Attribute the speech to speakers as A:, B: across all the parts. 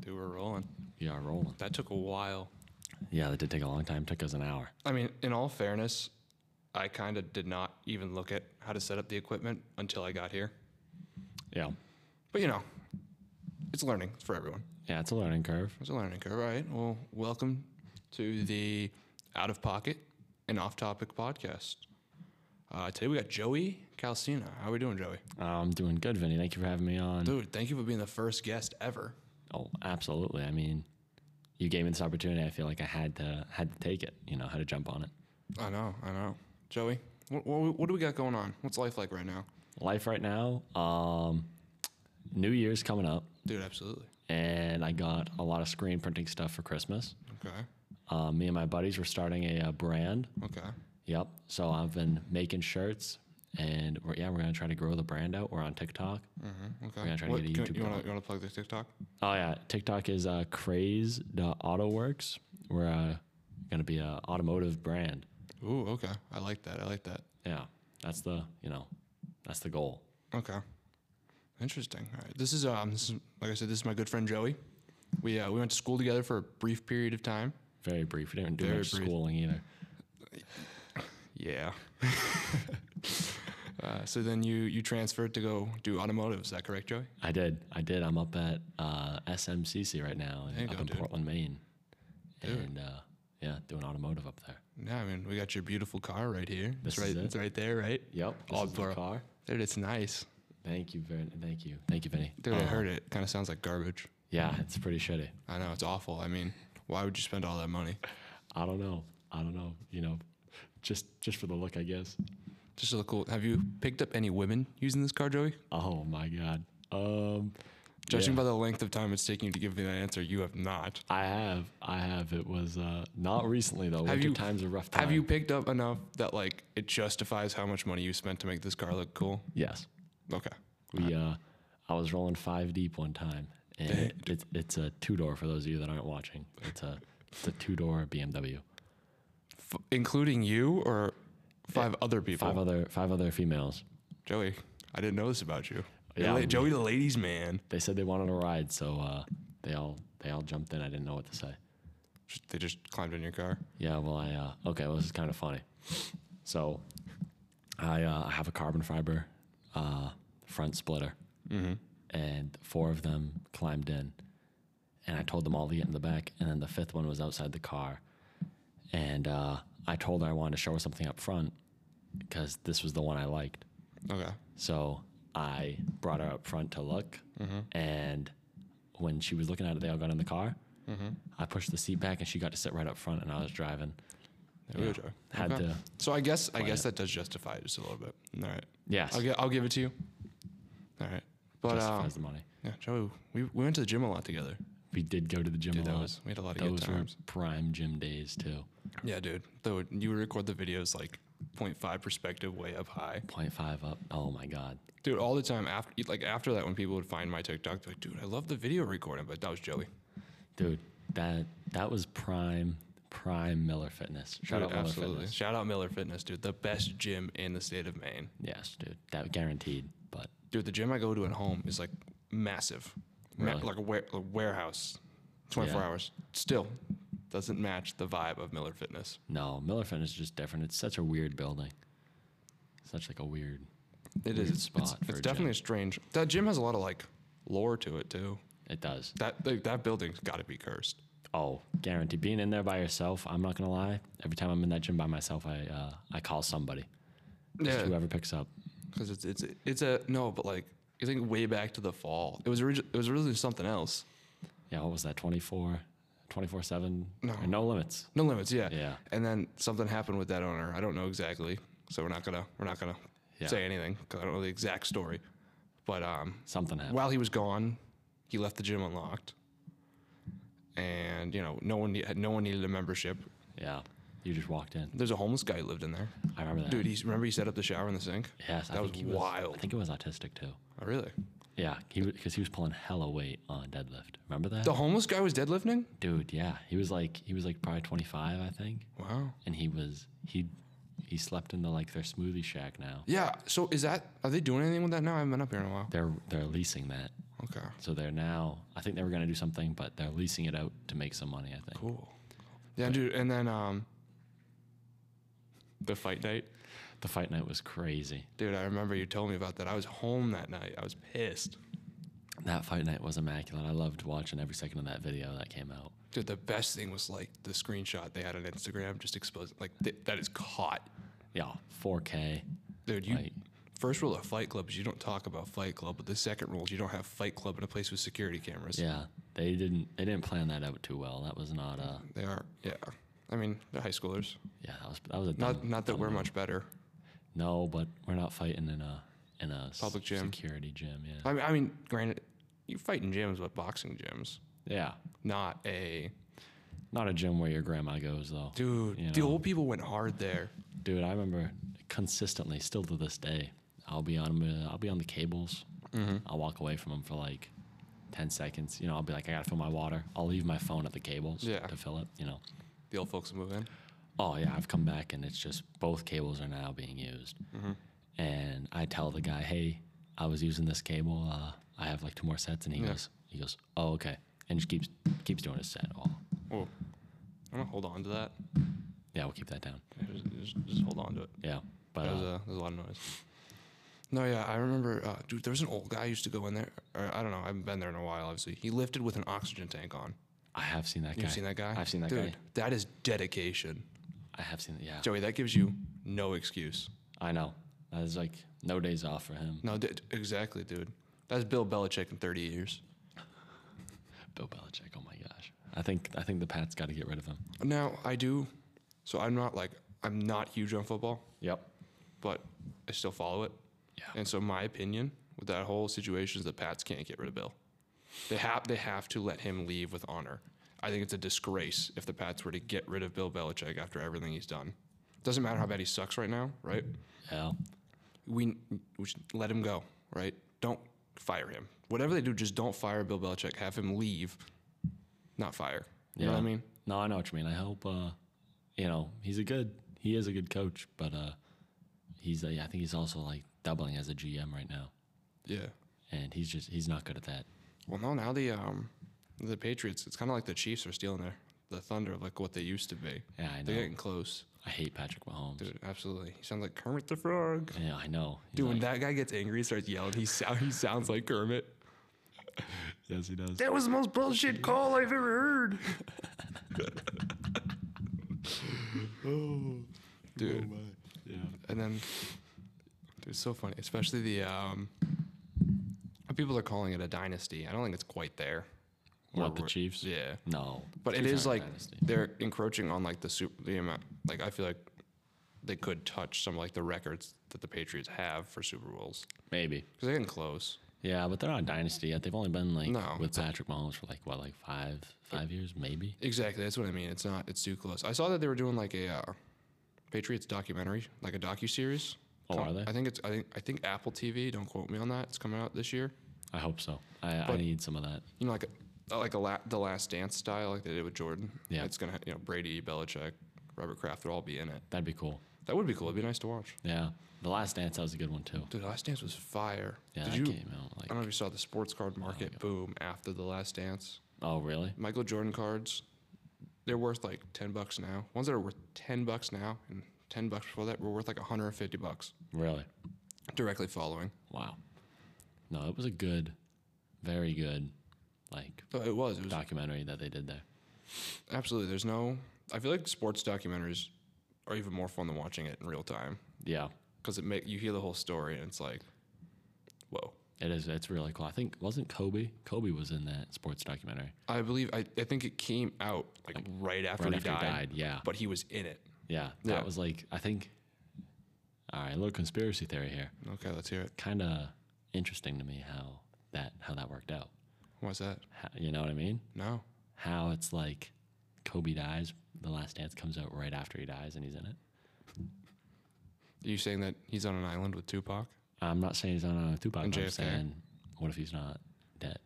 A: Dude, we're rolling.
B: Yeah, rolling.
A: That took a while.
B: Yeah, that did take a long time. Took us an hour.
A: I mean, in all fairness, I kind of did not even look at how to set up the equipment until I got here.
B: Yeah.
A: But you know, it's learning. It's for everyone.
B: Yeah, it's a learning curve.
A: It's a learning curve. All right. Well, welcome to the Out of Pocket and Off Topic podcast. Uh, today we got Joey Calcina. How we doing, Joey?
B: I'm doing good, Vinny. Thank you for having me on.
A: Dude, thank you for being the first guest ever.
B: Oh, absolutely. I mean, you gave me this opportunity. I feel like I had to had to take it. You know, had to jump on it.
A: I know. I know. Joey, what, what, what do we got going on? What's life like right now?
B: Life right now. Um, New Year's coming up,
A: Dude, absolutely.
B: and I got a lot of screen printing stuff for Christmas.
A: Okay.
B: Um, me and my buddies were starting a, uh brand.
A: Okay.
B: Yep. So I've been making shirts, and we're, yeah, we're gonna try to grow the brand out. We're on TikTok.
A: Mm-hmm. Okay.
B: We're gonna try to
A: What-
B: get a
A: can-
B: YouTube
A: you
B: going.
A: want to plug the TikTok?
B: Oh yeah, TikTok is uh, craze.autoworks. We're uh, gonna be a automotive brand.
A: Ooh, okay. I like that. I like that.
B: Yeah, that's the you know, that's the goal.
A: Okay. Interesting. All right. This is um, this is, like I said, this is my good friend Joey. We uh, we went to school together for a brief period of time.
B: Very brief. We didn't do
A: Very
B: much
A: brief.
B: schooling either.
A: Yeah. uh, so then you you transferred to go do automotive. Is that correct, Joey?
B: I did. I did. I'm up at uh, SMCC right now,
A: There you
B: in, up
A: go,
B: in
A: dude.
B: Portland, Maine,
A: Dude.
B: and uh, yeah, doing automotive up there.
A: Yeah. I mean, we got your beautiful car right here.
B: This
A: it's right.
B: is it?
A: It's right there, right?
B: Yep. This
A: All
B: is the
A: plural.
B: car.
A: Dude, it's nice.
B: Thank you very. Thank you. Thank you, Vinny.
A: Dude, I
B: Uh,
A: heard it. Kind of sounds like garbage.
B: Yeah, it's pretty shitty.
A: I know it's awful. I mean, why would you spend all that money
B: I don't know. I don't know. You know, just just for the look, I guess.
A: just to look cool? Have you picked up any women using this car, Joey?
B: Oh my god. Um
A: Judging by
B: yeah,
A: the length of time it's taking you to give me that answer, you have not.
B: I have I have it was uh not recently though.
A: Have
B: Winter
A: you-
B: time's a rough time.
A: Have you picked up enough that like it justifies how much money you spent to make this car look cool?
B: Yes.
A: Okay.
B: We uh I was rolling 5 deep one time and it's it's a two-door for those of you that aren't watching. It's a it's a two-door BMW.
A: F- including you or five other people?
B: Five other five other females.
A: Joey, I didn't know this about you.
B: Yeah,
A: La-
B: I'm-
A: Joey the ladies man.
B: They said they wanted a ride, so uh they all they all jumped in. I didn't know what to say.
A: Just- They just climbed in your car.
B: Yeah, well, I uh, okay. Well, this is kind of funny. So, I uh, I have a carbon fiber uh, front splitter,
A: Mm-hmm.
B: and four of them climbed in, and I told them all to get in the back, and then the fifth one was outside the car, and uh, I told her I wanted to show her something up front because this was the one I liked.
A: Okay.
B: So I brought her up front to look,
A: Mm-hmm.
B: and when she was looking at it, they all got in the car.
A: Mm-hmm.
B: I pushed the seat back, and she got to sit right up front, and I was driving.
A: There we go, Joey.
B: Had
A: Okay.
B: to-
A: So I guess I guess that does justify it just a little bit. All right.
B: Yes,
A: I'll gi- I'll give it to you. All right. But um,
B: justifies the money.
A: yeah, Joey, we, we went to the gym a lot together.
B: We did go to the gym
A: Dude,
B: a
A: that
B: lot.
A: was we had a lot of
B: Those
A: good
B: were
A: times.
B: prime gym days too.
A: Yeah, dude. Though you would record the videos like 0.5 perspective way up high.
B: 0.5 up. Oh my god.
A: Dude, all the time after like after that when people would find my TikTok, they're like, dude, I love the video recording, but that was Joey.
B: Dude, that that was prime prime Miller Fitness. Shout
A: Dude,
B: out Miller Fitness.
A: Shout out Miller Fitness, dude. The best gym in the state of Maine.
B: Yes, dude. That guaranteed. But
A: Dude, the gym I go to at home is like massive. Ma-
B: Really?
A: like a, ware- a warehouse. 24
B: Yeah.
A: hours. Still doesn't match the vibe of Miller Fitness.
B: no, Miller Fitness is just different. It's such a weird building. Such like a weird
A: It
B: Weird
A: is. It's, it's,
B: spot for a
A: it's
B: gym.
A: definitely a strange. That gym has a lot of like lore to it too.
B: it does.
A: That like, that building's got to be cursed.
B: Oh, guaranteed. Being in there by yourself, I'm not gonna lie. Every time I'm in that gym by myself, I uh, I call somebody. Just whoever picks up.
A: because it's it's it's a no, but like you think way back to the fall. It was origi- it was originally something else.
B: Yeah, what was that? 24 24 7
A: No.
B: no limits.
A: No limits, yeah.
B: Yeah.
A: And then something happened with that owner. I don't know exactly, so we're not gonna we're not gonna
B: Yeah.
A: say anything because I don't know the exact story. But um,
B: Something happened.
A: while he was gone, he left the gym unlocked, and you know no one ne- no one needed a membership.
B: Yeah. You just walked in.
A: There's a homeless guy who lived in there,
B: I remember that.
A: dude. He's remember he set up the shower in the sink.
B: yes, I
A: that was
B: think he was
A: wild.
B: I think it was autistic too.
A: oh, really?
B: Yeah, he because he was pulling hella weight on deadlift. Remember that?
A: The homeless guy was deadlifting.
B: Dude, yeah, he was like he was like probably 25, I think,
A: Wow.
B: and he was he he slept in the like their smoothie shack now.
A: Yeah. So is that are they doing anything with that now? I haven't been up here in a while.
B: They're they're leasing that.
A: Okay.
B: So they're now, I think they were going to do something, but they're leasing it out to make some money, I think.
A: Cool. Yeah, dude. And then um, the fight night,
B: The fight night was crazy.
A: dude. I remember you told me about that. I was home that night. I was pissed,
B: That fight night was immaculate. I loved watching every second of that video that came out.
A: dude. The best thing was like the screenshot they had on Instagram, just exposed like th- that is caught,
B: Yeah, 4K.
A: dude. You
B: Like-
A: first rule of Fight Club is you don't talk about Fight Club, but the second rule is you don't have Fight Club in a place with security cameras.
B: Yeah, they didn't they didn't plan that out too well. That was not a
A: They are. Yeah. I mean, they're high schoolers.
B: yeah. That was that was a dumb,
A: Not not that
B: dumb
A: we're
B: move.
A: much better.
B: No, but we're not fighting in a in a s-
A: Public gym.
B: security gym. Yeah,
A: I mean, I mean, granted, you fight in gyms, but boxing gyms,
B: yeah.
A: not a
B: Not a gym where your grandma goes though.
A: dude.
B: You
A: The
B: know.
A: old people went hard there.
B: Dude, I remember consistently, still to this day, I'll be on uh, I'll be on the cables. I'll walk away from them for like ten seconds. You know, I'll be like, I gotta fill my water. I'll leave my phone at the cables
A: Yeah.
B: to fill it. You know.
A: The old folks move in.
B: Oh yeah, I've come back and it's just both cables are now being used. And I tell the guy, hey, I was using this cable. Uh, I have like two more sets, and he
A: Yeah.
B: goes, he goes, oh okay, and just keeps keeps doing his set. Oh
A: Oh, I'm gonna hold on to that.
B: yeah, we'll keep that down.
A: Just, just, just hold on to it.
B: Yeah, but
A: That was
B: uh,
A: a, there's a lot of noise. No, yeah, I remember, uh, dude. There was an old guy who used to go in there. Or, I don't know. I haven't been there in a while. Obviously, he lifted with an oxygen tank on.
B: I have seen that guy.
A: You've seen that guy?
B: I've seen that
A: dude,
B: guy.
A: That is dedication,
B: I have seen that. Yeah,
A: Joey. That gives you no excuse.
B: I know. That is like no days off for him.
A: No, d- exactly, dude. That's Bill Belichick in 30 years.
B: Bill Belichick. Oh my gosh. I think I think the Pats got to get rid of him.
A: Now I do, so I'm not like I'm not huge on football,
B: Yep.
A: but I still follow it.
B: Yeah.
A: And so my opinion with that whole situation is the Pats can't get rid of Bill. They have they have to let him leave with honor. I think it's a disgrace if the Pats were to get rid of Bill Belichick after everything he's done. Doesn't matter how bad he sucks right now, right?
B: Yeah.
A: We, we should let him go, right? Don't fire him. Whatever they do, just don't fire Bill Belichick. Have him leave, not fire. You know what I
B: Yeah.
A: mean?
B: No, I know what you mean. I hope uh, you know he's a good he is a good coach, but uh, he's uh, I think he's also like doubling as a GM right now,
A: Yeah.
B: and he's just he's not good at that.
A: Well, no, now the um, the Patriots. It's kind of like the Chiefs are stealing their the thunder of like what they used to be.
B: Yeah, I
A: They're
B: know.
A: getting close,
B: I hate Patrick Mahomes.
A: dude. Absolutely, he sounds like Kermit the Frog.
B: Yeah, I know. He's
A: Dude,
B: like-
A: when that guy gets angry, he starts yelling. He sound, he sounds like Kermit.
B: yes, he does.
A: That was the most bullshit call I've ever heard. dude,
B: Yeah.
A: and then dude, it's so funny, especially the um, people are calling it a dynasty. I don't think it's quite there. Or
B: What the
A: we're-
B: Chiefs?
A: Yeah.
B: No,
A: But it
B: Chiefs
A: is
B: aren't
A: like
B: a dynasty.
A: they're encroaching on like the super the amount. Like I feel like they could touch some like the records that the Patriots have for Super Bowls
B: maybe.
A: because they're getting close.
B: Yeah, but they're not a dynasty yet. They've only been like
A: No.
B: with Patrick Mahomes for like what, like five five years, maybe.
A: Exactly, that's what I mean. It's not. It's too close. I saw that they were doing like a uh, Patriots documentary, like a docu series.
B: Oh, are they?
A: I think it's. I think. I think Apple TV. Don't quote me on that. It's coming out this year.
B: I hope so. I, I
A: But-
B: need some of that.
A: You know, like a, like a la- the Last Dance style, like they did with Jordan.
B: Yeah.
A: It's gonna. You know, Brady, Belichick, Robert Kraft, they'll all be in it.
B: That'd be cool.
A: That would be cool. It'd be nice to watch.
B: Yeah, The Last Dance that was a good one too.
A: Dude, Last Dance was fire.
B: Yeah,
A: Did
B: that
A: you?
B: came out
A: I
B: like
A: don't know if you saw the sports card market boom after the last dance.
B: oh really?
A: Michael Jordan cards, they're worth like 10 bucks now. Ones that are worth 10 bucks now and 10 bucks before that were worth like 150 bucks
B: Really?
A: directly following.
B: Wow. No, it was a good, very good, like
A: So it was. It was
B: documentary that they did there.
A: absolutely. There's no. I feel like sports documentaries are even more fun than watching it in real time
B: Yeah,
A: because it make you hear the whole story and it's like, whoa.
B: it is. It's really cool. I think wasn't Kobe? Kobe was in that sports documentary.
A: I believe I, I think it came out like right after,
B: right
A: he,
B: after
A: died,
B: he died. Yeah,
A: but he was in it.
B: yeah. That
A: Yeah.
B: was like I think. All right, a little conspiracy theory here.
A: Okay, let's hear it.
B: Kind of interesting to me how that how that worked out.
A: What's that?
B: How, you know what I mean?
A: No.
B: How it's like Kobe dies, The Last Dance comes out right after he dies, and he's in it.
A: Are you saying that he's on an island with Tupac?
B: I'm not saying he's on a Tupac.
A: And
B: but I'm
A: JFK.
B: saying, what if he's not dead?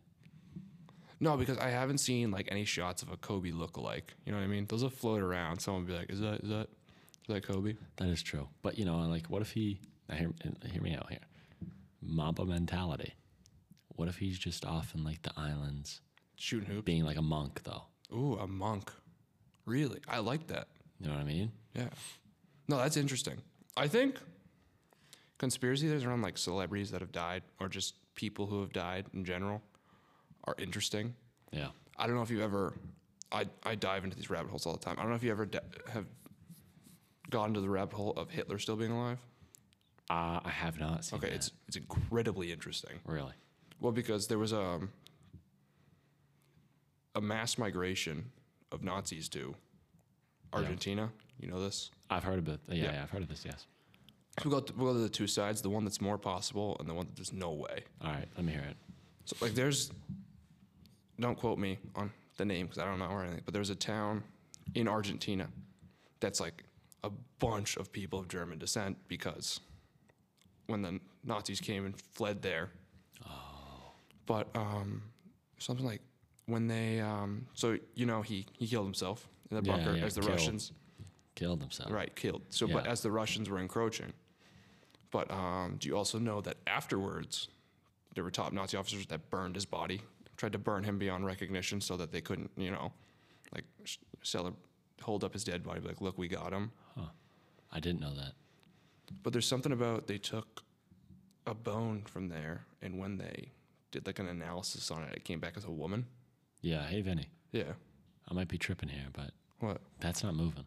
A: No, because I haven't seen like any shots of a Kobe lookalike. You know what I mean? Those will float around. Someone will be like, "Is that is that is that Kobe?"
B: That is true. But you know, like, what if he? Now hear, hear me out here. Mamba mentality. What if he's just off in like the islands,
A: Shooting hoops.
B: being like a monk though?
A: Ooh, a monk. Really? I like that.
B: You know what I mean?
A: Yeah. No, that's interesting. I think conspiracy theories around like celebrities that have died or just people who have died in general are interesting.
B: Yeah.
A: I don't know if you ever. I, I dive into these rabbit holes all the time. I don't know if you ever de- have gone to the rabbit hole of Hitler still being alive.
B: Uh, I have not seen.
A: Okay,
B: that.
A: it's it's incredibly interesting.
B: really
A: Well, because there was um, a mass migration of Nazis to Argentina. You know this.
B: I've heard about. Yeah,
A: Yeah.
B: yeah, I've heard of this. Yes.
A: We'll go, to, we'll go to the two sides: the one that's more possible and the one that there's no way.
B: All right, let me hear it.
A: So like there's, don't quote me on the name because I don't know or anything, but there's a town in Argentina that's like a bunch of people of German descent because when the Nazis came and fled there.
B: Oh.
A: But um, something like when they um, so you know he he killed himself in the
B: Yeah,
A: bunker
B: yeah,
A: as the
B: killed.
A: Russians
B: Killed himself.
A: right killed. So but
B: Yeah.
A: as the Russians were encroaching. But um, do you also know that afterwards, there were top Nazi officers that burned his body, tried to burn him beyond recognition, so that they couldn't, you know, like s- cele- hold up his dead body, be like, look, we got him.
B: I didn't know that.
A: But there's something about they took a bone from there, and when they did like an analysis on it, it came back as a woman.
B: Yeah. Hey, Vinny.
A: Yeah.
B: I might be tripping here, but
A: What?
B: that's not moving.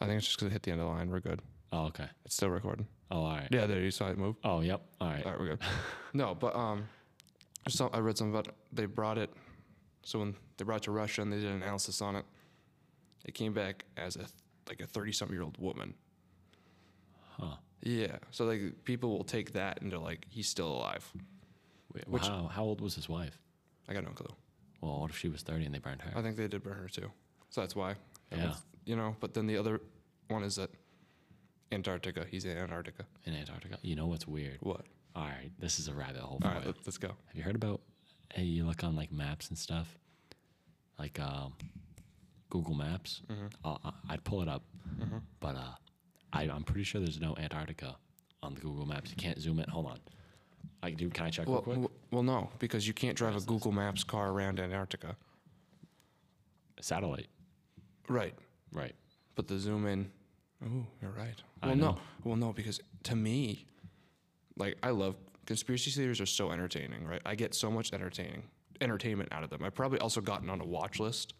A: I think it's just because it hit the end of the line. We're good.
B: Oh, okay.
A: It's still recording.
B: Oh, all right.
A: Yeah, Uh, there you saw it move.
B: Oh, yep. All right.
A: All right, we're good. no, but um, there's some, I read something about they brought it. So when they brought it to Russia and they did an analysis on it, it came back as a like a 30 something year old woman.
B: Huh.
A: Yeah. So like people will take that and they're like, he's still alive.
B: Wait,
A: Which-
B: wow. How old was his wife?
A: I got no clue.
B: Well, what if she was 30 and they burned her?
A: I think they did burn her too. So Uh, that's why. That
B: Yeah.
A: was- You know. But then the other one is that Antarctica. He's in Antarctica.
B: In Antarctica. You know what's weird?
A: What?
B: All right. This is a rabbit hole.
A: All
B: for
A: right,
B: you.
A: let, let's go.
B: Have you heard about? Hey, you look on like maps and stuff, like um, Google Maps.
A: Mm-hmm.
B: Uh, uh, I'd pull it up, but uh, I, I'm pretty sure there's no Antarctica on the Google Maps. You can't zoom in. Hold on. I do. Can I check
A: Well,
B: real quick?
A: w- well, no, because you can't drive a Google Maps car around Antarctica.
B: Satellite.
A: Right.
B: Right.
A: But the zoom in. Oh, you're right.
B: I
A: Well, no.
B: know.
A: Well, no, because to me, like I love conspiracy theories are so entertaining, right? I get so much entertaining entertainment out of them. I've probably also gotten on a watch list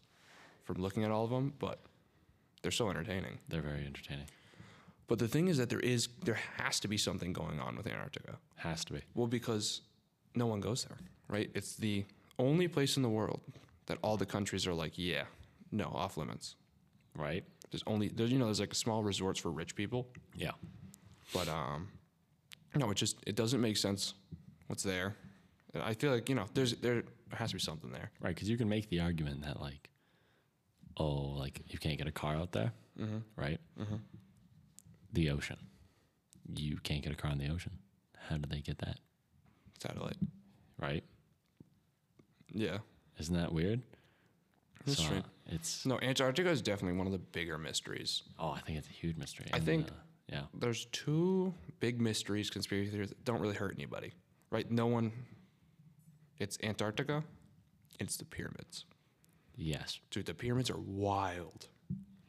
A: from looking at all of them, but they're so entertaining.
B: They're very entertaining.
A: But the thing is that there is there has to be something going on with Antarctica.
B: Has to be.
A: Well, because no one goes there, right? It's the only place in the world that all the countries are like, yeah, no, off limits.
B: Right.
A: There's only there's you know there's like small resorts for rich people.
B: Yeah.
A: But um, no, it just it doesn't make sense what's there. And I feel like you know there's there has to be something there.
B: Right. Because you can make the argument that like, oh, like you can't get a car out there. Right. The ocean. You can't get a car in the ocean. How did they get that?
A: Satellite.
B: right?
A: Yeah.
B: Isn't that weird?
A: That's
B: So,
A: strange.
B: It's
A: No, Antarctica is definitely one of the bigger mysteries.
B: oh, I think it's a huge mystery.
A: I
B: And,
A: think-
B: uh, yeah,
A: There's two big mysteries, conspiracy theories that don't really hurt anybody, right? No one. It's Antarctica, and it's the pyramids.
B: yes.
A: Dude, the pyramids are wild.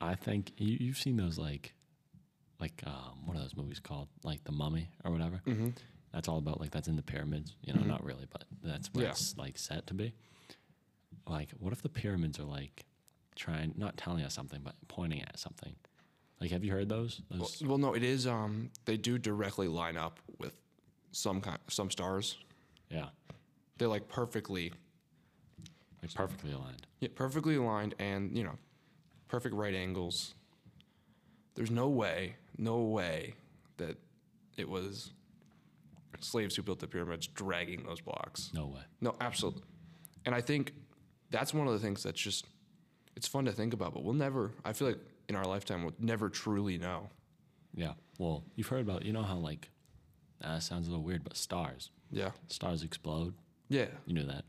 B: I think you, you've seen those like, like um, what are those movies called? Like The Mummy or whatever. Mm-hmm. That's all about like that's in the pyramids. You know, not really, but that's
A: Mm-hmm.
B: where
A: Yeah.
B: it's like set to be. Like, what if the pyramids are like trying, not telling us something, but pointing at something? Like, have you heard those?
A: Well,
B: those
A: well, no, it is. Um, they do directly line up with some kind, some stars.
B: yeah,
A: They're like perfectly
B: like perfectly aligned.
A: Yeah, perfectly aligned and, you know, perfect right angles. There's no way, no way that it was slaves who built the pyramids dragging those blocks.
B: No way.
A: No, absolutely. And I think that's one of the things that's just, it's fun to think about, but we'll never, I feel like in our lifetime, we'll never truly know.
B: Yeah. Well, you've heard about you know how like uh, sounds a little weird, but stars
A: Yeah.
B: stars explode.
A: Yeah.
B: You knew that.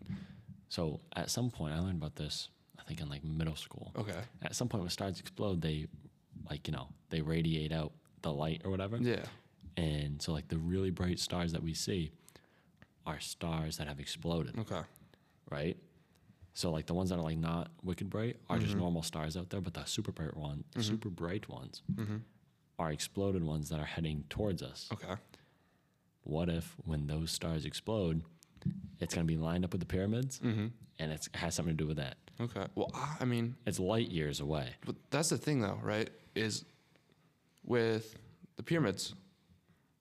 B: So at some point, I learned about this. I think in like middle school.
A: Okay.
B: At some point, when stars explode, they like you know they radiate out the light or whatever.
A: Yeah.
B: And so like the really bright stars that we see are stars that have exploded,
A: Okay.
B: right? So like the ones that are like not wicked bright are
A: Mm-hmm.
B: just normal stars out there, but the super bright one, super bright ones are exploded ones that are heading towards us.
A: Mm-hmm. Okay.
B: What if when those stars explode, it's going to be lined up with the pyramids, and it's, it has something to do with that?
A: Mm-hmm. Okay. Well, I I mean,
B: It's light years away.
A: But that's the thing, though, right? Is with the pyramids,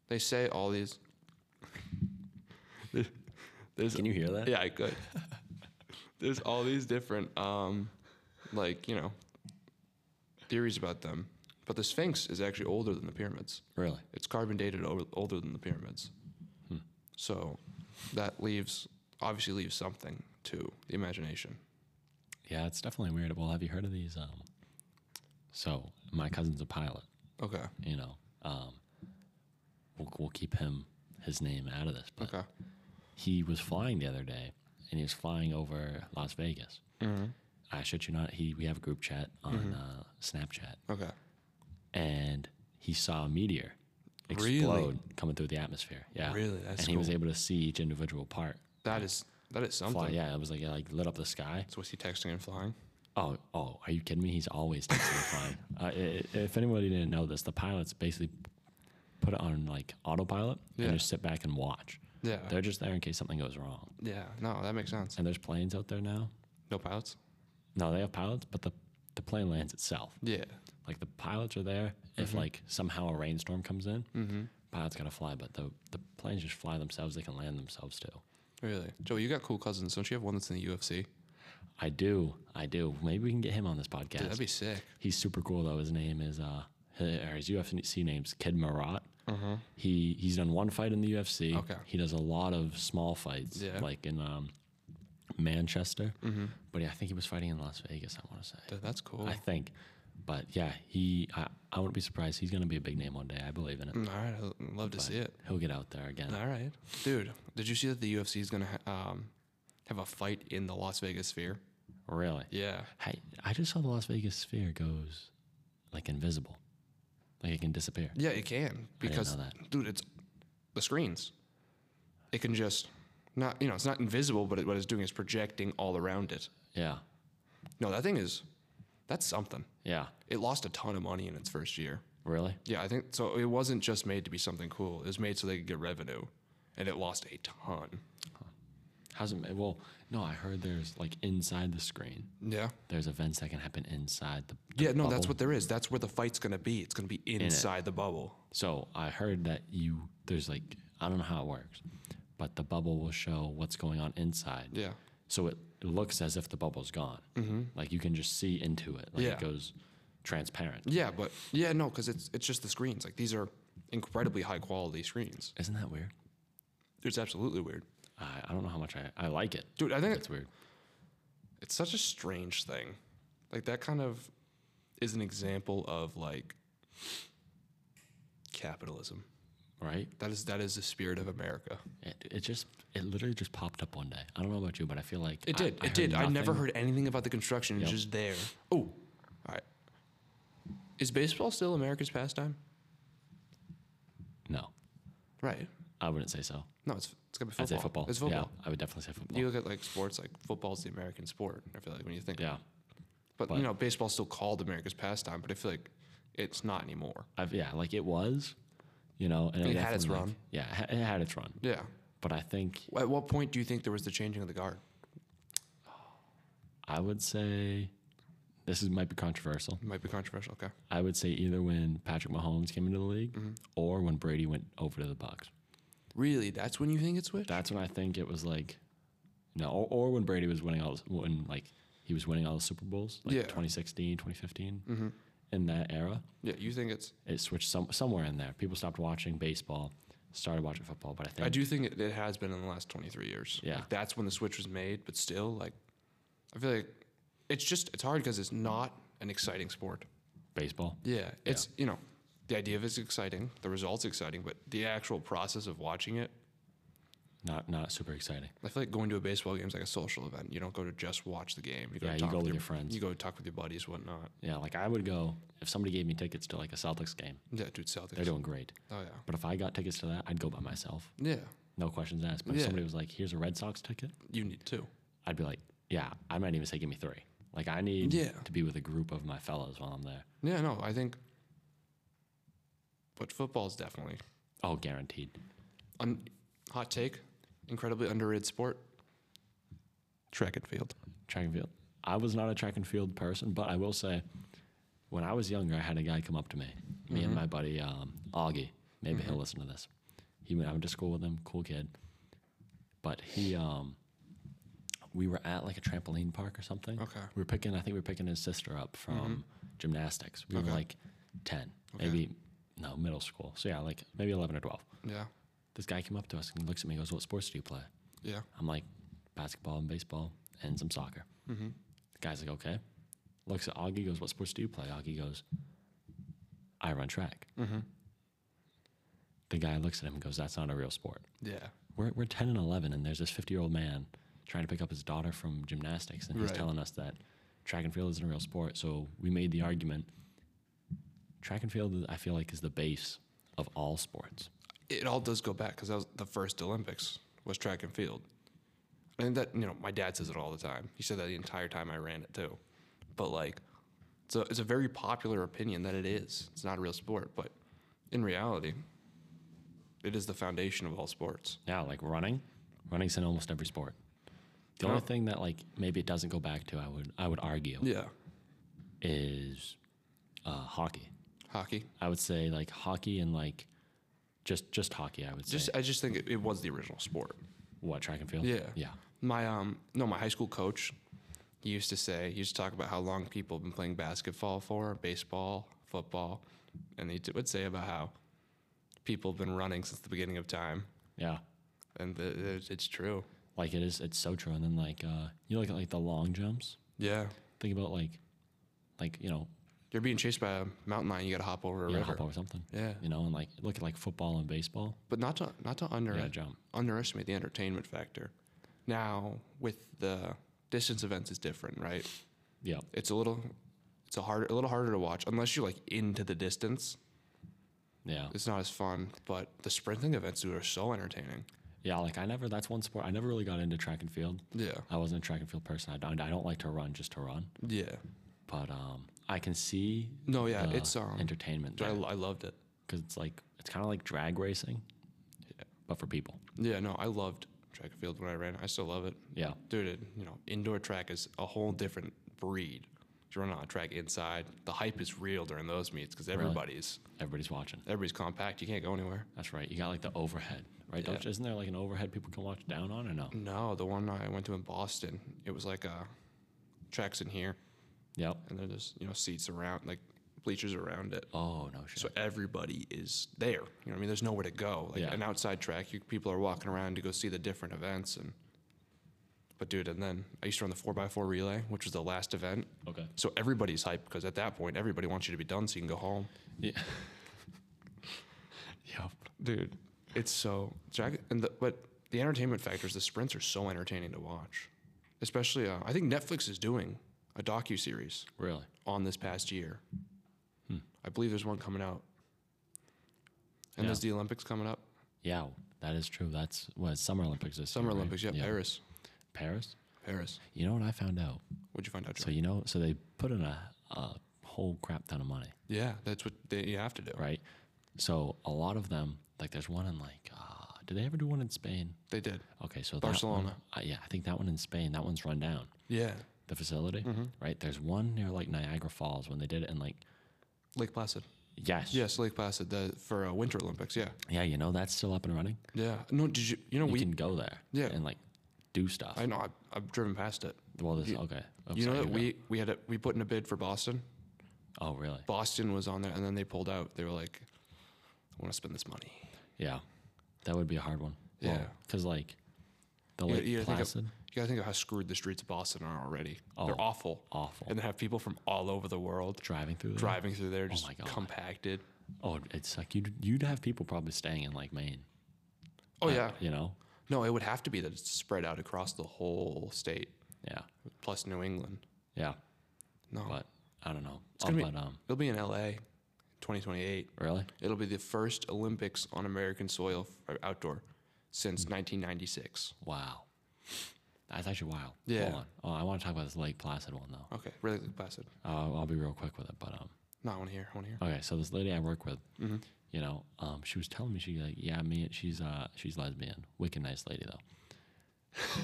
A: they say all these. There's,
B: Can you hear that?
A: yeah, I could. There's all these different, um, like you know, theories about them. But the Sphinx is actually older than the pyramids.
B: Really?
A: It's carbon dated o- older than the pyramids.
B: Hmm.
A: So that leaves obviously leaves something to the imagination.
B: Yeah, it's definitely weird. Well, have you heard of these? Um, so my cousin's a pilot.
A: Okay.
B: You know, um, we'll, we'll keep him his name out of this, but
A: Okay.
B: he was flying the other day, and he was flying over Las Vegas. I shit you not. He we have a group chat on
A: Mm-hmm.
B: uh, Snapchat,
A: Okay.
B: and he saw a meteor
A: Really?
B: explode coming through the atmosphere. Yeah,
A: Really? That's
B: and he was
A: cool.
B: able to see each individual part
A: That is that is something.
B: fly. Yeah, it was like it like lit up the sky.
A: So was he texting and flying?
B: Oh, oh, are you kidding me? He's always texting and flying. Uh, i- i- if anybody didn't know this, the pilots basically put it on like autopilot
A: Yeah.
B: and just sit back and watch.
A: Yeah.
B: They're just there in case something goes wrong.
A: yeah. No, that makes sense.
B: And there's planes out there now.
A: No pilots?
B: No, they have pilots, but the the plane lands itself.
A: Yeah.
B: Like the pilots are there.
A: Mm-hmm.
B: If like somehow a rainstorm comes in, pilots gotta fly. But the the planes just fly themselves. They can land themselves too.
A: Really? Joe, you got cool cousins. Don't you have one that's in the UFC?
B: I do, I do. Maybe we can get him on this
A: Dude,
B: podcast.
A: that'd be sick.
B: He's super cool though. His name is uh, hi- or his UFC name's Kid Marat. He he's done one fight in the UFC.
A: Okay.
B: He does a lot of small fights,
A: Yeah.
B: like in um, Manchester. But yeah, I think he was fighting in Las Vegas. I want to say.
A: Mm-hmm. Dude, that's cool.
B: I think, but yeah, he I, I wouldn't be surprised. He's gonna be a big name one day. I believe in it.
A: Mm, All right. I'd love to see it.
B: He'll get out there again.
A: All right. Dude, did you see that the UFC is going to ha- um, have a fight in the Las Vegas sphere?
B: Really.
A: Yeah.
B: Hey, I just saw the Las Vegas Sphere goes like invisible, like it can disappear.
A: Yeah, it can. Because,
B: know
A: dude, it's the screens. It can just, not, you know, it's not invisible, but it, what it's doing is projecting all around it.
B: Yeah.
A: No, that thing is, that's something.
B: Yeah.
A: It lost a ton of money in its first year.
B: Really.
A: Yeah, I think so. It wasn't just made to be something cool. It was made so they could get revenue, and it lost a ton.
B: How's it? ma- Well, no, I heard there's like inside the screen.
A: Yeah.
B: There's events that can happen inside the. the
A: Yeah, no, that's
B: bubble.
A: what there is. That's where the fight's gonna be. It's gonna be inside the bubble.
B: So I heard that you there's like I don't know how it works, but the bubble will show what's going on inside.
A: Yeah.
B: So it looks as if the bubble's gone. Like you can just see into it. Like
A: Mm-hmm. Yeah.
B: it goes transparent.
A: Yeah, but yeah, no, because it's it's just the screens. Like these are incredibly high quality screens.
B: Isn't that weird?
A: It's absolutely weird,
B: I, I don't know how much I, I like it.
A: dude. I think
B: It's weird.
A: it's such a strange thing. Like that kind of is an example of like capitalism.
B: Right?
A: That is that is the spirit of America.
B: It, it just it literally just popped up one day. I don't know about you, but I feel like
A: It
B: I-
A: did.
B: I
A: it did. I never
B: nothing.
A: heard anything about the construction. It's
B: Yep.
A: just there. Oh, all right. Is baseball still America's pastime?
B: No.
A: Right.
B: I wouldn't say so.
A: No, it's it's gonna be football.
B: I'd say football.
A: It's football.
B: Yeah, I would definitely say football.
A: You look at like sports, like football's the American sport. I feel like when you think,
B: yeah.
A: but,
B: but-
A: you know, baseball's still called America's pastime, but I feel like it's not anymore.
B: I've, yeah, like it was, you know, and
A: It had its
B: definitely, like-
A: run.
B: yeah, it ha- it had its run.
A: Yeah.
B: But I think
A: At what point do you think there was the changing of the guard?
B: I would say this is might be controversial.
A: It might be controversial. Okay.
B: I would say either when Patrick Mahomes came into the league
A: Mm-hmm.
B: or when Brady went over to the Bucks.
A: Really? That's when you think it switched?
B: That's when I think it was like, no, or, or when Brady was winning all when like he was winning all the Super Bowls, like
A: Yeah. Mm-hmm.
B: 2016, 2015, in that era.
A: yeah. You think it's?
B: It switched some, somewhere in there. People stopped watching baseball, started watching football. But I think
A: I do think it, it has been in the last 23 years.
B: Yeah.
A: Like, that's when the switch was made, but still, like, I feel like it's just, it's hard because it's not an exciting sport.
B: baseball.
A: Yeah. It's, you know, the idea of it's exciting, the result's exciting, but the actual process of watching it,
B: Not not super exciting.
A: I feel like going to a baseball game is like a social event. You don't go to just watch the game. You go
B: Yeah,
A: to
B: you
A: talk
B: go with
A: your,
B: your friends.
A: You go talk with your buddies, whatnot.
B: Yeah, like I would go if somebody gave me tickets to like a Celtics game.
A: Yeah, dude, Celtics.
B: They're doing great.
A: Oh yeah,
B: But if I got tickets to that, I'd go by myself.
A: yeah.
B: No questions asked. But if
A: Yeah.
B: somebody was like, "Here's a Red Sox ticket,"
A: You need two.
B: I'd be like, "Yeah, I might even say give me three. Like I need
A: Yeah.
B: to be with a group of my fellows while I'm there.
A: Yeah, no, I think. But football's definitely
B: Oh, guaranteed.
A: un- hot take. Incredibly underrated sport. Track and field.
B: Track and field. I was not a track and field person, but I will say, when I was younger, I had a guy come up to me, me
A: Mm-hmm.
B: and my buddy um, Augie. Maybe he'll listen to this. He went. I went to school with him. Cool kid. But he, um, we were at like a trampoline park or something.
A: Okay.
B: We were picking. I think we were picking his sister up from gymnastics. We
A: Mm-hmm. Okay.
B: were like ten,
A: Okay.
B: maybe no middle school. So yeah, like maybe eleven or twelve.
A: Yeah,
B: This guy came up to us and he looks at me. and Goes, "What sports do you play?"
A: yeah.
B: I'm like, basketball and baseball and some soccer.
A: Mm-hmm.
B: The guy's like, okay. Looks at Augie, goes, what sports do you play? Augie goes, I run track.
A: Mm-hmm.
B: The guy looks at him and goes, that's not a real sport.
A: Yeah.
B: We're, we're 10 and 11, and there's this 50 year old man trying to pick up his daughter from gymnastics, and he's
A: Right.
B: telling us that track and field isn't a real sport. So we made the argument track and field, I feel like, is the base of all sports.
A: it all does go back because that was the first Olympics was track and field. I think that you know my dad says it all the time. He said that the entire time I ran it too, but like, so it's a very popular opinion that it is. It's not a real sport, but in reality, it is the foundation of all sports.
B: Now, like running, running's in almost every sport. The
A: Yeah.
B: only thing that like maybe it doesn't go back to, I would I would argue,
A: Oh. Yeah,
B: is uh, hockey.
A: hockey.
B: I would say like hockey and like just just hockey. I would say
A: Just I just think it, it was the original sport.
B: what track and field.
A: Yeah.
B: yeah.
A: My um no, my high school coach, he used to say he used to talk about how long people have been playing basketball for, baseball, football, and he t- would say about how people have been running since the beginning of time,
B: Yeah.
A: and the, it- it's true.
B: Like it is. It's so true. And then like uh, you look at like the long jumps.
A: Yeah,
B: Think about like like you know
A: you're being chased by a mountain lion, you got to hop over a
B: you know,
A: river.
B: hop over something.
A: Yeah,
B: You know, and like look at like football and baseball.
A: but not to not to under
B: You gotta jump.
A: underestimate the entertainment factor. Now with the distance events is different, right?
B: Yeah.
A: It's a little. It's a hard, a little harder to watch unless you're like into the distance.
B: Yeah.
A: it's not as fun, but the sprinting events dude, are so entertaining.
B: Yeah. Like I never. That's one sport I never really got into track and field.
A: Yeah.
B: I wasn't a track and field person. I don't. I don't like to run just to run.
A: Yeah.
B: But um, I can see.
A: No, yeah,
B: the
A: it's um
B: entertainment.
A: dude, I,
B: there.
A: lo- I loved it.
B: because it's like it's kind of like drag racing, but for people.
A: Yeah, no, I loved track and field when I ran. I still love it.
B: Yeah,
A: Dude, it, you know, indoor track is a whole different breed. You're running on a track inside. The hype is real during those meets because everybody's
B: everybody's watching.
A: everybody's compact. You can't go anywhere.
B: That's right. You got like the overhead, right? Don't-
A: Yeah.
B: isn't there like an overhead people can watch down on or no?
A: No, the one I went to in Boston, it was like uh, tracks in here,
B: Yep.
A: and there's just, you know seats around, like bleachers around it.
B: Oh no shit.
A: So everybody is there. You know what I mean? There's nowhere to go. Like
B: Yeah.
A: an outside track, you, people are walking around to go see the different events. And but dude, and then I used to run the four x four relay, which was the last event.
B: okay.
A: So everybody's hyped because at that point, everybody wants you to be done so you can go home.
B: Yeah. yep.
A: Dude, it's so drag and the, but the entertainment factors. The sprints are so entertaining to watch, especially. Uh, I think Netflix is doing a docu series
B: Really.
A: on this past year.
B: Hmm.
A: I believe there's one coming out. And
B: Yeah.
A: there's the Olympics coming up.
B: Yeah, that is true. That's what Summer Olympics is.
A: Summer Olympics, yeah, Paris.
B: Paris.
A: Paris.
B: You know what I found out?
A: What'd you find out, Joe?
B: So you know, so they put in a, a whole crap ton of money.
A: yeah, that's what they, you have to do.
B: right? So a lot of them, like there's one in like, uh, did they ever do one in Spain?
A: They did.
B: Okay, so That one,
A: Barcelona.
B: uh, yeah, I think that one in Spain. That one's run down.
A: Yeah.
B: The facility,
A: Mm. Mm-hmm.
B: right? There's one near like Niagara Falls when they did it, and like,
A: Lake Placid.
B: yes,
A: Yes, Lake Placid the, for uh, Winter Olympics. Yeah.
B: yeah, you know that's still up and running.
A: Yeah. No, did you, you know,
B: You
A: we,
B: can go there,
A: Yeah.
B: and like do stuff.
A: I know, I, I've driven past it.
B: well, this
A: you-
B: okay. Oh,
A: you know
B: sorry,
A: that
B: here we
A: we, we had a, we put in a bid for Boston.
B: go. Oh, really?
A: Boston was on there and then they pulled out. They were like, I want to spend this money.
B: Yeah, that would be a hard one.
A: Yeah.
B: because like, the
A: You-
B: Lake
A: you think of-
B: Placid,
A: You got to think of how screwed the streets of Boston are already.
B: Oh.
A: They're awful.
B: awful.
A: And they have people from all over the world
B: driving through there.
A: driving through there, just
B: Oh my God.
A: compacted.
B: Oh, it's like you'd you'd have people probably staying in like Maine.
A: Oh,
B: Uh,
A: yeah.
B: you know,
A: No, it would have to be that it's spread out across the whole state,
B: Yeah.
A: plus New England.
B: Yeah.
A: No,
B: But I don't know.
A: It's gonna
B: Oh,
A: be-
B: but, um,
A: it'll be in L.A. 2028.
B: really?
A: It'll be the first Olympics on American soil for outdoor since 1996.
B: Wow. That's actually wild.
A: Yeah.
B: Hold on. Oh, I want to talk about this Lake Placid one though.
A: Okay, really Placid.
B: Uh, I'll be real quick with it, but um,
A: No, I want to hear. I want to hear.
B: okay. So this lady I work with,
A: Mm-hmm.
B: you know, um, she was telling me she like, yeah, me, she's uh, she's lesbian, wicked nice lady though.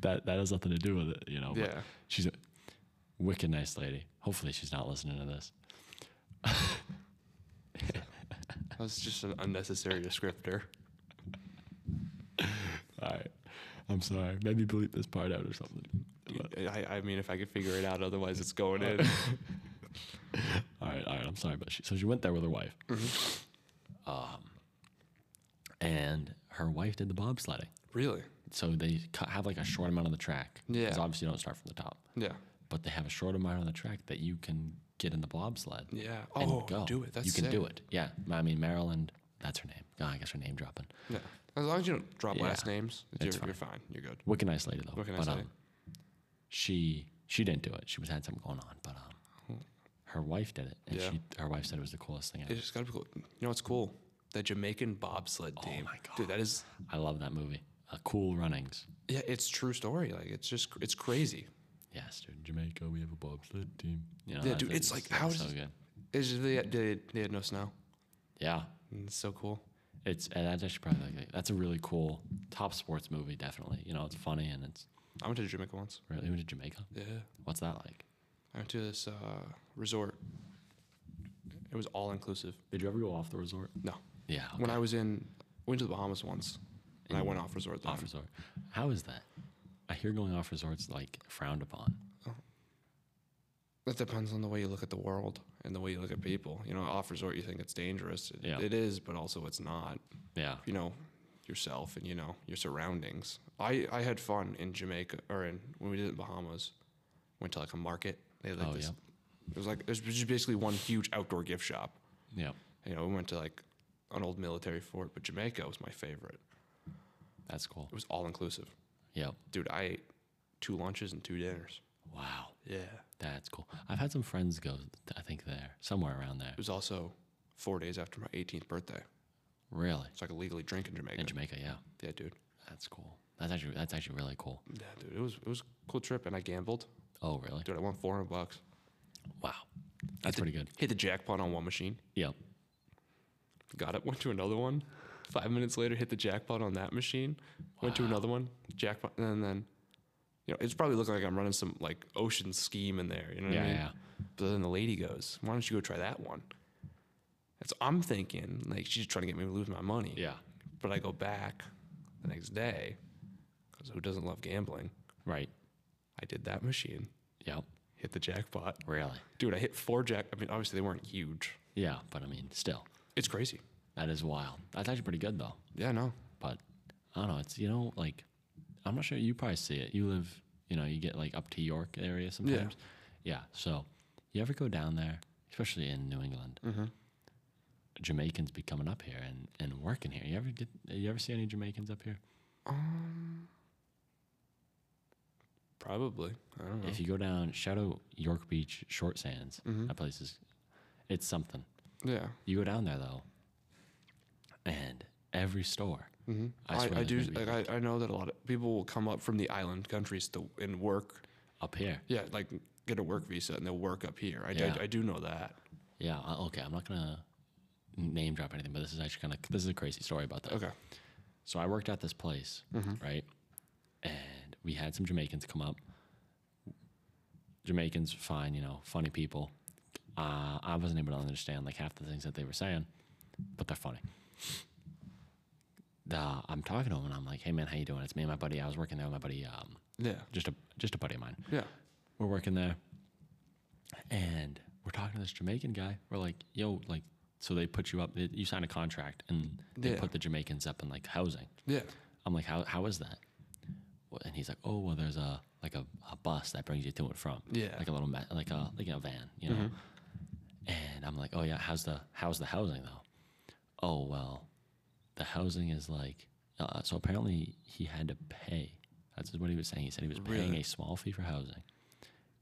B: that that has nothing to do with it, you know. Oh, but
A: Yeah.
B: She's a wicked nice lady. Hopefully, she's not listening to this.
A: That was just an unnecessary descriptor.
B: All right. I'm sorry. Maybe bleep this part out or something.
A: I, I mean, if I could figure it out, otherwise it's going in.
B: All right, all right. I'm sorry, but she, so she went there with her wife,
A: Mm-hmm.
B: um, and her wife did the bobsledding.
A: really?
B: So they cut, have like a short amount on the track. 'cause
A: Yeah.
B: obviously you don't start from the top,
A: Yeah.
B: but they have a short amount on the track that you can get in the bobsled.
A: Yeah.
B: and
A: Oh,
B: go.
A: do it. That's
B: you can
A: sick.
B: do it. Yeah. I mean, Maryland. That's her name. God, I guess her name dropping.
A: Yeah. As long as you don't drop
B: Yeah.
A: last names,
B: It's
A: you're,
B: fine.
A: you're fine. You're good.
B: Wicked nice lady though.
A: Wicked nice
B: but,
A: lady.
B: Um, she she didn't do it. She was had something going on, but um, her wife did it, and
A: Yeah.
B: she her wife said it was the coolest thing ever.
A: It's gotta be cool. You know what's cool? The Jamaican bobsled team.
B: Oh my
A: Dude, that is
B: I love that movie. Uh, cool runnings.
A: yeah, it's true story. Like it's just it's crazy.
B: Yes, dude. Jamaica, we have a bobsled team. You know,
A: Yeah, dude,
B: that's-
A: it's like, how
B: so
A: does-
B: good?
A: It's just, they, they, they had no snow.
B: Yeah,
A: And It's so cool.
B: it's and that's actually probably like, that's a really cool top sports movie. Definitely, you know, it's funny and it's
A: I went to Jamaica once.
B: really went to Jamaica.
A: Yeah.
B: What's that like?
A: I went to this uh, resort. It was all inclusive.
B: Did you ever go off the resort?
A: No.
B: Yeah, okay.
A: When I was in went to the Bahamas once and I
B: In-
A: went off resort then.
B: Mm. off resort. How is that? I hear going off resorts like frowned upon.
A: That depends on the way you look at the world and the way you look at people. You know, off resort you think it's dangerous. It,
B: Yeah.
A: it is, but also it's not.
B: Yeah,
A: you know yourself and you know your surroundings. I I had fun in Jamaica or in when we did it in Bahamas. Went to like a market. They had like
B: Oh,
A: this.
B: yeah.
A: It was like it was just basically one huge outdoor gift shop.
B: yeah,
A: You know, we went to like an old military fort, but Jamaica was my favorite.
B: that's cool.
A: It was all inclusive,
B: Yep.
A: dude. I ate two lunches and two dinners.
B: Wow,
A: Yeah.
B: that's cool. I've had some friends go. I think there somewhere around there.
A: It was also four days after my 18th birthday,
B: Really
A: so I could legally drink in Jamaica.
B: in Jamaica. Yeah,
A: yeah, dude.
B: that's cool. That's actually that's actually really cool.
A: Yeah, dude. It was it was a cool trip, and I gambled,
B: Oh, really?
A: dude. I won 400 bucks.
B: Wow, that's pretty good.
A: Hit the jackpot on one machine.
B: Yep.
A: Got it. Went to another one. Five minutes later, hit the jackpot on that machine. Went to another one. Jackpot, and then, you know, it's probably looking like I'm running some like ocean scheme in there. You know what
B: Yeah,
A: I mean?
B: yeah.
A: But then the lady goes, "Why don't you go try that one?" That's I'm thinking. Like she's trying to get me to lose my money.
B: Yeah.
A: But I go back the next day because who doesn't love gambling?
B: Right.
A: I did that machine.
B: Yep.
A: Hit the jackpot,
B: Really.
A: dude. I hit four jack. I mean, obviously they weren't huge.
B: Yeah, but I mean, still,
A: It's crazy.
B: that is wild. That's actually pretty good though.
A: Yeah, no.
B: But I don't know. It's you know like, I'm not sure. You probably see it. You live, you know, you get like up to York area sometimes. Yeah. So you ever go down there, especially in New England? Jamaicans be coming up here and, and working here. You ever get? You ever see any Jamaicans up here?
A: Probably. I don't know. Mm-hmm.
B: If you go down, shout out York Beach Short Sands.
A: Hmm?
B: That place is, it's something.
A: Yeah.
B: You go down there though, and every store. I
A: Mm-hmm. I,
B: swear
A: I
B: there's
A: do.
B: gonna be
A: Like, I, I know that a lot of people will come up from the island countries to and work.
B: up here.
A: Yeah, like get a work visa and they'll work up here. I,
B: Yeah.
A: I, I do know that.
B: Yeah. I- Okay. I'm not gonna name drop anything, but this is actually kind of this is a crazy story about that.
A: Okay. Mm-hmm.
B: So I worked at this place, right? And we had some Jamaicans come up. Jamaicans, fine, you know, funny people. Uh, I wasn't able to understand like half the things that they were saying, but they're funny. The, I'm talking to them and I'm like, "Hey man, how you doing? It's me and my buddy. I was working there with my buddy, um,
A: Yeah.
B: just a just a buddy of mine.
A: Yeah.
B: we're working there and we're talking to this Jamaican guy. We're like, yo, like, so they put you up, they- you sign a contract and they
A: Yeah.
B: put the Jamaicans up in like housing.
A: Yeah.
B: I'm like, how, how is that? Well, And he's like, oh, well, there's a, like a, a bus that brings you to and from.
A: Yeah. Mm-hmm.
B: Like a little, ma- like a, like a van, you know? And I'm like, oh yeah, how's the, how's the housing though? Oh, well, the housing is like Uh, so apparently he had to pay. That's what he was saying. He said he was paying
A: Really?
B: a small fee for housing,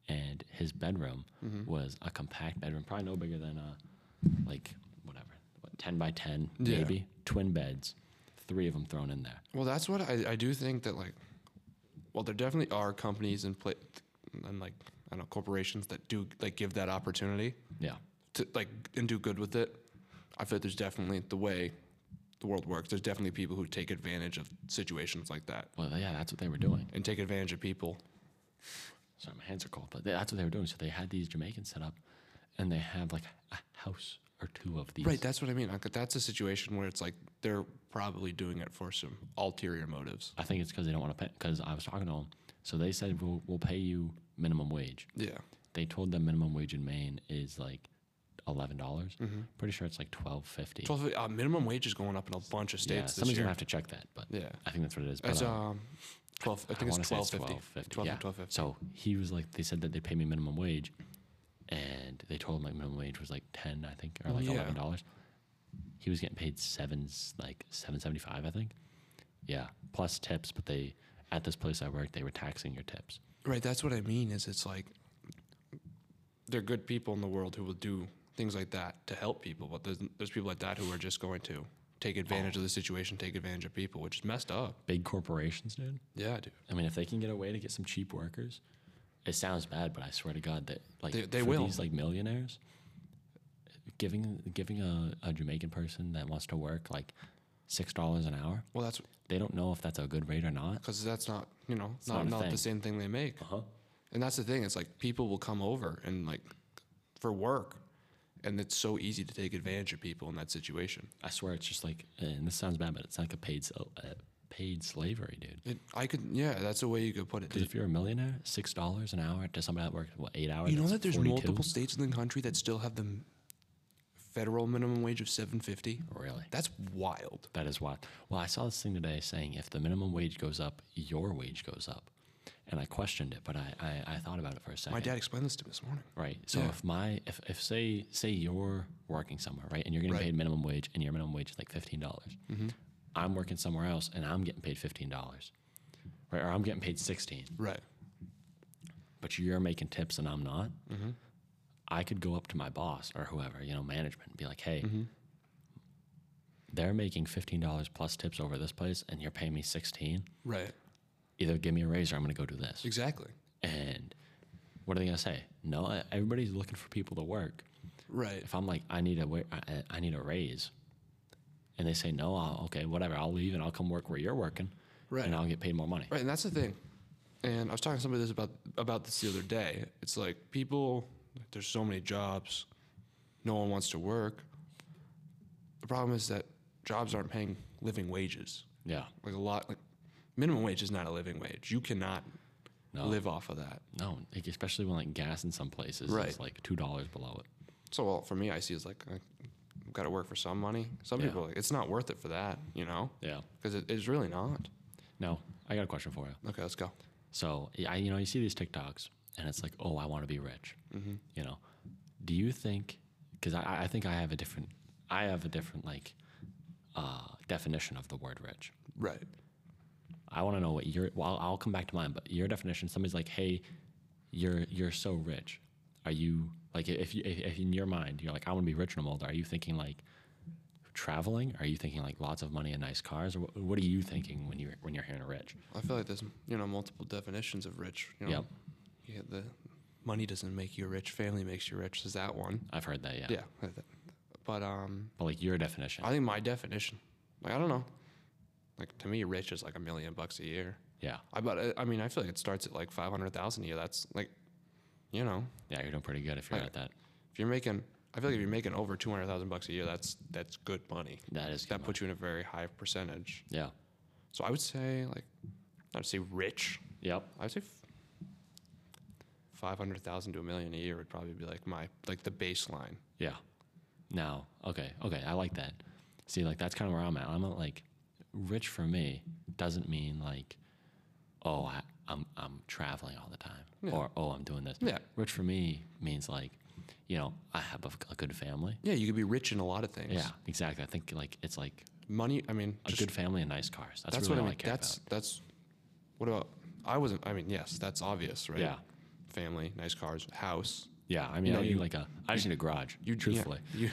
B: and his bedroom
A: Mm-hmm.
B: was a compact bedroom, probably no bigger than a like whatever, what, ten by ten,
A: Yeah.
B: maybe twin beds, three of them thrown in there.
A: Well, that's what I, I do think that like, well, there definitely are companies and pla- and like I don't know corporations that do like give that opportunity
B: Yeah,
A: to like and do good with it. I feel like there's definitely the way the world works. There's definitely people who take advantage of situations like that
B: well, yeah, that's what they were doing.
A: and take advantage of people.
B: Sorry, my hands are cold, but that's what they were doing. So they had these Jamaicans set up, and they have like a house or two of these.
A: Right, that's what I mean. Like, that's a situation where it's like they're probably doing it for some ulterior motives.
B: I think it's because they don't want to pay. Because I was talking to them, so they said we'll, we'll pay you minimum wage.
A: Yeah.
B: They told them minimum wage in Maine is like eleven dollars. Pretty sure it's like twelve fifty.
A: Twelve uh, minimum wage is going up in a bunch of
B: Yeah,
A: states this
B: somebody's
A: year.
B: gonna have to check that, but
A: Yeah.
B: I think that's what it is. But,
A: It's
B: uh,
A: um, twelve. I think
B: wanna
A: it's
B: say
A: twelve fifty.
B: 12.50,
A: Twelve
B: yeah.
A: twelve fifty.
B: So he was like, they said that they pay me minimum wage, and they told him like minimum wage was like ten, I think, or like
A: Yeah.
B: eleven dollars. He was getting paid seven, like seven seventy five, I think. Yeah, plus tips, but they at this place I worked, they were taxing your tips.
A: Right, that's what I mean. Is it's like they're good people in the world who will do things like that to help people, but there's there's people like that who are just going to take advantage of the situation, take advantage of people, which is messed up.
B: Big corporations, dude.
A: Yeah, dude.
B: I mean, if they can get a way to get some cheap workers, it sounds bad, but I swear to God that like
A: They- they
B: for
A: will.
B: these like millionaires, giving giving a, a Jamaican person that wants to work like six dollars an hour,
A: Well, that's
B: they don't know if that's a good rate or not.
A: because that's not you know
B: not
A: not
B: a
A: not,
B: thing.
A: the same thing they make,
B: Uh-huh.
A: and that's the thing. It's like people will come over and like for work, and it's so easy to take advantage of people in that situation.
B: I swear it's just like, and this sounds bad, but it's like a paid sl- uh, paid slavery, dude.
A: It, I could yeah, that's a way you could put it.
B: Because if you're a millionaire, six dollars an hour to somebody that works what eight hours.
A: You know
B: that's
A: that there's
B: 42?
A: multiple states in the country that still have the m- federal minimum wage of 750.
B: Really,
A: That's wild.
B: that is wild. Well, I saw this thing today saying if the minimum wage goes up, your wage goes up, and I questioned it, but I I, I thought about it for a second.
A: My dad explained this to me this morning.
B: Right. So
A: Yeah.
B: if my if, if say say you're working somewhere, right, and you're getting
A: Right. Mm-hmm.
B: paid minimum wage, and your minimum wage is like fifteen dollars, I'm working somewhere else, and I'm getting paid fifteen dollars, right, or I'm getting paid sixteen,
A: Right.
B: but you're making tips and I'm not.
A: Mm-hmm.
B: I could go up to my boss or whoever, you know, management, and be like,
A: Mm-hmm.
B: hey. They're making fifteen dollars plus tips over this place, and you're paying me sixteen.
A: Right.
B: Either give me a raise, or I'm going to go do this.
A: Exactly.
B: And what are they going to say? No, e, everybody's looking for people to work.
A: Right.
B: if I'm like, I need a wa- I- I- I need a raise, and they say no, I'll, okay, whatever, I'll leave and I'll come work where you're working,
A: Right.
B: and I'll get paid more money.
A: Right, and that's the thing. And I was talking to somebody this about about this the other day. It's like people there's so many jobs. No one wants to work. The problem is that jobs aren't paying living wages.
B: Yeah,
A: Like a lot like minimum wage is not a living wage. You cannot
B: No.
A: live off of that.
B: no, like, especially when like gas in some places is
A: Right.
B: like two dollars below it.
A: So well, for me, I see it's like I've got to work for some money. Some
B: Yeah.
A: people like it's not worth it for that, you know,
B: Yeah.
A: because it, it's really not.
B: Now I got a question for you.
A: Okay, let's go.
B: So y- I, you know, you see these TikToks, and it's like, oh, I want to be rich.
A: Mm-hmm.
B: You know, do you think? Because I, I- I think I have a different, I have a different like uh, definition of the word rich.
A: Right.
B: I want to know what your. Well, I'll, I'll come back to mine, but your definition. Somebody's like, "Hey, you're you're so rich. Are you like if you if, if in your mind you're like I want to be rich when I'm older? Are you thinking like traveling? Are you thinking like lots of money and nice cars? Or what, what are you thinking when you are when you're hearing rich?
A: I feel like there's you know multiple definitions of rich. You know,
B: Yep.
A: you get the money doesn't make you rich. Family makes you rich. Is that one?
B: I've heard that, yeah.
A: Yeah. I th- But um,
B: But like your definition,
A: I think my definition, like I don't know, like to me, rich is like a million bucks a year.
B: yeah,
A: I but uh, I- I mean, I feel like it starts at like five hundred thousand a year. That's like, you know,
B: yeah, you're doing pretty good if you're
A: I-
B: at that.
A: if you're making I feel like if you're making over two hundred thousand bucks a year, that's that's good money.
B: That is good
A: that
B: money.
A: puts you in a very high percentage.
B: Yeah,
A: So I would say like I'd say rich.
B: yep.
A: I would say f- five hundred thousand to a million a year would probably be like my like the baseline.
B: Yeah. Now, okay, okay, I like that. See, like that's kind of where I'm at. I'm at, like, rich for me doesn't mean like, oh, I, I'm I'm traveling all the time,
A: Yeah.
B: or oh, I'm doing this.
A: Yeah.
B: Rich for me means like, you know, I have a, f- a good family.
A: Yeah, you could be rich in a lot of things.
B: Yeah, exactly. I think like it's like
A: money. I mean,
B: A
A: just
B: good family and nice cars. That's,
A: that's
B: really
A: what I
B: all
A: mean.
B: I care
A: that's that's what about? I wasn't. I mean, yes, that's obvious, right?
B: about. Yeah.
A: Family, nice cars, house.
B: Yeah. I mean,
A: know,
B: I need
A: you-
B: like a, I just need a garage. You
A: yeah,
B: truthfully.
A: you,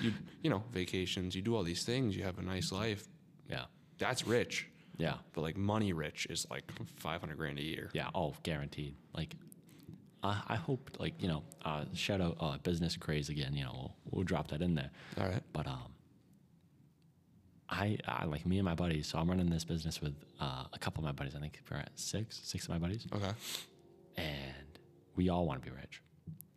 A: you, you know, vacations. You do all these things. You have a nice life.
B: Yeah.
A: That's rich.
B: Yeah.
A: But like money, rich is like five hundred grand a year.
B: Yeah. Oh, guaranteed. Like, I, I hope, like, you know, uh, shout out uh, Business Craze again. You know, we'll, we'll drop that in there.
A: All right.
B: But um, I, I like me and my buddies. So I'm running this business with uh, a couple of my buddies. I think we're at six, six of my buddies,
A: Okay.
B: and we all want to be rich.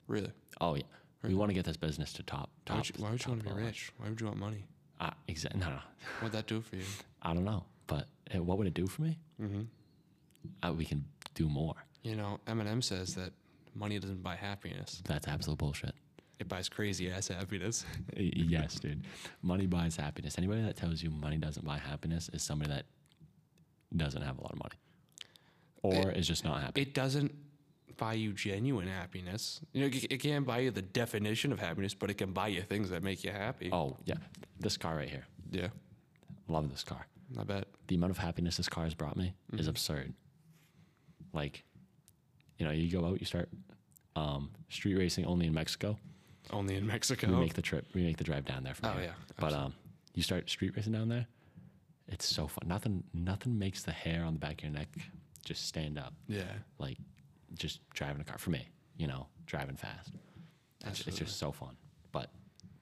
A: Really?
B: Oh yeah, we want to get this business to top. top
A: Why would you, why would you
B: top
A: want to be
B: level.
A: rich? Why would you want money?
B: Uh, exactly. No, no.
A: What'd that do for you?
B: I don't know. But uh, what would it do for me?
A: Mm-hmm.
B: Uh, we can do more.
A: You know, Eminem says that money doesn't buy happiness;
B: That's absolute bullshit.
A: it buys crazy ass happiness.
B: Y- yes, dude. Money buys happiness. Anybody that tells you money doesn't buy happiness is somebody that doesn't have a lot of money, or is just not happy.
A: it doesn't buy you genuine happiness. You know, it, it can't buy you the definition of happiness, but it can buy you things that make you happy.
B: oh yeah, this car right here.
A: Yeah,
B: Love this car.
A: I bet.
B: the amount of happiness this car has brought me
A: Mm-hmm.
B: is absurd. Like, you know, you go out, you start um, street racing only in Mexico.
A: Only in Mexico.
B: We make the trip, we make the drive down there from
A: Oh,
B: here.
A: yeah,
B: but um, you start street racing down there. It's so fun. Nothing, nothing makes the hair on the back of your neck just stand up.
A: yeah,
B: Like, just driving a car for me. You know, driving fast. It's, it's just so fun. But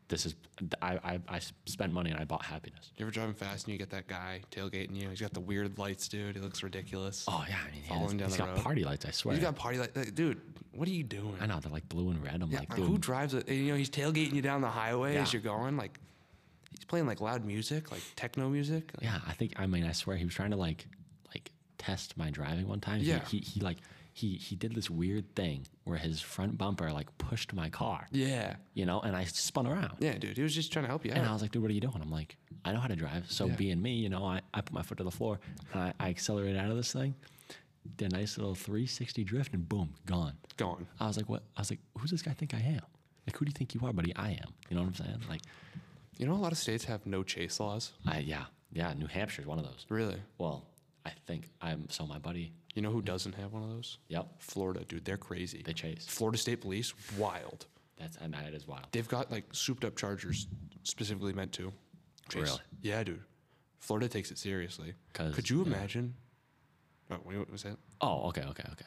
B: this is, I, I, I spent money and I bought happiness.
A: You ever driving fast and you get that guy tailgating you? He's got the weird lights, dude. He looks ridiculous.
B: Oh yeah, I mean, yeah,
A: Falling down
B: it's
A: the
B: got
A: road.
B: party lights. I swear.
A: He's got party light, like, dude. What are you doing?
B: I know they're like blue and red. I'm
A: Yeah,
B: like,
A: uh,
B: dude,
A: who drives it? And, you know, he's tailgating you down the highway as
B: Yeah.
A: you're going. Like, he's playing like loud music, like techno music. Like,
B: yeah. I think I mean I swear he was trying to like like test my driving one time. He-
A: Yeah.
B: He, he like he he did this weird thing where his front bumper like pushed my car,
A: yeah,
B: you know, and I spun around.
A: yeah, dude. He was just trying to help you
B: And I
A: out.
B: was like, dude, what are you doing? I'm like, I know how to drive. So
A: Yeah.
B: being me, you know, I, I put my foot to the floor and I, I accelerated out of this thing. Did a nice little 360 drift and boom, gone.
A: Gone.
B: I was like, what? I was like, who does this guy think I am? Like, who do you think you are, buddy? I am. You know what I'm saying? Like,
A: You know, a lot of states have no chase laws.
B: I, yeah, yeah. New Hampshire's one of those.
A: Really?
B: Well, I think I'm so my buddy.
A: You know who doesn't have one of those?
B: Yep,
A: Florida, dude. They're crazy.
B: Mm. they chase.
A: Florida State Police, wild.
B: That's and that is wild.
A: They've got like souped up chargers specifically meant to chase.
B: Really?
A: Yeah, dude. Florida takes it seriously.
B: 'Cause,
A: Could you
B: yeah.
A: imagine? Oh, wait, what was that?
B: Oh, okay, okay, okay.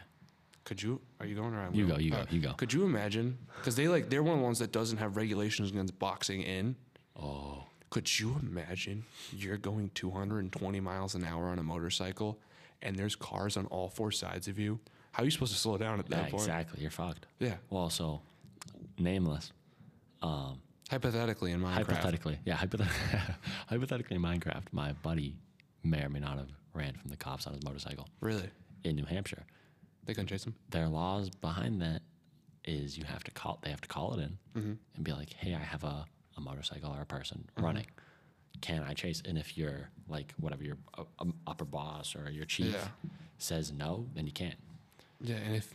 A: Could you? Are you going or I'm
B: You
A: going? Uh,
B: go, you go, you go.
A: Could you imagine? Because they like they're one of the ones that doesn't have regulations against boxing in.
B: Oh,
A: Could you imagine? You're going 220 miles an hour on a motorcycle, and there's cars on all four sides of you. How are you supposed to slow down at that
B: yeah,
A: point?
B: exactly. You're fucked.
A: Yeah.
B: Well, so nameless. um,
A: Hypothetically, in Minecraft.
B: Hypothetically, yeah. Hypothetically, hypothetically, in Minecraft, my buddy may or may not have ran from the cops on his motorcycle
A: Really?
B: in New Hampshire.
A: They couldn't chase him?
B: Their laws behind that is you have to call. They have to call it in
A: Mm-hmm.
B: and be like, "Hey, I have a, a motorcycle or a person running. Can I chase?" And if you're like whatever your uh, um, upper boss or your chief
A: Yeah.
B: says no, then you can't.
A: Yeah, and if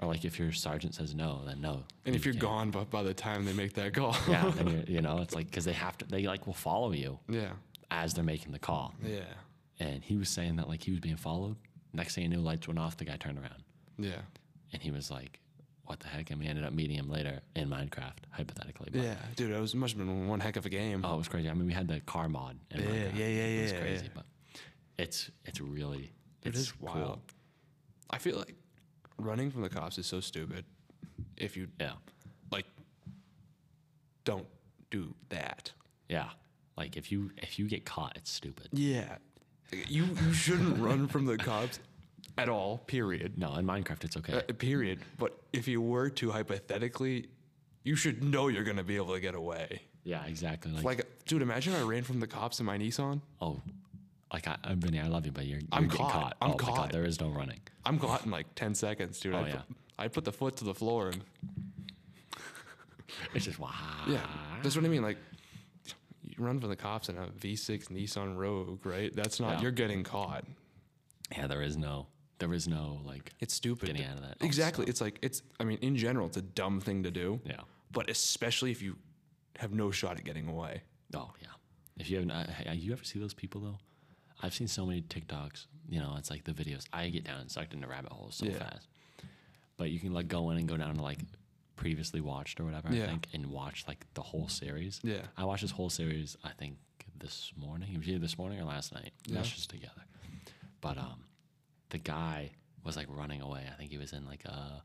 B: Or like if your sergeant says no, then no.
A: Oh. and
B: then
A: if you're
B: can't.
A: gone by, by the time they make that call.
B: yeah, then you're, you know, it's like because they have to. They like will follow you
A: yeah.
B: as they're making the call.
A: Yeah.
B: And he was saying that like he was being followed. Next thing you knew, lights went off. The guy turned around
A: Yeah.
B: and he was like, "What the heck?" And we ended up meeting him later in Minecraft, hypothetically. But
A: Yeah, dude, it was must have been one heck of a game.
B: Oh, it was crazy. I mean, we had the car mod. In
A: Yeah,
B: Minecraft.
A: yeah, yeah,
B: It was
A: yeah, yeah.
B: crazy, but it's it's really
A: it
B: it's
A: is
B: cool.
A: wild. I feel like running from the cops is so stupid. If you
B: Yeah,
A: like, don't do that.
B: yeah. Like if you if you get caught, it's stupid.
A: Yeah, you you shouldn't run from the cops at all. Period.
B: No, in Minecraft, it's okay.
A: Uh, period. But if you were to hypothetically, you should know you're gonna be able to get away.
B: yeah, exactly. Like,
A: Like, dude, imagine I ran from the cops in my Nissan.
B: oh, like I, I, Vinny, I love you, but you're, you're
A: I'm
B: getting
A: caught.
B: caught.
A: I'm
B: oh, my God,
A: caught.
B: there is no running.
A: I'm caught in like ten seconds, dude. I,
B: Oh, yeah.
A: put, I put the foot to the floor and
B: It's just wow.
A: Yeah, that's what I mean. Like, you run from the cops in a V6 Nissan Rogue, right? That's not
B: Yeah.
A: you're getting caught.
B: Yeah, there is no there is no like
A: It's stupid.
B: Getting out of that.
A: Exactly. It's like it's. I mean, in general, it's a dumb thing to do.
B: Oh, yeah.
A: But especially if you have no shot at getting away.
B: Oh yeah. If you haven't, I, I- you ever see those people though? I've seen so many TikToks. You know, it's like the videos. I get down and sucked into rabbit holes so
A: Yeah.
B: fast. But you can like go in and go down to like previously watched or whatever. I
A: Yeah.
B: think and watch like the whole series.
A: Yeah.
B: I watched this whole series. I think this morning. It was either this morning or last night.
A: Yeah.
B: Meshes together. But um, the guy was like running away. I think he was in like a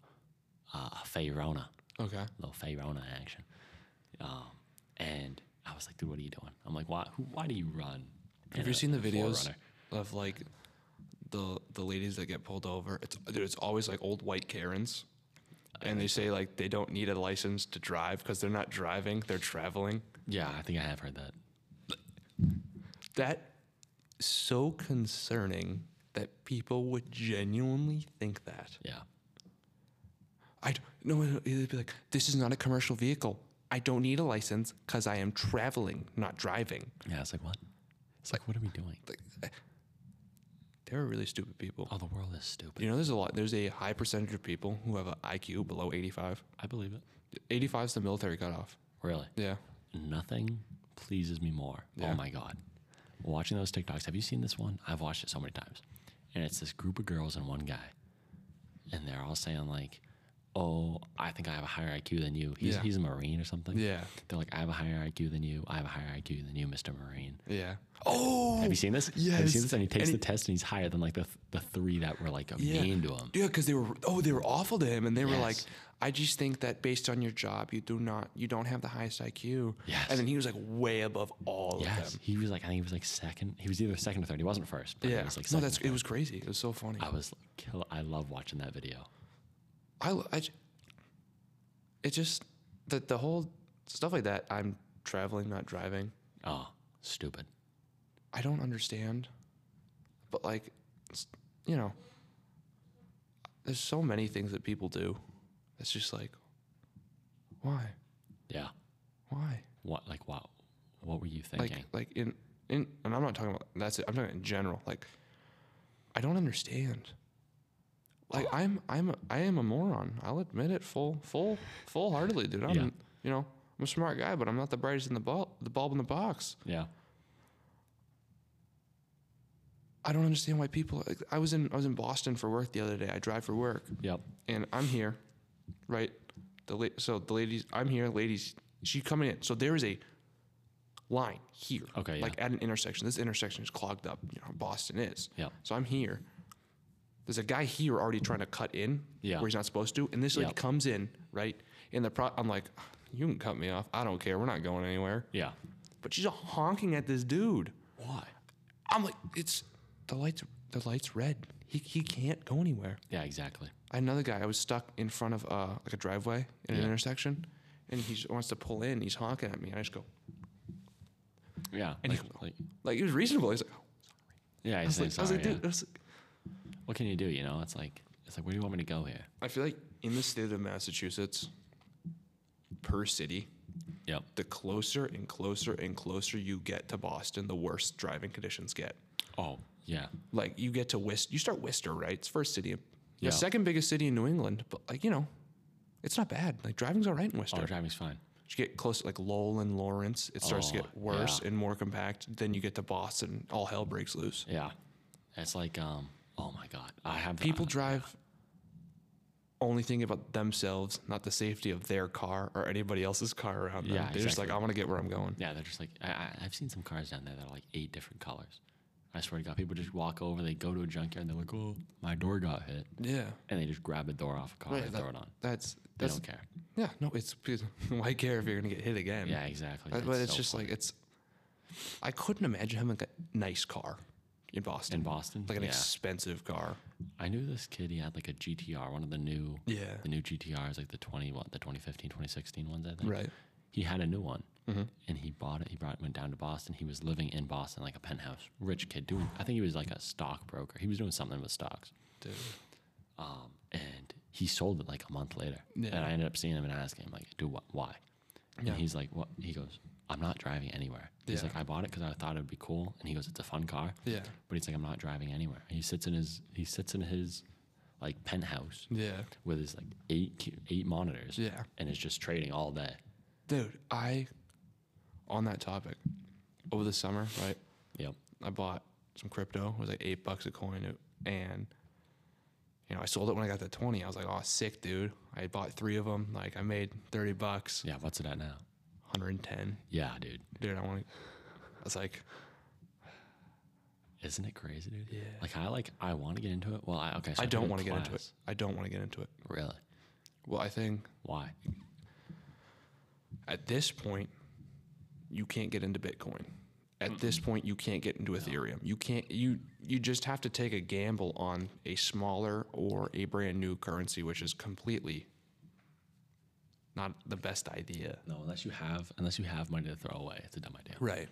B: a, a Faerona
A: Okay.
B: little Faerona action. Um, and I was like, dude, what are you doing? I'm like, why? Who, why do you run?
A: Have
B: in
A: you
B: a-
A: seen the
B: in a
A: videos
B: 4Runner?"
A: of like the the ladies that get pulled over? It's dude, it's always like old white Karens, and they say like they don't need a license to drive because they're not driving, they're traveling.
B: Yeah, I think I have heard that.
A: That so concerning that people would genuinely think that.
B: Yeah,
A: I d- no, no, no, they'd be like, this is not a commercial vehicle. I don't need a license because I am traveling, not driving.
B: yeah. It's like what? It's like, what are we doing?
A: Like, they're really stupid people.
B: Oh, the world is stupid.
A: You know, there's a lot. There's a high percentage of people who have an IQ below 85.
B: I believe it.
A: 85 is the military cutoff.
B: Really,
A: Yeah.
B: nothing pleases me more.
A: Yeah.
B: Oh my god, watching those TikToks. Have you seen this one? I've watched it so many times, and it's this group of girls and one guy, and they're all saying like, "Oh, I think I have a higher IQ than you." He's
A: Yeah.
B: he's a marine or something.
A: Yeah.
B: They're like, I have a higher IQ than you. I have a higher IQ than you, Mr. Marine.
A: Yeah. Oh.
B: Have you seen this? Have you seen
A: yes.
B: this? And he takes
A: And
B: the test and he's higher than like the, th- the three that were like
A: Yeah.
B: mean to him.
A: Yeah, because they were oh they were awful to him, and they were like,
B: Yes.
A: I just think that based on your job, you do not you don't have the highest IQ.
B: Yes.
A: And then he was like way above all of
B: Yes.
A: them.
B: He was like, I think he was like second. He was either second or third. He wasn't first. But
A: Yeah.
B: He was like
A: no,
B: second
A: that's
B: or
A: it was crazy. It was so funny.
B: third. I was like, kill. I love watching that video.
A: I, lo- I j- it just the the whole stuff like that. I'm traveling, not driving.
B: Oh, stupid.
A: I don't understand, but like, it's- you know, there's so many things that people do. It's just like, why,
B: Yeah.
A: why?
B: What, like, what, what were you
A: Like,
B: thinking?
A: like in in, and I'm not talking about that's it. I'm talking in general. Like, I don't understand. Like
B: Oh.
A: I'm I'm a, I am a moron. I'll admit it full full full heartedly, dude. I'm
B: Yeah.
A: you know I'm a smart guy, but I'm not the brightest in the bulb the bulb in the box.
B: yeah.
A: I don't understand why people. Like, I was in I was in Boston for work the other day. I drive for work,
B: Yep.
A: and I'm here, right? The la- so the ladies, I'm here. Ladies, she coming in. So there is a line here,
B: Okay, yeah.
A: like at an intersection. This intersection is clogged up. You know, how Boston is.
B: Yep.
A: So I'm here. There's a guy here already trying to cut in
B: Yeah.
A: where he's not supposed to, and this lady
B: Yep.
A: comes in right. And the pro- I'm like, you can cut me off. I don't care. We're not going anywhere.
B: Yeah.
A: But she's honking at this dude.
B: Why?
A: I'm like, it's the lights. The lights red. He he can't go anywhere.
B: Yeah, exactly.
A: I had another guy. I was stuck in front of uh, like a driveway in an
B: Yeah.
A: intersection, and he just wants to pull in. He's honking at me, and I just go
B: Yeah.
A: And
B: like,
A: he-
B: like-
A: like he was reasonable. He's like,
B: yeah.
A: I was
B: He's like,
A: like, I was like,
B: "Sorry,
A: dude, I, was like,
B: yeah. What can you do? You know, it's like, it's like, where do you want me to go here?
A: I feel like in the state of Massachusetts, per city,
B: Yep.
A: the closer and closer and closer you get to Boston, the worse driving conditions get.
B: Oh, yeah.
A: Like you get to Worcester, you start Worcester, right? It's first city, the
B: Yeah.
A: second biggest city in New England, but like you know, it's not bad. Like driving's all right in
B: Oh,
A: Worcester.
B: driving's fine.
A: you get close to like Lowell and Lawrence, it starts to
B: Oh,
A: get worse
B: yeah.
A: and more compact. Then you get to Boston, all hell breaks loose.
B: Yeah. It's like, um, oh my God. I have um,
A: People drive only thinking about themselves, not the safety of their car or anybody else's car around them.
B: Yeah,
A: They're just like, I want to get where I'm going.
B: yeah, they're just like, I, I, I've seen some cars down there that are like eight different colors. I swear to God, people just walk over, they go to a junkyard, and they're like, oh, my door got hit.
A: Yeah.
B: And they just grab a door off a car
A: Right,
B: and
A: that-
B: throw it on.
A: That's
B: They
A: that's
B: don't care.
A: yeah, no, it's because- why care if you're gonna get hit again.
B: Yeah, exactly.
A: But- but it's
B: so
A: just like it's I couldn't imagine having a nice car in Boston.
B: in Boston.
A: like an
B: yeah.
A: expensive car.
B: I knew this kid, he had like a GTR, one of the new,
A: Yeah.
B: the new GTRs, like the 20, what, the 2015, 2016 ones, I think.
A: Right. Mm-hmm.
B: He had a new one. And he bought it. He brought went down to Boston. He was living in Boston, like a penthouse, rich kid. Dude, I think he was like a stockbroker. He was doing something with stocks.
A: Dude.
B: Um, and he sold it like a month later.
A: Yeah.
B: And I ended up seeing him and asking him, like, dude, what, why? And
A: Yeah.
B: he's like, what? He goes, I'm not driving anywhere. He's
A: Yeah.
B: like, I bought it because I thought it would be cool. And he goes, it's a fun car.
A: Yeah.
B: But he's like, I'm not driving anywhere. He sits in his, he sits in his, like, penthouse
A: Yeah.
B: with his, like, eight, cu- eight monitors.
A: Yeah.
B: And is just trading all day.
A: Dude, I on that topic, over the summer, right?
B: Yep.
A: I bought some crypto. It was like eight bucks a coin, and you know I sold it when I got to twenty. I was like, oh, sick, dude! I bought three of them. Like I made thirty bucks,
B: Yeah, what's it at now?
A: hundred and ten.
B: Yeah, dude.
A: Dude, I want to. I was like,
B: Isn't it crazy, dude?
A: Yeah.
B: Like I like I want to get into it. Well, I okay. So
A: I
B: did
A: don't
B: a
A: want to get into it.
B: class.
A: I don't want to get into it.
B: Really?
A: Well, I think
B: Why?
A: at this point, you can't get into Bitcoin. At this point, you can't get into Ethereum. You can't. You you just have to take a gamble on a smaller or a brand new currency, which is completely not the best idea.
B: No, unless you have unless you have money to throw away, it's a dumb idea.
A: Right.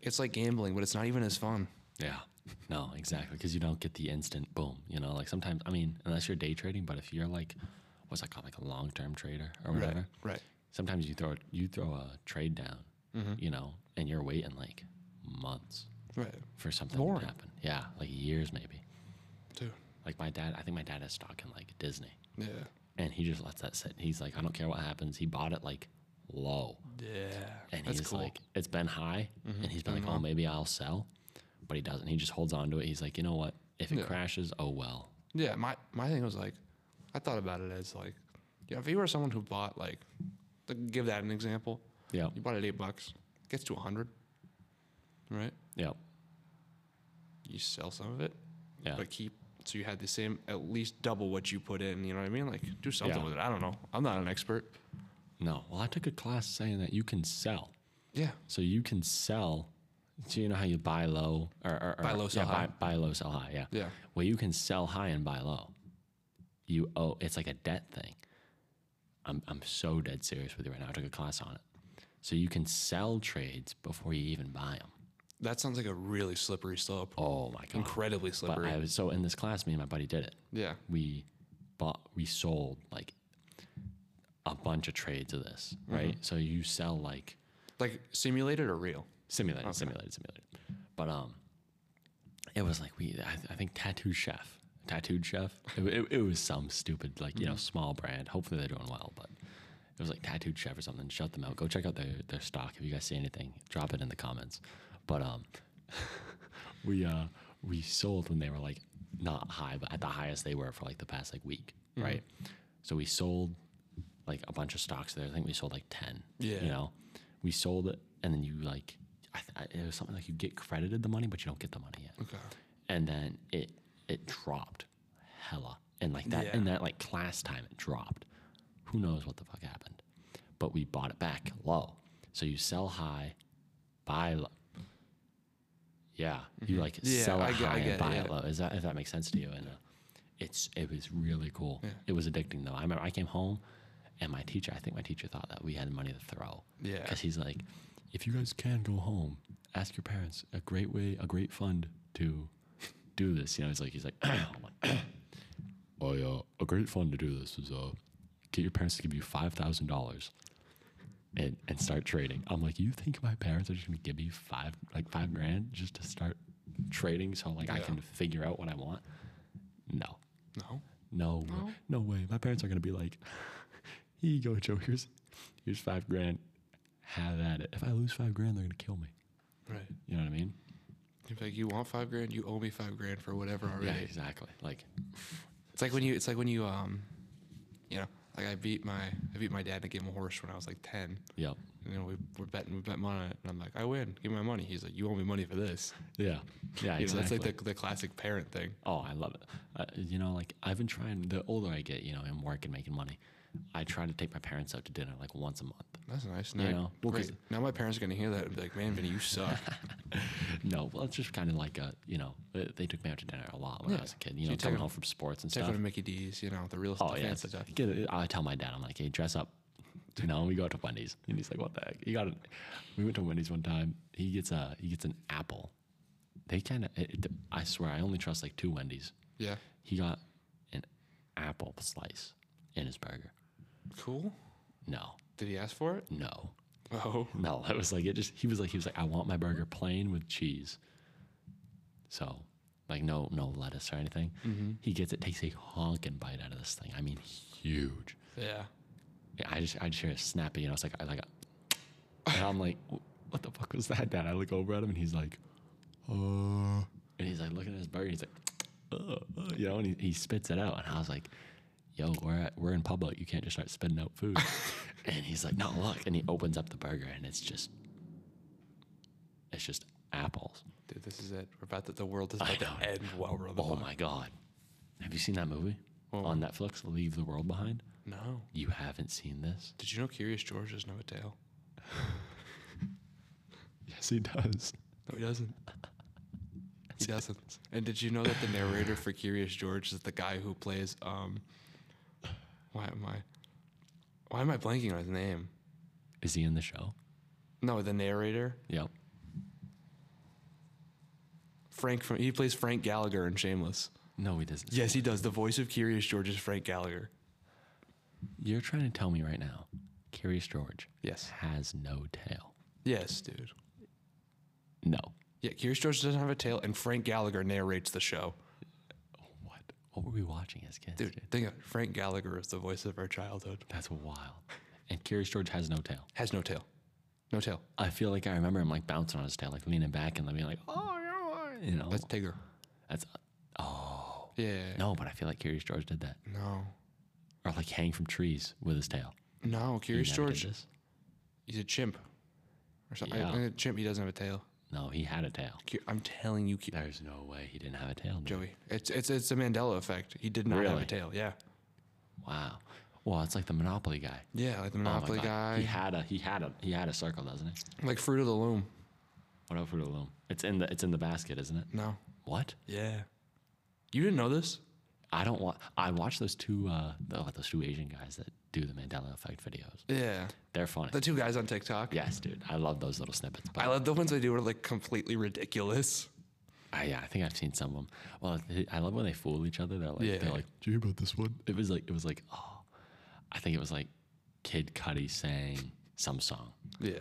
A: It's like gambling, but it's not even as fun.
B: Yeah. No, exactly. Because you don't get the instant boom. You know, like sometimes I mean, unless you're day trading, but if you're like what's that called, like a long term trader or whatever,
A: Right.
B: sometimes you throw you throw a trade down.
A: Mm-hmm.
B: You know, and you're waiting like months
A: Right.
B: for something
A: Boring.
B: to happen. Yeah, like years maybe.
A: Dude.
B: Like my dad, I think my dad has stock in like Disney,
A: Yeah.
B: and he just lets that sit. He's like, I don't care what happens. He bought it like low,
A: Yeah.
B: and
A: That's
B: he's
A: cool. Mm-hmm.
B: like, it's been high, and he's been like, oh, maybe I'll sell, but he doesn't. He just holds on to it. He's like, you know what? If it
A: Yeah.
B: crashes, oh well.
A: Yeah, my my thing was like, I thought about it as like, you know, if you were someone who bought like, to give that an example,
B: Yep,
A: you bought it at eight bucks, gets to a hundred, right?
B: yep,
A: You sell some of it,
B: yeah.
A: but keep so you had the same at least double what you put in. You know what I mean? Like do something
B: Yeah.
A: with it. I don't know. I'm not an expert.
B: no, well, I took a class saying that you can sell.
A: Yeah,
B: So you can sell. So you know how you buy low or, or, or
A: Buy low, sell
B: yeah,
A: high.
B: Buy, buy low, sell high. Yeah.
A: yeah,
B: Well, you can sell high and buy low. You owe. It's like a debt thing. I'm I'm so dead serious with you right now. I took a class on it. So you can sell trades before you even buy them.
A: that sounds like a really slippery slope.
B: Oh my god.
A: Incredibly
B: But
A: slippery.
B: I was so in this class, me and my buddy did it.
A: yeah,
B: We bought, we sold like a bunch of trades of this, right? So you sell like
A: like simulated or real?
B: simulated, simulated, simulated. But um, it was like we, I, I think Tattooed Chef, Tattooed Chef. It, it, it was some stupid like you know small brand. Hopefully they're doing well, but it was like Tattooed Chef or something. Shut them out. Go check out their their stock. If you guys see anything, drop it in the comments. But um, we uh we sold when they were like not high, but at the highest they were for like the past like week, right? So we sold like a bunch of stocks there. I think we sold like ten.
A: Yeah.
B: you know, we sold it, and then you like I th- I- it was something like you get credited the money, but you don't get the money yet.
A: Okay.
B: And then it it dropped, hella, and like that in
A: Yeah.
B: that like class time it dropped. Who knows what the fuck happened? But we bought it back low. So you sell high, buy low. Yeah, you like
A: Mm-hmm. Yeah,
B: sell it
A: I get- I
B: high
A: get
B: and
A: it,
B: buy
A: yeah.
B: it low. Is that if that makes sense to you? And uh, it's it was really cool. It was addicting though. I remember I came home, and my teacher. I think my teacher thought that we had money to throw.
A: Yeah.
B: because he's like, if you guys can go home, ask your parents. A great way, a great fund to do this. You know, he's like, he's like, I'm like, oh yeah, a great fund to do this is uh, get your parents to give you five thousand dollars and, and start trading. I'm like, you think my parents are just gonna give me five like five grand just to start trading so like I
A: Yeah.
B: can figure out what I want? No.
A: No.
B: No, no, no way. My parents are gonna be like, here you go, Joe, here's here's five grand. Have at it. If I lose five grand, they're gonna kill me.
A: Right.
B: You know what I mean?
A: If like you want five grand, you owe me five grand for whatever already.
B: Yeah, exactly. Like
A: It's like when you it's like when you um you know, like I beat my I beat my dad in a game of horse when I was like ten.
B: Yep.
A: And, you know, we were betting we bet money on it and I'm like, I win, give me my money. He's like, You owe me money for this.
B: Yeah. Yeah.
A: You know, that's
B: exactly.
A: like the, the classic parent thing.
B: oh, I love it. Uh, you know, like I've been trying. The older I get, you know, and work and making money, I try to take my parents out to dinner like once a month.
A: That's nice.
B: You
A: Now,
B: know, well, 'cause-
A: great. now my parents are gonna hear that and be like, Man, Vinny, you suck.
B: No, well, it's just kind of like a, you know, uh, they took me out to dinner a lot when I
A: Yeah.
B: was a kid.
A: So
B: You know,
A: you take
B: coming
A: 'em-
B: home from sports and
A: Take
B: stuff.
A: one to Mickey D's, you know, the real
B: Oh
A: the
B: yeah,
A: fancy
B: it's
A: stuff.
B: like, get it. I tell my dad, I'm like, hey, dress up. You know, we go out to Wendy's, and he's like, what the heck? You got it. We went to Wendy's one time. He gets a he gets an apple. They kind of, I swear, I only trust like two Wendy's.
A: Yeah.
B: He got an apple slice in his burger.
A: Cool.
B: No,
A: Did he ask for it?
B: no,
A: Oh.
B: no. It was like it just. He was like he was like, I want my burger plain with cheese. So, like no no lettuce or anything. He gets it, takes a honking bite out of this thing. I mean, huge.
A: Yeah.
B: Yeah, I just I just hear it snapping, you know, it's like I like, a- and I'm like, "Wh- what the fuck was that, Dad? I look over at him and he's like,
A: Uh,
B: and he's like looking at his burger. He's like, "Uh, uh," you know, and he, he spits it out. And I was like, yo, we're at, we're in public. You can't just start spitting out food. and he's like, no, look. And he opens up the burger and it's just, it's just apples.
A: dude, this is it. We're about to, the world is
B: I
A: about
B: know.
A: to end while we're on the
B: Oh
A: pod.
B: my god, have you seen that movie
A: What
B: on Netflix? Leave the world behind.
A: No.
B: You haven't seen this?
A: Did you know Curious George doesn't have a tail?
B: Yes, he does.
A: No, he doesn't. He doesn't. And did you know that the narrator for Curious George is the guy who plays um why am I why am I blanking on his name?
B: Is he in the show?
A: No, the narrator.
B: Yep.
A: Frank from he plays Frank Gallagher in Shameless.
B: No, he doesn't.
A: Yes, he does. The voice of Curious George is Frank Gallagher.
B: You're trying to tell me right now, Curious George
A: Yes.
B: has no tail.
A: Yes, dude.
B: No.
A: Yeah, Curious George doesn't have a tail and Frank Gallagher narrates the show.
B: What? What were we watching as kids?
A: Dude, think of it. Frank Gallagher is the voice of our childhood.
B: That's wild. And Curious George has no tail.
A: Has no tail. No tail.
B: I feel like I remember him like bouncing on his tail, like leaning back and like, being like, oh, yeah, yeah," you know.
A: That's Tigger.
B: That's oh
A: Yeah.
B: no, but I feel like Curious George did that,
A: No.
B: or like hang from trees with his tail.
A: No,
B: He
A: Curious
B: never did
A: George.
B: this?
A: He's a chimp. Or something.
B: Yeah.
A: A chimp, he doesn't have a tail.
B: No, he had a tail.
A: Cu- I'm telling you, Cu-
B: There's no way he didn't have a tail. dude.
A: Joey. It's it's it's a Mandela effect. He did not have a
B: Really?
A: tail. Yeah.
B: Wow. Well, it's like the Monopoly guy.
A: Yeah, like the
B: Oh my
A: Monopoly
B: God.
A: guy.
B: He had a he had a he had a circle, doesn't he?
A: Like Fruit of the Loom.
B: What about Fruit of the Loom? It's in the it's in the basket, isn't it?
A: No.
B: What?
A: Yeah. You didn't know this?
B: I don't want. I watch those two uh the, those two Asian guys that do the Mandela effect videos.
A: Yeah.
B: They're funny.
A: The two guys on TikTok.
B: yes, dude. I love those little snippets. But
A: I love the ones they do are like completely ridiculous.
B: I, yeah, I think I've seen some of them. Well, th- I love when they fool each other. They're like,
A: Yeah.
B: they're like, do you hear about this one? It was like, it was like, oh, I think it was like Kid Cudi sang some song,
A: Yeah.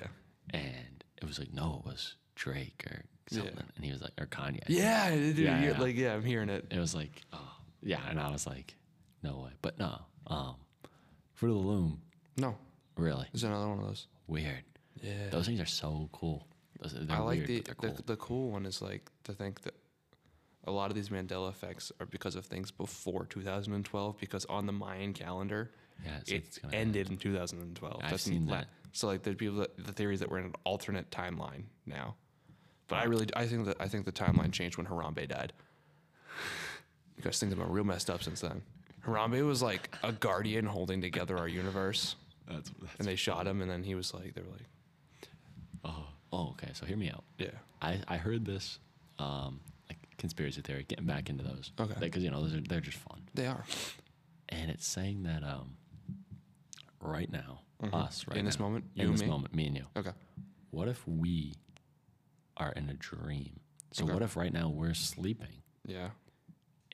B: and it was like, no, it was Drake or
A: Yeah.
B: something, and he was like, or Kanye.
A: Yeah, dude,
B: Yeah,
A: you-
B: yeah.
A: like yeah, I'm hearing it.
B: It was like, oh, yeah, and I was like, no way, but no, um, Fruit of the Loom,
A: No.
B: really
A: There's another one of those.
B: weird.
A: Yeah.
B: Those things are so cool. Those, they're
A: I like
B: weird,
A: the,
B: but they're
A: the
B: cool.
A: the cool one is like to think that a lot of these Mandela effects are because of things before 2012 because on the Mayan calendar
B: yeah, so
A: it
B: it's gonna
A: ended in 2012.
B: I've
A: in
B: seen
A: la-
B: that.
A: So like there's people that the theories that we're in an alternate timeline now, but I really I think that I think the timeline changed when Harambe died because things have been real messed up since then. Harambe was like a guardian holding together our universe,
B: That's, that's
A: and they shot him, and then he was like they were like
B: oh, oh, okay. So hear me out.
A: yeah
B: I, I heard this um, like conspiracy theory, getting back into those.
A: Okay.
B: Because, you know, those are, they're just fun.
A: they are
B: And it's saying that um, right now, us, right
A: Mm-hmm. in this
B: now,
A: moment
B: in
A: you and
B: this
A: me?
B: moment, me and you,
A: okay
B: what if we are in a dream? So,
A: Okay.
B: what if right now we're sleeping
A: yeah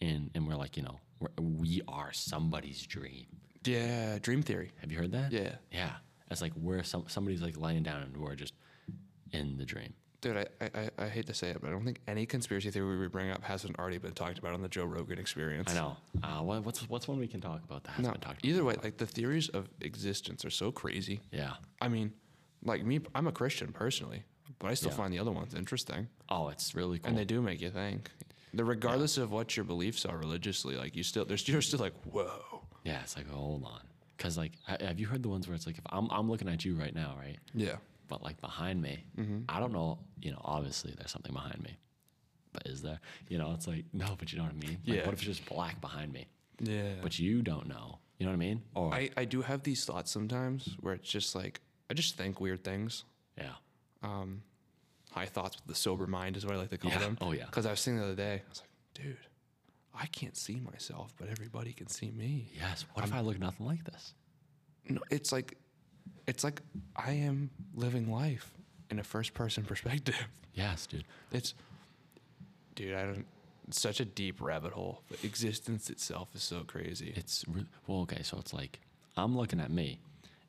B: and, and we're like, you know, we're, we are somebody's dream?
A: yeah dream theory
B: Have you heard that?
A: yeah
B: Yeah. It's like we're some, somebody's like lying down and we're just in the dream.
A: Dude, I, I, I- I hate to say it, but I don't think any conspiracy theory we bring up hasn't already been talked about on the Joe Rogan experience.
B: I know. Uh, what, what's what's one we can talk about that hasn't
A: No,
B: been talked about?
A: either way, like the theories of existence are so crazy.
B: Yeah.
A: I mean, like me, I'm a Christian personally, but I still
B: Yeah.
A: find the other ones interesting,
B: Oh, it's really cool.
A: and they do make you think. The regardless of what your beliefs are religiously, like you still, there's you're still like, whoa,
B: Yeah, it's like hold on, because like ha- have you heard the ones where it's like if I'm I'm looking at you right now, right?
A: yeah,
B: But like behind me,
A: Mm-hmm.
B: I don't know. You know, obviously there's something behind me, but is there? You know, it's like no, but you know what I mean. Like,
A: Yeah.
B: What if it's just black behind me,
A: yeah.
B: but you don't know? You know what I mean? Or
A: I, I do have these thoughts sometimes where it's just like I just think weird things.
B: yeah,
A: um, high thoughts with the sober mind is what I like to call
B: Yeah.
A: them.
B: Oh, yeah.
A: Because I was thinking the other day, I was like, dude, I can't see myself, but everybody can see me.
B: yes. What if I look nothing like this?
A: No, it's like, it's like I am living life in a first person perspective.
B: Yes, dude.
A: It's, dude, I don't. It's such a deep rabbit hole. But existence itself is so crazy.
B: It's re- well, okay. So it's like I'm looking at me,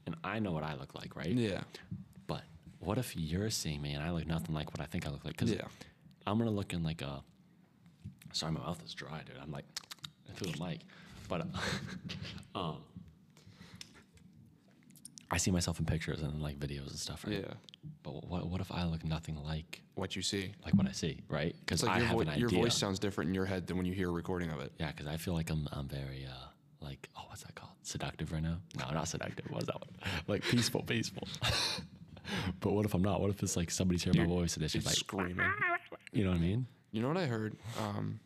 B: and I know what I look like, right?
A: yeah.
B: But what if you're seeing me and I look nothing like what I think I look like? Because
A: Yeah.
B: I'm gonna look in like a. Sorry, my mouth is dry, dude. I'm like through the mic, but uh, um, I see myself in pictures and like videos and stuff, right?
A: Yeah.
B: But what what if I look nothing like
A: What you see.
B: like what I see, right? Because
A: It's like
B: I
A: your,
B: have
A: vo-
B: an idea.
A: your voice sounds different in your head than when you hear a recording of it.
B: Yeah, because I feel like I'm I'm very uh like oh what's that called seductive right now? No, not seductive. What's that one? Like peaceful, peaceful. but what if I'm not? What if it's like somebody's hearing my voice and it's just
A: It's
B: like
A: screaming.
B: you know what I mean?
A: You know what I heard? Um,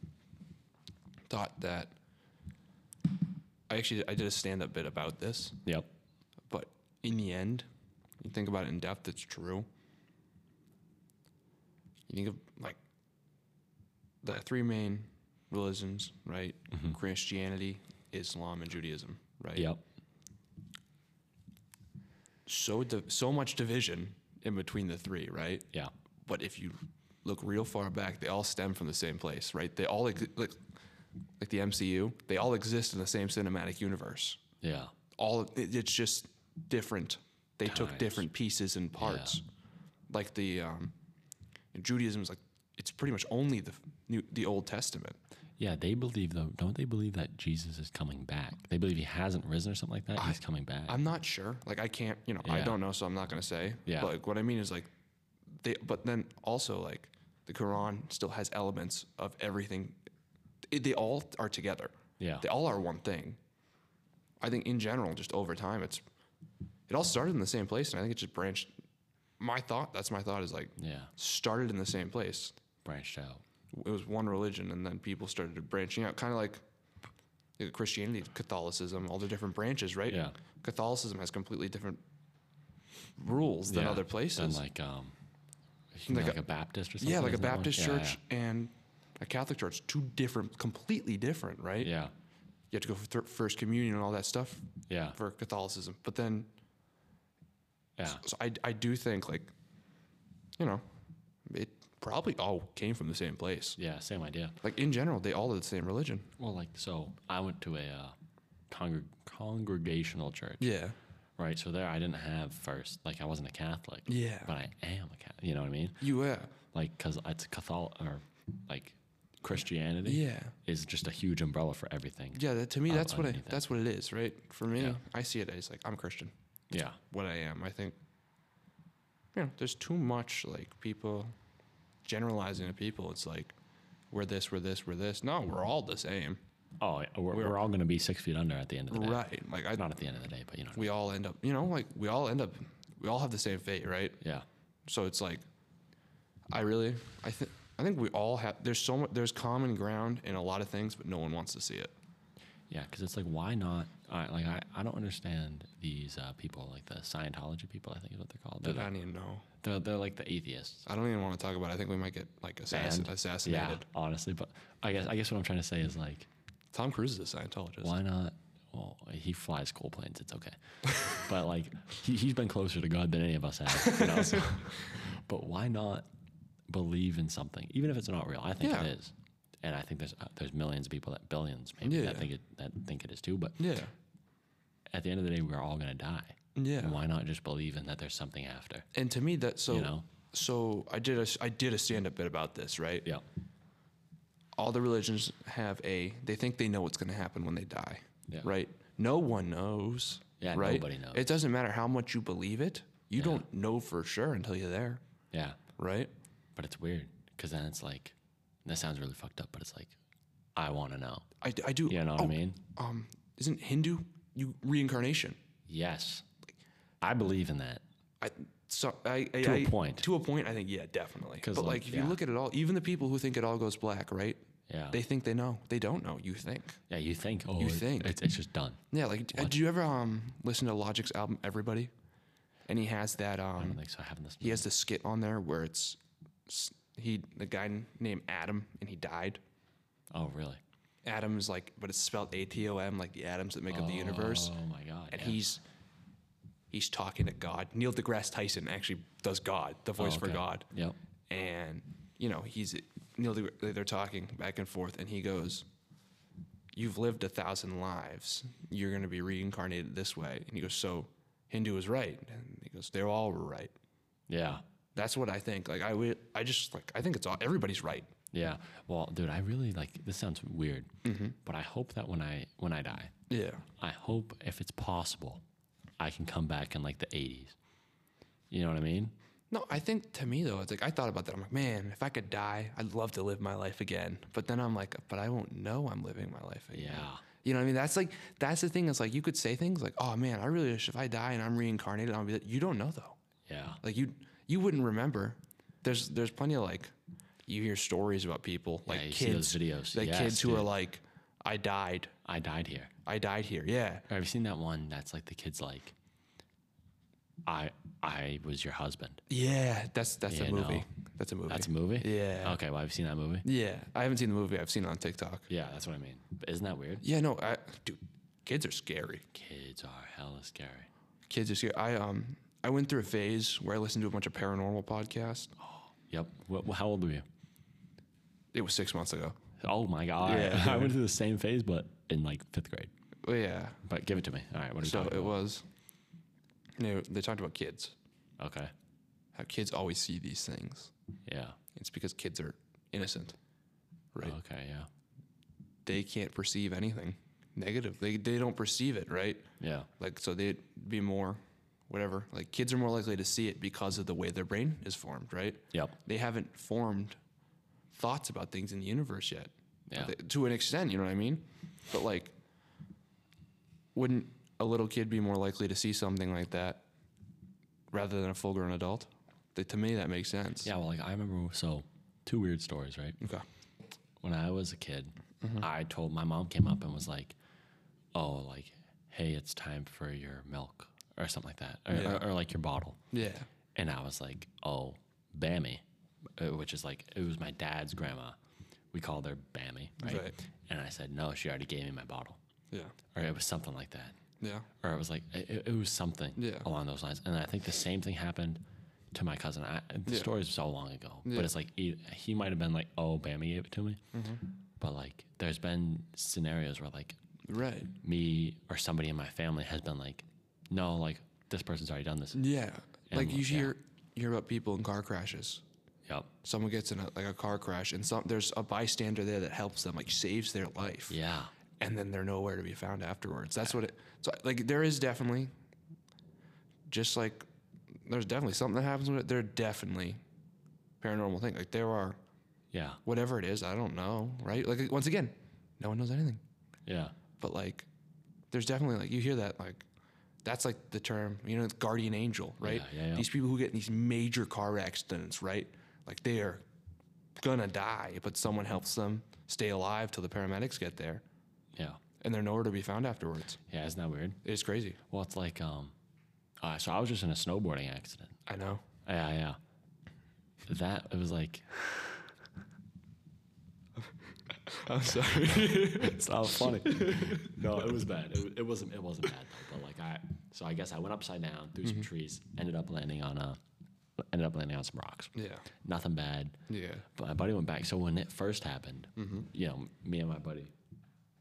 A: thought that I actually I did a stand up bit about this,
B: Yep.
A: but in the end, you think about it in depth, it's true. You think of like the three main religions, right?
B: Hmm.
A: Christianity, Islam, and Judaism, right?
B: Mm-hmm. Yep.
A: So di- so much division in between the three, right?
B: Yeah.
A: but if you look real far back, they all stem from the same place, right? They all ex- like like the MCU, they all exist in the same cinematic universe.
B: Yeah.
A: All it, it's just different. They took
B: Times.
A: different pieces and parts. Like the um, Judaism is like it's pretty much only the new, the Old Testament.
B: Yeah, they believe though, don't they believe that Jesus is coming back? They believe he hasn't risen or something like that. he's coming back.
A: I'm not sure. Like I can't, you know, I
B: Yeah.
A: don't know, so I'm not gonna say.
B: Yeah.
A: But like, what I mean is like, they. But then also like, the Quran still has elements of everything. It, they all are together.
B: Yeah.
A: They all are one thing. I think in general, just over time, it's it all started in the same place, and I think it just branched. My thought, that's my thought, is like
B: yeah.
A: started in the same place.
B: Branched out.
A: It was one religion, and then people started branching out, kind of like you know, Christianity, Catholicism, all the different branches, right?
B: Yeah.
A: Catholicism has completely different rules than
B: Yeah.
A: other
B: Then
A: places.
B: like um you mean
A: Like
B: like,
A: a-
B: a, Baptist or something.
A: yeah, like a
B: isn't that one?
A: Baptist
B: Yeah,
A: church and a Catholic church, two different, completely different, right?
B: Yeah. yeah.
A: You have to go for th- first communion and all that stuff
B: Yeah.
A: for Catholicism. But then
B: Yeah.
A: So I, I do think like, you know, it probably all came from the same place.
B: Yeah, same idea.
A: Like in general, they all are the same religion.
B: Well, like so, I went to a uh, congreg- congregational church,
A: Yeah.
B: right? So there, I didn't have first, like I wasn't a Catholic,
A: Yeah.
B: but I am a Catholic. You know what I mean?
A: You uh, yeah.
B: Like, cause it's Catholic or like Christianity
A: Yeah.
B: is just a huge umbrella for everything.
A: Yeah. That, to me,
B: Oh,
A: that's what I,
B: underneath that.
A: that's what it is, right? For me,
B: Yeah.
A: I see it as like I'm a Christian.
B: Yeah,
A: What I am, I think. You know, there's too much like people generalizing to people. It's like we're this, we're this, we're this. No, we're all the same.
B: Oh, yeah, we're, we're, all gonna be six feet under at the end of the day.
A: Right. Like I,
B: Not at the end of the day, but you know. What
A: we all end up. You know, like we all end up. We all have the same fate, right?
B: I mean? Yeah.
A: So it's like, I really, I think, I think we all have. There's so much. There's common ground in a lot of things, but no one wants to see it.
B: Yeah, because it's like, why not? I, like, I, I don't understand these uh, people, like the Scientology people, I think is what they're called. They're,
A: I
B: like,
A: don't even know.
B: they're, they're like the atheists.
A: I don't even want to talk about. it. I think we might get like assassin,
B: band.
A: assassinated.
B: Yeah, honestly, but I guess I guess what I'm trying to say is like,
A: Tom Cruise is a Scientologist.
B: why not? Well, he flies cool planes. It's okay, but like he, he's been closer to God than any of us have. You know? so- but why not believe in something, even if it's not real? I think
A: Yeah.
B: it is, and I think there's uh, there's millions of people that billions maybe that
A: Yeah.
B: think it that think it is too. But
A: Yeah.
B: at the end of the day, we're all gonna die.
A: Yeah.
B: And Why not just believe in that there's something after?
A: And to me, that so.
B: You know?
A: So I did a s- I did a stand up bit about this, right?
B: Yeah.
A: All the religions have a. They think they know what's going to happen when they die.
B: Yeah.
A: Right. No one knows.
B: Yeah,
A: Right.
B: nobody knows.
A: It doesn't matter how much you believe it. You don't know for sure until you're there.
B: Yeah.
A: Right.
B: But it's weird because then it's like, that sounds really fucked up, but it's like, I want to know.
A: I, d- I do.
B: You know what
A: oh,
B: I mean?
A: um, isn't Hindu you reincarnation?
B: Yes. I believe in that.
A: I so I, I
B: To a
A: I-
B: point.
A: To a point, I think yeah, definitely.
B: 'Cause,
A: But like,
B: like,
A: if you
B: yeah.
A: look at it all, even the people who think it all goes black, right?
B: Yeah.
A: They think they know. They don't know. You think?
B: yeah, you think, oh,
A: You
B: it-
A: think.
B: It's, it's just done.
A: Yeah. Like, d- do you ever um listen to Logic's album Everybody? And he has that
B: I don't
A: um
B: think so. I haven't listened
A: he
B: to
A: has this skit on there where it's s- he the guy n- named Adam and he died.
B: Oh, really?
A: Adam is like, but it's spelled A T O M, like the atoms that make up the universe.
B: Oh, my God.
A: and
B: yeah.
A: he's he's talking to God. Neil deGrasse Tyson actually does God, the
B: Oh,
A: voice for
B: okay.
A: God,
B: Yep.
A: and you know he's Neil. deGra- They're talking back and forth, and he goes, "You've lived a thousand lives. You're going to be reincarnated this way." And he goes, "So Hindu is right," and he goes, "They're all right."
B: Yeah.
A: That's what I think. Like I would, I just like I think it's all everybody's right.
B: Yeah. Well, dude, I really like this sounds weird,
A: Mm-hmm.
B: but I hope that when I when I die,
A: Yeah,
B: I hope if it's possible, I I can come back in like the 80s. You know what I mean?
A: No, I think to me though, it's like I thought about that. I'm like, man, if I could die, I'd love to live my life again. But then I'm like, but I won't know I'm living my life again.
B: Yeah.
A: You know what I mean? That's like that's the thing. It's like you could say things like, oh man, I really wish if I die and I'm reincarnated, I'll be like, you don't know though.
B: Yeah.
A: Like you you wouldn't remember. There's there's plenty of like you hear stories about people like
B: you see
A: kids
B: those videos.
A: like
B: Yes,
A: kids who are
B: dude.
A: like, I died,
B: I died here.
A: I died here. Yeah.
B: Have you seen that one that's like the kid's like, I I was your husband?
A: Yeah, that's that's
B: Yeah,
A: a movie.
B: no.
A: That's a movie.
B: That's a movie?
A: Yeah.
B: Okay, well, I've seen that movie.
A: yeah, I haven't seen the movie. I've seen it on TikTok.
B: Yeah, that's what I mean. But isn't that weird?
A: Yeah, no, I, dude, kids are scary.
B: Kids are hella scary.
A: Kids are scary. I um I went through a phase where I listened to a bunch of paranormal podcasts.
B: Yep. Wh- wh- how old were you?
A: It was six months ago.
B: Oh my God.
A: Yeah.
B: I went through the same phase, but in like fifth grade.
A: But Yeah.
B: But give it to me. All right, what are you
A: So
B: talking
A: it was. You know, they talked about kids.
B: about? Okay.
A: How kids always see these things.
B: Yeah.
A: It's because kids are innocent. Right.
B: Okay, yeah.
A: They can't perceive anything negative. They they don't perceive it. Right.
B: Yeah.
A: Like so they'd be more, whatever. Like kids are more likely to see it because of the way their brain is formed. Right.
B: Yep.
A: they haven't formed thoughts about things in the universe yet.
B: Yeah.
A: Th- to an extent, you know what I mean? But like wouldn't a little kid be more likely to see something like that rather than a full grown adult? Th- to me that makes sense.
B: Yeah, well, like I remember, so two weird stories, right?
A: Okay.
B: when I was a kid,
A: Mm-hmm.
B: I told my mom came up and was like, "Oh, like, hey, it's time for your milk or something like that, or,
A: Yeah.
B: or, or like your bottle."
A: Yeah.
B: And I was like, "Oh, Bammy," uh, which is like it was my dad's grandma. We called her Bammy, right?
A: Right.
B: And I said, "No, she already gave me my bottle,"
A: Yeah.
B: or it was something like that,
A: Yeah.
B: or it was like it, it- it was something
A: Yeah.
B: along those lines. And I think the same thing happened. To my cousin, I, the
A: Yeah.
B: story's so long ago,
A: Yeah.
B: but it's like he, he might have been like, "Oh, Bammy gave it to me,"
A: Mm-hmm.
B: but like there's been scenarios where like
A: Right.
B: me or somebody in my family has been like no like this person's already done this
A: Yeah.
B: And
A: like
B: like,
A: you
B: yeah.
A: hear you hear about people in car crashes.
B: yep
A: Someone gets in a, like a car crash and some there's a bystander there that helps them, like saves their life.
B: yeah
A: and then they're nowhere to be found afterwards. That's what it. So like there is definitely, just like there's definitely something that happens with it. There are definitely paranormal thing. Like there are
B: yeah
A: whatever it is. I don't know. Right. Like once again, no one knows anything.
B: yeah
A: But like, there's definitely like you hear that like. That's like the term, you know, it's guardian angel, right?
B: Yeah, yeah, yeah.
A: These people who get in these major car accidents, right? Like they are gonna die, but someone helps them stay alive till the paramedics get there
B: yeah
A: and they're nowhere to be found afterwards.
B: yeah isn't that weird
A: It's crazy.
B: well it's like um uh, so i was just in a snowboarding accident
A: I know.
B: yeah yeah that it was like
A: I'm sorry.
B: it's not funny no it was bad it, wa- it wasn't it wasn't bad though but like i so i guess i went upside down through some trees ended up landing on a ended up landing on some rocks
A: yeah.
B: nothing bad
A: Yeah.
B: But my buddy went back. So when it first happened, you know, me and my buddy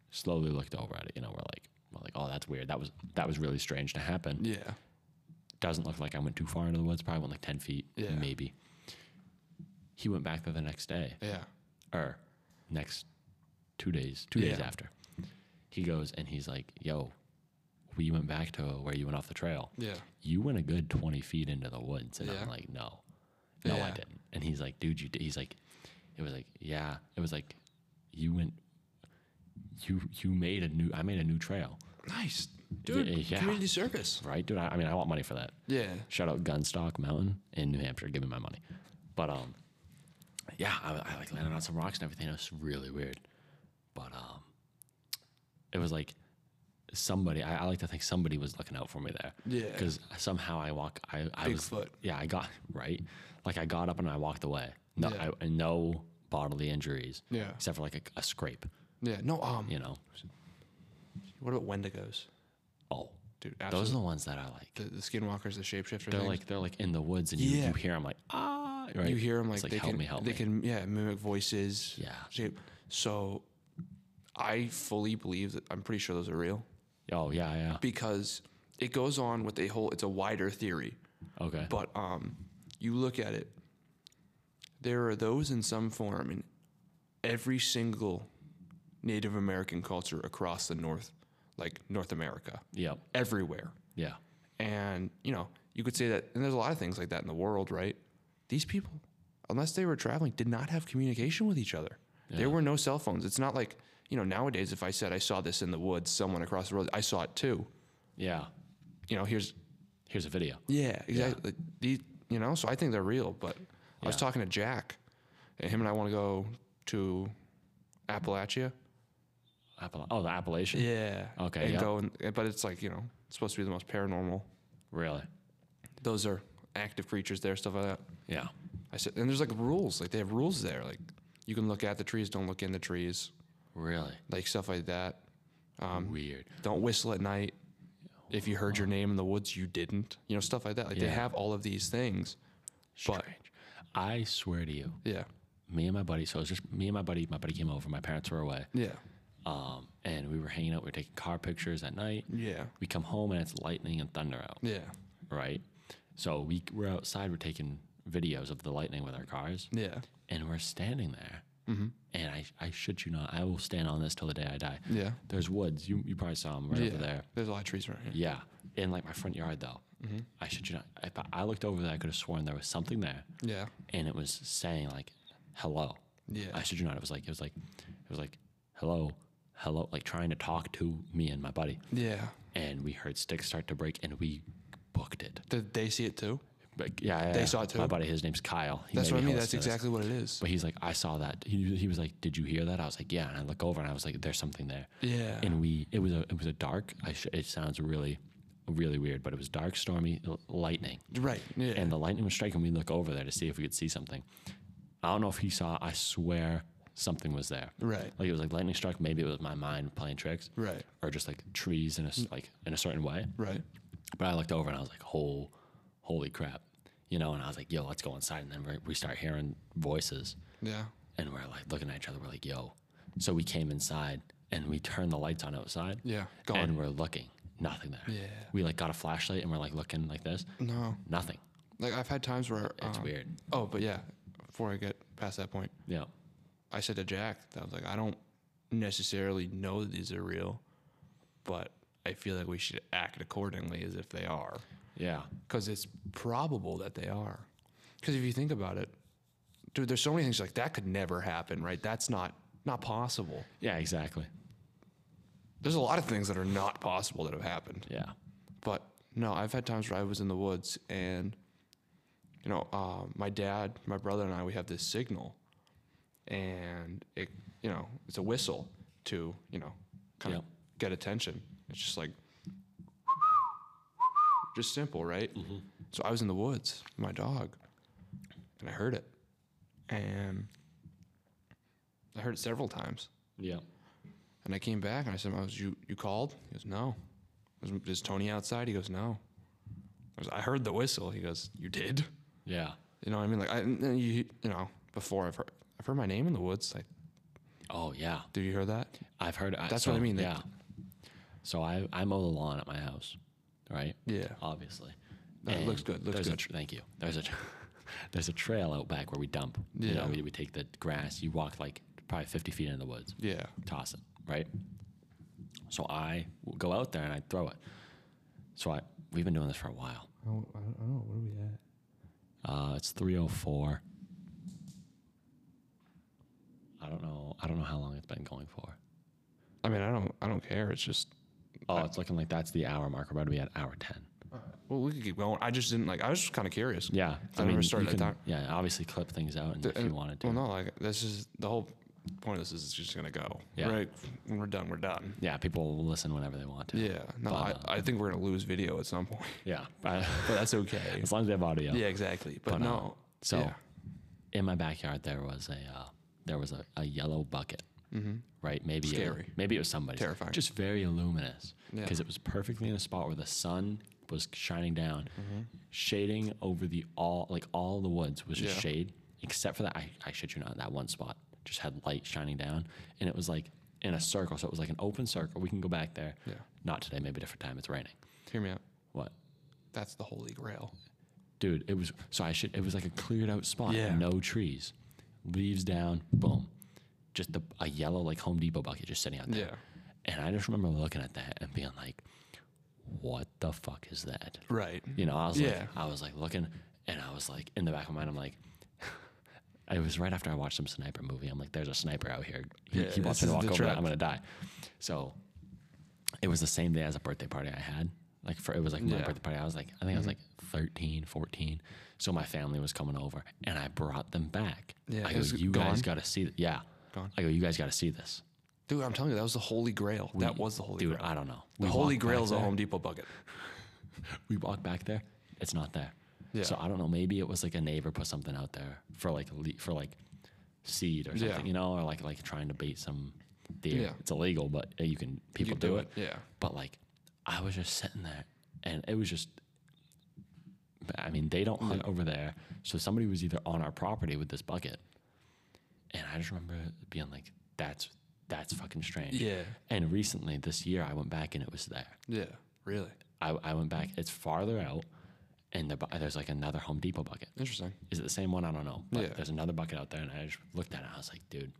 B: slowly looked over at it. You know, we're like, we're like, oh, that's weird. That was that was really strange to happen.
A: Yeah.
B: Doesn't look like I went too far into the woods. Probably went like ten feet,
A: Yeah.
B: maybe. He went back there the next day,
A: Yeah.
B: or next two days, two days
A: Yeah.
B: after. He goes and he's like, yo, we went back to where you went off the trail
A: Yeah.
B: you went a good 20 feet into the woods. And
A: Yeah.
B: I'm like, no, no, I
A: Yeah.
B: didn't. And he's like, dude, you did. He's like, it was like, yeah, it was like, you went, you, you made a new, I made a new trail.
A: Nice. Dude,
B: Yeah, yeah.
A: community service.
B: Right. Dude. I, I mean, I want money for that.
A: Yeah.
B: Shout out Gunstock Mountain in New Hampshire. Give me my money. But, um, yeah, I, I like landed on some rocks and everything. It was really weird. But, um, it was like somebody, I, I like to think somebody was looking out for me there.
A: Yeah.
B: Because somehow I walk, I, I was,
A: Bigfoot.
B: yeah, I got right. Like I got up and I walked away. No,
A: Yeah.
B: I, no bodily injuries.
A: Yeah.
B: Except for like a, a scrape,
A: Yeah. No, um,
B: you know.
A: what about Wendigos?
B: Oh,
A: Dude,
B: those are
A: absolutely.
B: the ones that I like.
A: The, the skinwalkers, the shapeshifter.
B: They're
A: things.
B: like they're like in the woods and you,
A: Yeah.
B: you hear them like ah. Right?
A: you hear them like,
B: It's
A: they
B: help
A: can
B: me, help
A: they
B: me.
A: can yeah mimic voices.
B: Yeah.
A: Shape. So, I fully believe that I'm pretty sure those are real
B: Oh yeah, yeah.
A: because it goes on with a whole. It's a wider theory.
B: Okay.
A: But um, you look at it, there are those in some form in every single Native American culture across the North, like North America,
B: yep.
A: everywhere.
B: Yeah.
A: And, you know, you could say that, and there's a lot of things like that in the world, right? These people, unless they were traveling, did not have communication with each other.
B: Yeah.
A: There were no cell phones. It's not like, you know, nowadays, if I said I saw this in the woods, someone across the road, I saw it too.
B: Yeah.
A: You know, here's,
B: Here's a video.
A: yeah, exactly. Like, These, you know, so I think they're real. But I was
B: Yeah.
A: talking to Jack, and him and I want to go to Appalachia.
B: Appala- oh, the Appalachian.
A: Yeah.
B: Okay,
A: And
B: yeah.
A: go and, but it's like you know, it's supposed to be the most paranormal.
B: Really?
A: Those are active creatures there, stuff like that.
B: Yeah.
A: I said, and there's like rules, like they have rules there, like you can look at the trees, don't look in the trees,
B: Really?
A: like stuff like that. Um,
B: Weird.
A: don't whistle at night. If you heard your name in the woods, you didn't. You know, stuff like that. Like they
B: Yeah.
A: have all of these things. But
B: I swear to you,
A: yeah,
B: me and my buddy. So it was just me and my buddy. My buddy came over. My parents were away,
A: yeah,
B: um, and we were hanging out. We were taking car pictures at night.
A: yeah,
B: We come home and it's lightning and thunder out.
A: yeah,
B: Right. So we we're outside. We're taking videos of the lightning with our cars,
A: yeah,
B: and we're standing there.
A: Mm-hmm.
B: And I, I should you not, I will stand on this till the day I die.
A: yeah.
B: There's woods. You, you probably saw them right
A: yeah.
B: over there.
A: There's a lot of trees around here.
B: Yeah, in like my front yard though.
A: Mm-hmm.
B: I should you not. If I- I looked over there, I could have sworn there was something there,
A: Yeah,
B: and it was saying like, "Hello."
A: yeah,
B: I should you not. It was like it was like it was like, "Hello, hello," like trying to talk to me and my buddy.
A: yeah.
B: And we heard sticks start to break, and we booked it.
A: Did they see it too?
B: But yeah, yeah,
A: They
B: yeah.
A: saw it
B: My
A: too?
B: buddy, his name's Kyle. He
A: That's
B: made
A: what I
B: me
A: mean.
B: listen
A: That's
B: to this.
A: exactly what it is.
B: But he's like, I saw that. He, he was like, Did you hear that? I was like, Yeah. And I look over, and I was like, There's something there.
A: Yeah.
B: and we it was a it was a dark I sh- it sounds really really weird but it was dark stormy l- lightning
A: Right. Yeah.
B: and the lightning was striking we look over there to see if we could see something i don't know if he saw i swear something was there
A: right.
B: like it was like lightning struck maybe it was my mind playing tricks
A: Right.
B: or just like trees in a s- like in a certain way
A: Right.
B: but i looked over and i was like oh holy crap you know and i was like yo let's go inside and then we- we start hearing voices
A: Yeah.
B: and we're like looking at each other we're like yo so we came inside and we turned the lights on outside
A: Yeah. Gone.
B: and we're looking, nothing there.
A: Yeah.
B: We like got a flashlight and we're like looking like this,
A: no.
B: nothing.
A: Like I've had times where
B: It's
A: um,
B: weird.
A: Oh, but yeah. Before I get past that point,
B: Yeah.
A: I said to Jack that I was like, I don't necessarily know that these are real, but I feel like we should act accordingly as if they are,
B: Yeah.
A: because it's probable that they are. Because if you think about it, dude, there's so many things like that could never happen, right? That's not not possible.
B: Yeah. Exactly.
A: There's a lot of things that are not possible that have happened.
B: Yeah.
A: But no, I've had times where I was in the woods and, you know, uh, my dad, my brother, and I, we have this signal, and it, you know, it's a whistle to, you know, kind
B: Yeah.
A: of get attention. It's just like, just simple, right? So I was in the woods, with my dog, and I heard it, and I heard it several times.
B: Yeah.
A: And I came back and I said, I was, you, you called? He goes, no. I was, Is Tony outside? He goes, no. I, was, I heard the whistle. He goes, you did?
B: Yeah.
A: You know what I mean? Like, I, and then you, you know, before I've heard, I've heard my name in the woods. Like,
B: Oh yeah.
A: do you hear that?
B: I've heard. I-
A: That's what I mean, like-
B: yeah. So I I mow the lawn at my house, right?
A: Yeah.
B: Obviously.
A: No, it looks good, looks
B: there's a
A: good.
B: tr- thank you. There's a tr- there's a trail out back where we dump. You know,
A: Yeah.
B: we, we take the grass. You walk like probably 50 feet into the woods.
A: Yeah.
B: toss it, right? So I w- go out there and I throw it. So I we've been doing this for a while.
A: Oh, I don't know. Where are we at?
B: Uh, it's 304. I don't know. I don't know how long it's been going for.
A: I mean, I don't, I don't care. It's just,
B: Oh,
A: Uh,
B: it's looking like that's the hour mark. We're about to be at hour 10.
A: well, we could keep going. I just didn't like, I was just kind of curious.
B: Yeah.
A: I never started
B: you
A: at
B: can-
A: that.
B: Yeah, obviously clip things out and
A: Th-
B: if you
A: and-
B: wanted to.
A: Well, no, like, this is the whole point of this is it's just going to go.
B: Yeah.
A: Right. When we're done, we're done.
B: Yeah, people will listen whenever they want to.
A: Yeah. No, I,
B: But,
A: I think we're going to lose video at some point,
B: Yeah. I-
A: but that's okay.
B: as long as they have audio.
A: Yeah, exactly. But,
B: But, uh,
A: no.
B: So,
A: Yeah.
B: in my backyard, there was a uh, there was a, a yellow bucket, mm-hmm. right? Maybe
A: Scary.
B: It, maybe it was somebody's.
A: Terrifying.
B: Just very luminous
A: Yeah.
B: because it was perfectly in a spot where the sun was shining down,
A: Mm-hmm.
B: shading over the all like all the woods was just
A: Yeah.
B: shade, except for that. I, I shit you not, that one spot just had light shining down, and it was like in a circle, so it was like an open circle. We can go back there.
A: Yeah.
B: Not today, maybe a different time. It's raining.
A: Hear me out.
B: What?
A: That's the holy grail.
B: dude it was so i should it was like a cleared out spot
A: Yeah.
B: no trees leaves down boom just the, a yellow like home depot bucket just sitting out there
A: Yeah.
B: and i just remember looking at that and being like what the fuck is that?
A: Right.
B: You know, I was
A: Yeah.
B: like, I was like looking, and I was like, in the back of my mind, I'm like, it was right after I watched some sniper movie. I'm like, there's a sniper out here. He,
A: Yeah,
B: he wants
A: this
B: me to
A: is
B: walk
A: the
B: over.
A: trap.
B: I'm gonna die. So it was the same day as a birthday party I had. Like for it was like my
A: Yeah. Mm-hmm.
B: birthday party. I was like, I think I was like 13, 14. So my family was coming over, and I brought them back.
A: Yeah,
B: I
A: it
B: go,
A: was
B: you guys
A: gone?
B: got to see. Th-. Yeah,
A: Gone.
B: I go, you guys got to see this,
A: Dude, I'm telling you, that was the holy grail. that was the holy
B: dude.
A: grail.
B: I don't know.
A: The
B: We
A: holy
B: walked back
A: grail is a
B: there.
A: Home Depot bucket.
B: we walk back there, it's not there.
A: Yeah.
B: So I don't know. Maybe it was like a neighbor put something out there for like le- for like seed or something,
A: Yeah.
B: you know, or like like trying to bait some deer.
A: Yeah.
B: It's illegal, but uh, you can people
A: You
B: do, it.
A: Yeah.
B: But like, I was just sitting there, and it was just. I mean, they don't hunt over there, so somebody was either on our property with this bucket, and I just remember being like, "That's that's fucking strange."
A: Yeah.
B: And recently, this year, I went back and it was there.
A: Yeah. Really.
B: I, I went
A: Mm-hmm.
B: back. It's farther out, and the, bu- there's like another Home Depot bucket.
A: Interesting.
B: Is it the same one? I don't know. But
A: Yeah.
B: there's another bucket out there, and I just looked at it. I was like, dude,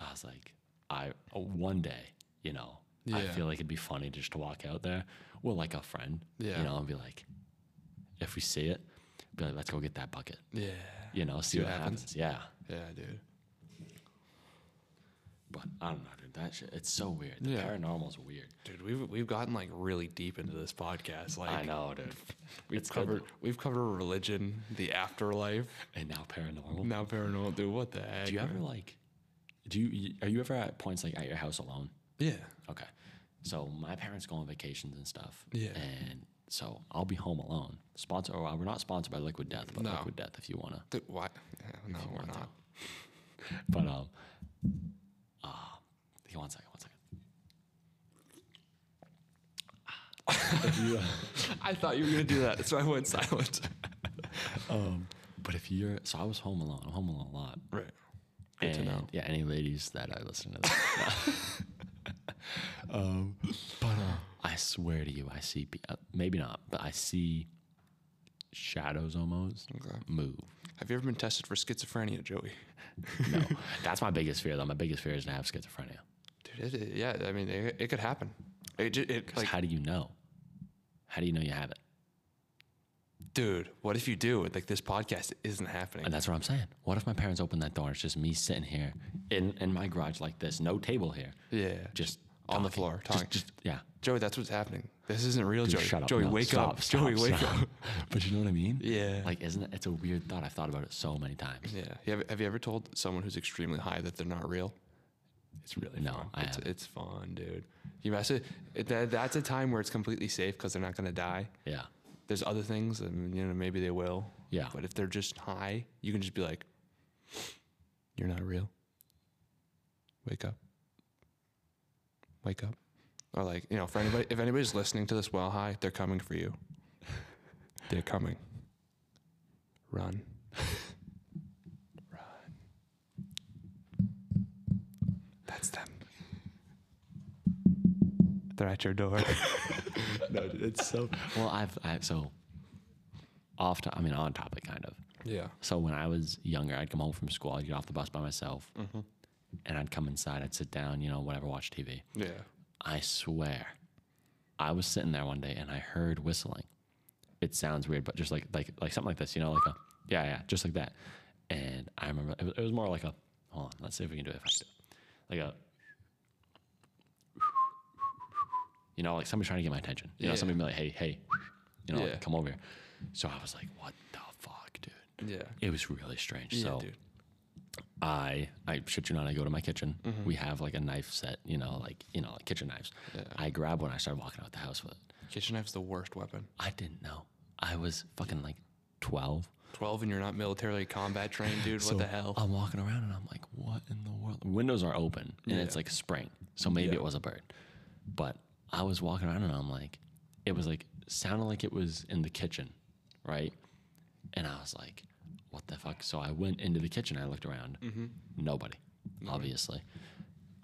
B: I was like, I oh, one day, you know, I
A: Yeah.
B: feel like it'd be funny just to walk out there with like a friend,
A: Yeah.
B: you know, and be like, if we see it, be like, let's go get that bucket,
A: Yeah.
B: you know, see,
A: See
B: what
A: what happens.
B: happens. Yeah.
A: Yeah, dude.
B: But I don't know, dude. That shit, it's so weird. The
A: Yeah.
B: paranormal's weird.
A: Dude, we've we've gotten like really deep into this podcast. Like
B: I know, dude.
A: we've
B: It's good,
A: covered we've covered religion, the afterlife,
B: and now paranormal.
A: now paranormal. Dude, what the heck?
B: Do you ever like? Do you are you ever at points like at your house alone?
A: Yeah.
B: Okay. So my parents go on vacations and stuff.
A: Yeah.
B: And so I'll be home alone. Sponsor or we're not sponsored by Liquid Death, but
A: No.
B: Liquid Death if you wanna.
A: Dude, why? No, we're not.
B: But um uh yeah, one second, one second. if you
A: I thought you were gonna do that, so I went silent.
B: um but if you're so I was home alone. I'm home alone a lot.
A: right. Good to
B: And,
A: know.
B: Yeah, any ladies that are listening to this. um, but uh, I swear to you, I see, pe- uh, maybe not, but I see shadows almost
A: Okay.
B: move.
A: Have you ever been tested for schizophrenia, Joey?
B: No, that's my biggest fear, though. My biggest fear is to have schizophrenia.
A: Dude, it, it- yeah, I mean, it, it could happen. It, ju- it
B: 'Cause
A: like,
B: how do you know? How do you know you have it?
A: dude, what if you do? Like, this podcast isn't happening.
B: And that's what I'm saying. What if my parents open that door and it's just me sitting here in, in my garage like this, no table here,
A: yeah,
B: just
A: on the
B: talking.
A: floor,
B: Just-
A: talking.
B: just- yeah.
A: Joey, that's what's happening. This isn't real,
B: Dude,
A: Joey.
B: shut up.
A: Joey,
B: No,
A: wake
B: stop,
A: up.
B: stop,
A: Joey, wake
B: stop.
A: up.
B: But you know what I mean?
A: Yeah.
B: Like, isn't it? It's a weird thought. I've thought about it so many times.
A: yeah. You have, have you ever told someone who's extremely high that they're not real? It's really
B: No,
A: fun.
B: I
A: it's,
B: haven't.
A: it's fun, dude. You mess it, it- that, that's a time where it's completely safe because they're not going to die.
B: Yeah.
A: There's other things, and you know, maybe they will.
B: Yeah.
A: But if they're just high, you can just be like, "You're not real. Wake up. Wake up." Or like, you know, for anybody, if anybody's listening to this while high, they're coming for you. They're coming. Run. Run. That's them. They're at your door.
B: no, it's so. Well, I've, i so off. To, I mean, on topic, kind of.
A: Yeah.
B: So when I was younger, I'd come home from school. I'd get off the bus by myself,
A: Mm-hmm.
B: and I'd come inside. I'd sit down, you know, whatever, watch TV.
A: Yeah.
B: I swear, I was sitting there one day and I heard whistling. It sounds weird, but just like like like something like this, you know, like a yeah yeah, just like that. And I remember it was, it was more like a hold on, let's see if we can do it. If I can do it. Like a you know, like somebody trying to get my attention. You know,
A: Yeah.
B: somebody be like, hey hey, you know, like,
A: Yeah.
B: come over here. So I was like, what the fuck, dude.
A: Yeah.
B: It was really strange.
A: Yeah,
B: so
A: dude.
B: I I shit you not, I go to my kitchen.
A: Mm-hmm.
B: We have like a knife set, you know, like you know, like kitchen knives.
A: Yeah.
B: I grab one, I started walking out the house with it.
A: Kitchen knife's the worst weapon.
B: I didn't know. I was fucking like twelve.
A: 12 and you're not militarily combat trained, dude.
B: So um,
A: what the hell?
B: I'm walking around and I'm like, what in the world? Windows are open and it's
A: Yeah.
B: like spring. So maybe
A: Yeah.
B: it was a bird. But I was walking around and I'm like, it was like, sounded like it was in the kitchen, right? And I was like, what the fuck? So I went into the kitchen. I looked around.
A: Mm-hmm.
B: Nobody, obviously.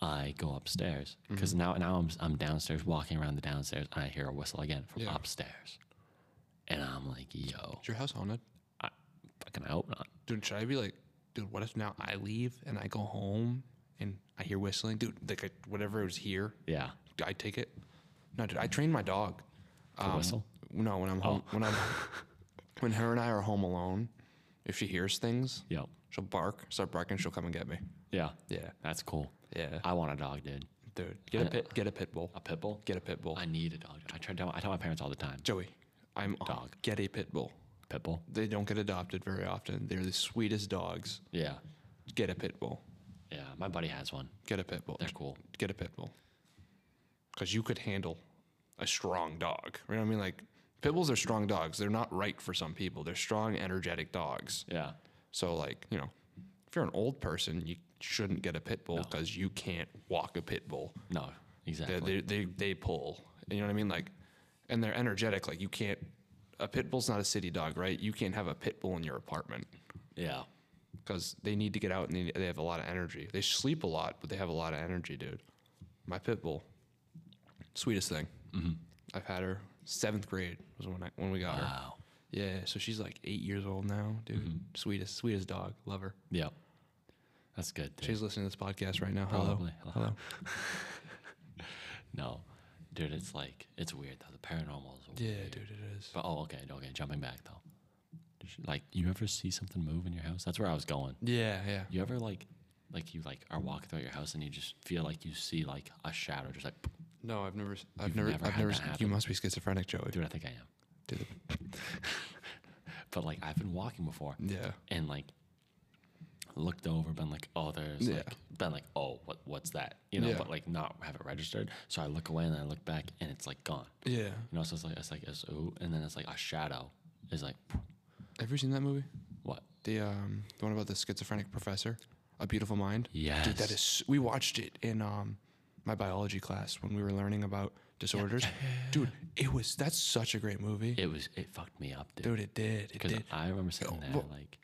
B: I go upstairs because
A: Mm-hmm.
B: now, now I'm, I'm downstairs walking around the downstairs and I hear a whistle again from
A: Yeah.
B: upstairs. And I'm like, yo,
A: Is your house haunted?
B: I, fucking, I hope not.
A: Dude, should I be like, dude, what if now I leave and I go home and I hear whistling? Dude, like I, whatever was here,
B: Yeah.
A: I take it. No, dude, I trained my dog. Um,
B: The whistle?
A: No, when I'm home, when I'm when her and I are home alone, if she hears things,
B: Yep.
A: she'll bark, start barking, she'll come and get me.
B: Yeah.
A: Yeah,
B: That's cool.
A: yeah,
B: I want a dog, dude.
A: dude, get a
B: I-
A: pit, get a pit bull,
B: A pit bull?
A: get a pit bull.
B: I need a dog. I try to tell, I tell my parents all the time.
A: Joey, I'm on.
B: Dog.
A: Get a pit bull.
B: Pit bull?
A: They don't get adopted very often. They're the sweetest dogs.
B: Yeah.
A: Get a pit bull.
B: Yeah. My buddy has one.
A: Get a pit bull.
B: They're cool.
A: Get a pit bull. Because you could handle a strong dog. You know what I mean? Like pit bulls are strong dogs. They're not right for some people. They're strong, energetic dogs.
B: Yeah.
A: So like you know, if you're an old person, you shouldn't get a pit bull because you can't walk a pit bull.
B: No,
A: They,
B: exactly.
A: they, they, they pull. You know what I mean? Like, and they're energetic. Like you can't. A pit bull's not a city dog, right? You can't have a pit bull in your apartment
B: yeah.
A: because they need to get out and they, they have a lot of energy. They sleep a lot, but they have a lot of energy, dude. My pit bull, sweetest thing. Mm-hmm. I've had her seventh grade was when I when we got her.
B: Wow. Mm-hmm.
A: Yeah, so she's like eight years old now, dude. Sweetest, sweetest dog. Love her.
B: Yep. That's good. Dude.
A: She's listening to this podcast right now. Hello.
B: Probably. Hello. no, dude, it's like it's weird though. The paranormal is
A: Yeah,
B: weird.
A: dude, it is.
B: But oh, okay, okay. Jumping back though, Sh- like you ever see something move in your house? That's where I was going.
A: Yeah, yeah.
B: You ever like, like you like are walking through your house and you just feel like you see like a shadow, just like,
A: No, I've never, s- I've
B: You've
A: never,
B: never
A: I've
B: had
A: never.
B: that
A: s- You
B: happen?
A: must be schizophrenic, Joey.
B: dude, I think I am.
A: Dude.
B: But like I've been walking before
A: Yeah.
B: and like looked over, been like, oh, there's
A: Yeah.
B: like, been like, oh, what what's that? You know,
A: Yeah.
B: but like not have it registered. So I look away and I look back and it's like gone.
A: Yeah.
B: You know, so it's like it's like it's ooh, and then it's like a shadow is like
A: Have you seen that movie?
B: what?
A: The um, the one about the schizophrenic professor, A Beautiful Mind.
B: Yes.
A: Dude, that is. We watched it in um, my biology class when we were learning about disorders. Dude, it was. That's such a great movie.
B: it was it fucked me up, dude.
A: Dude, it did. It
B: Because
A: did.
B: I remember sitting
A: Oh,
B: there
A: well-
B: like,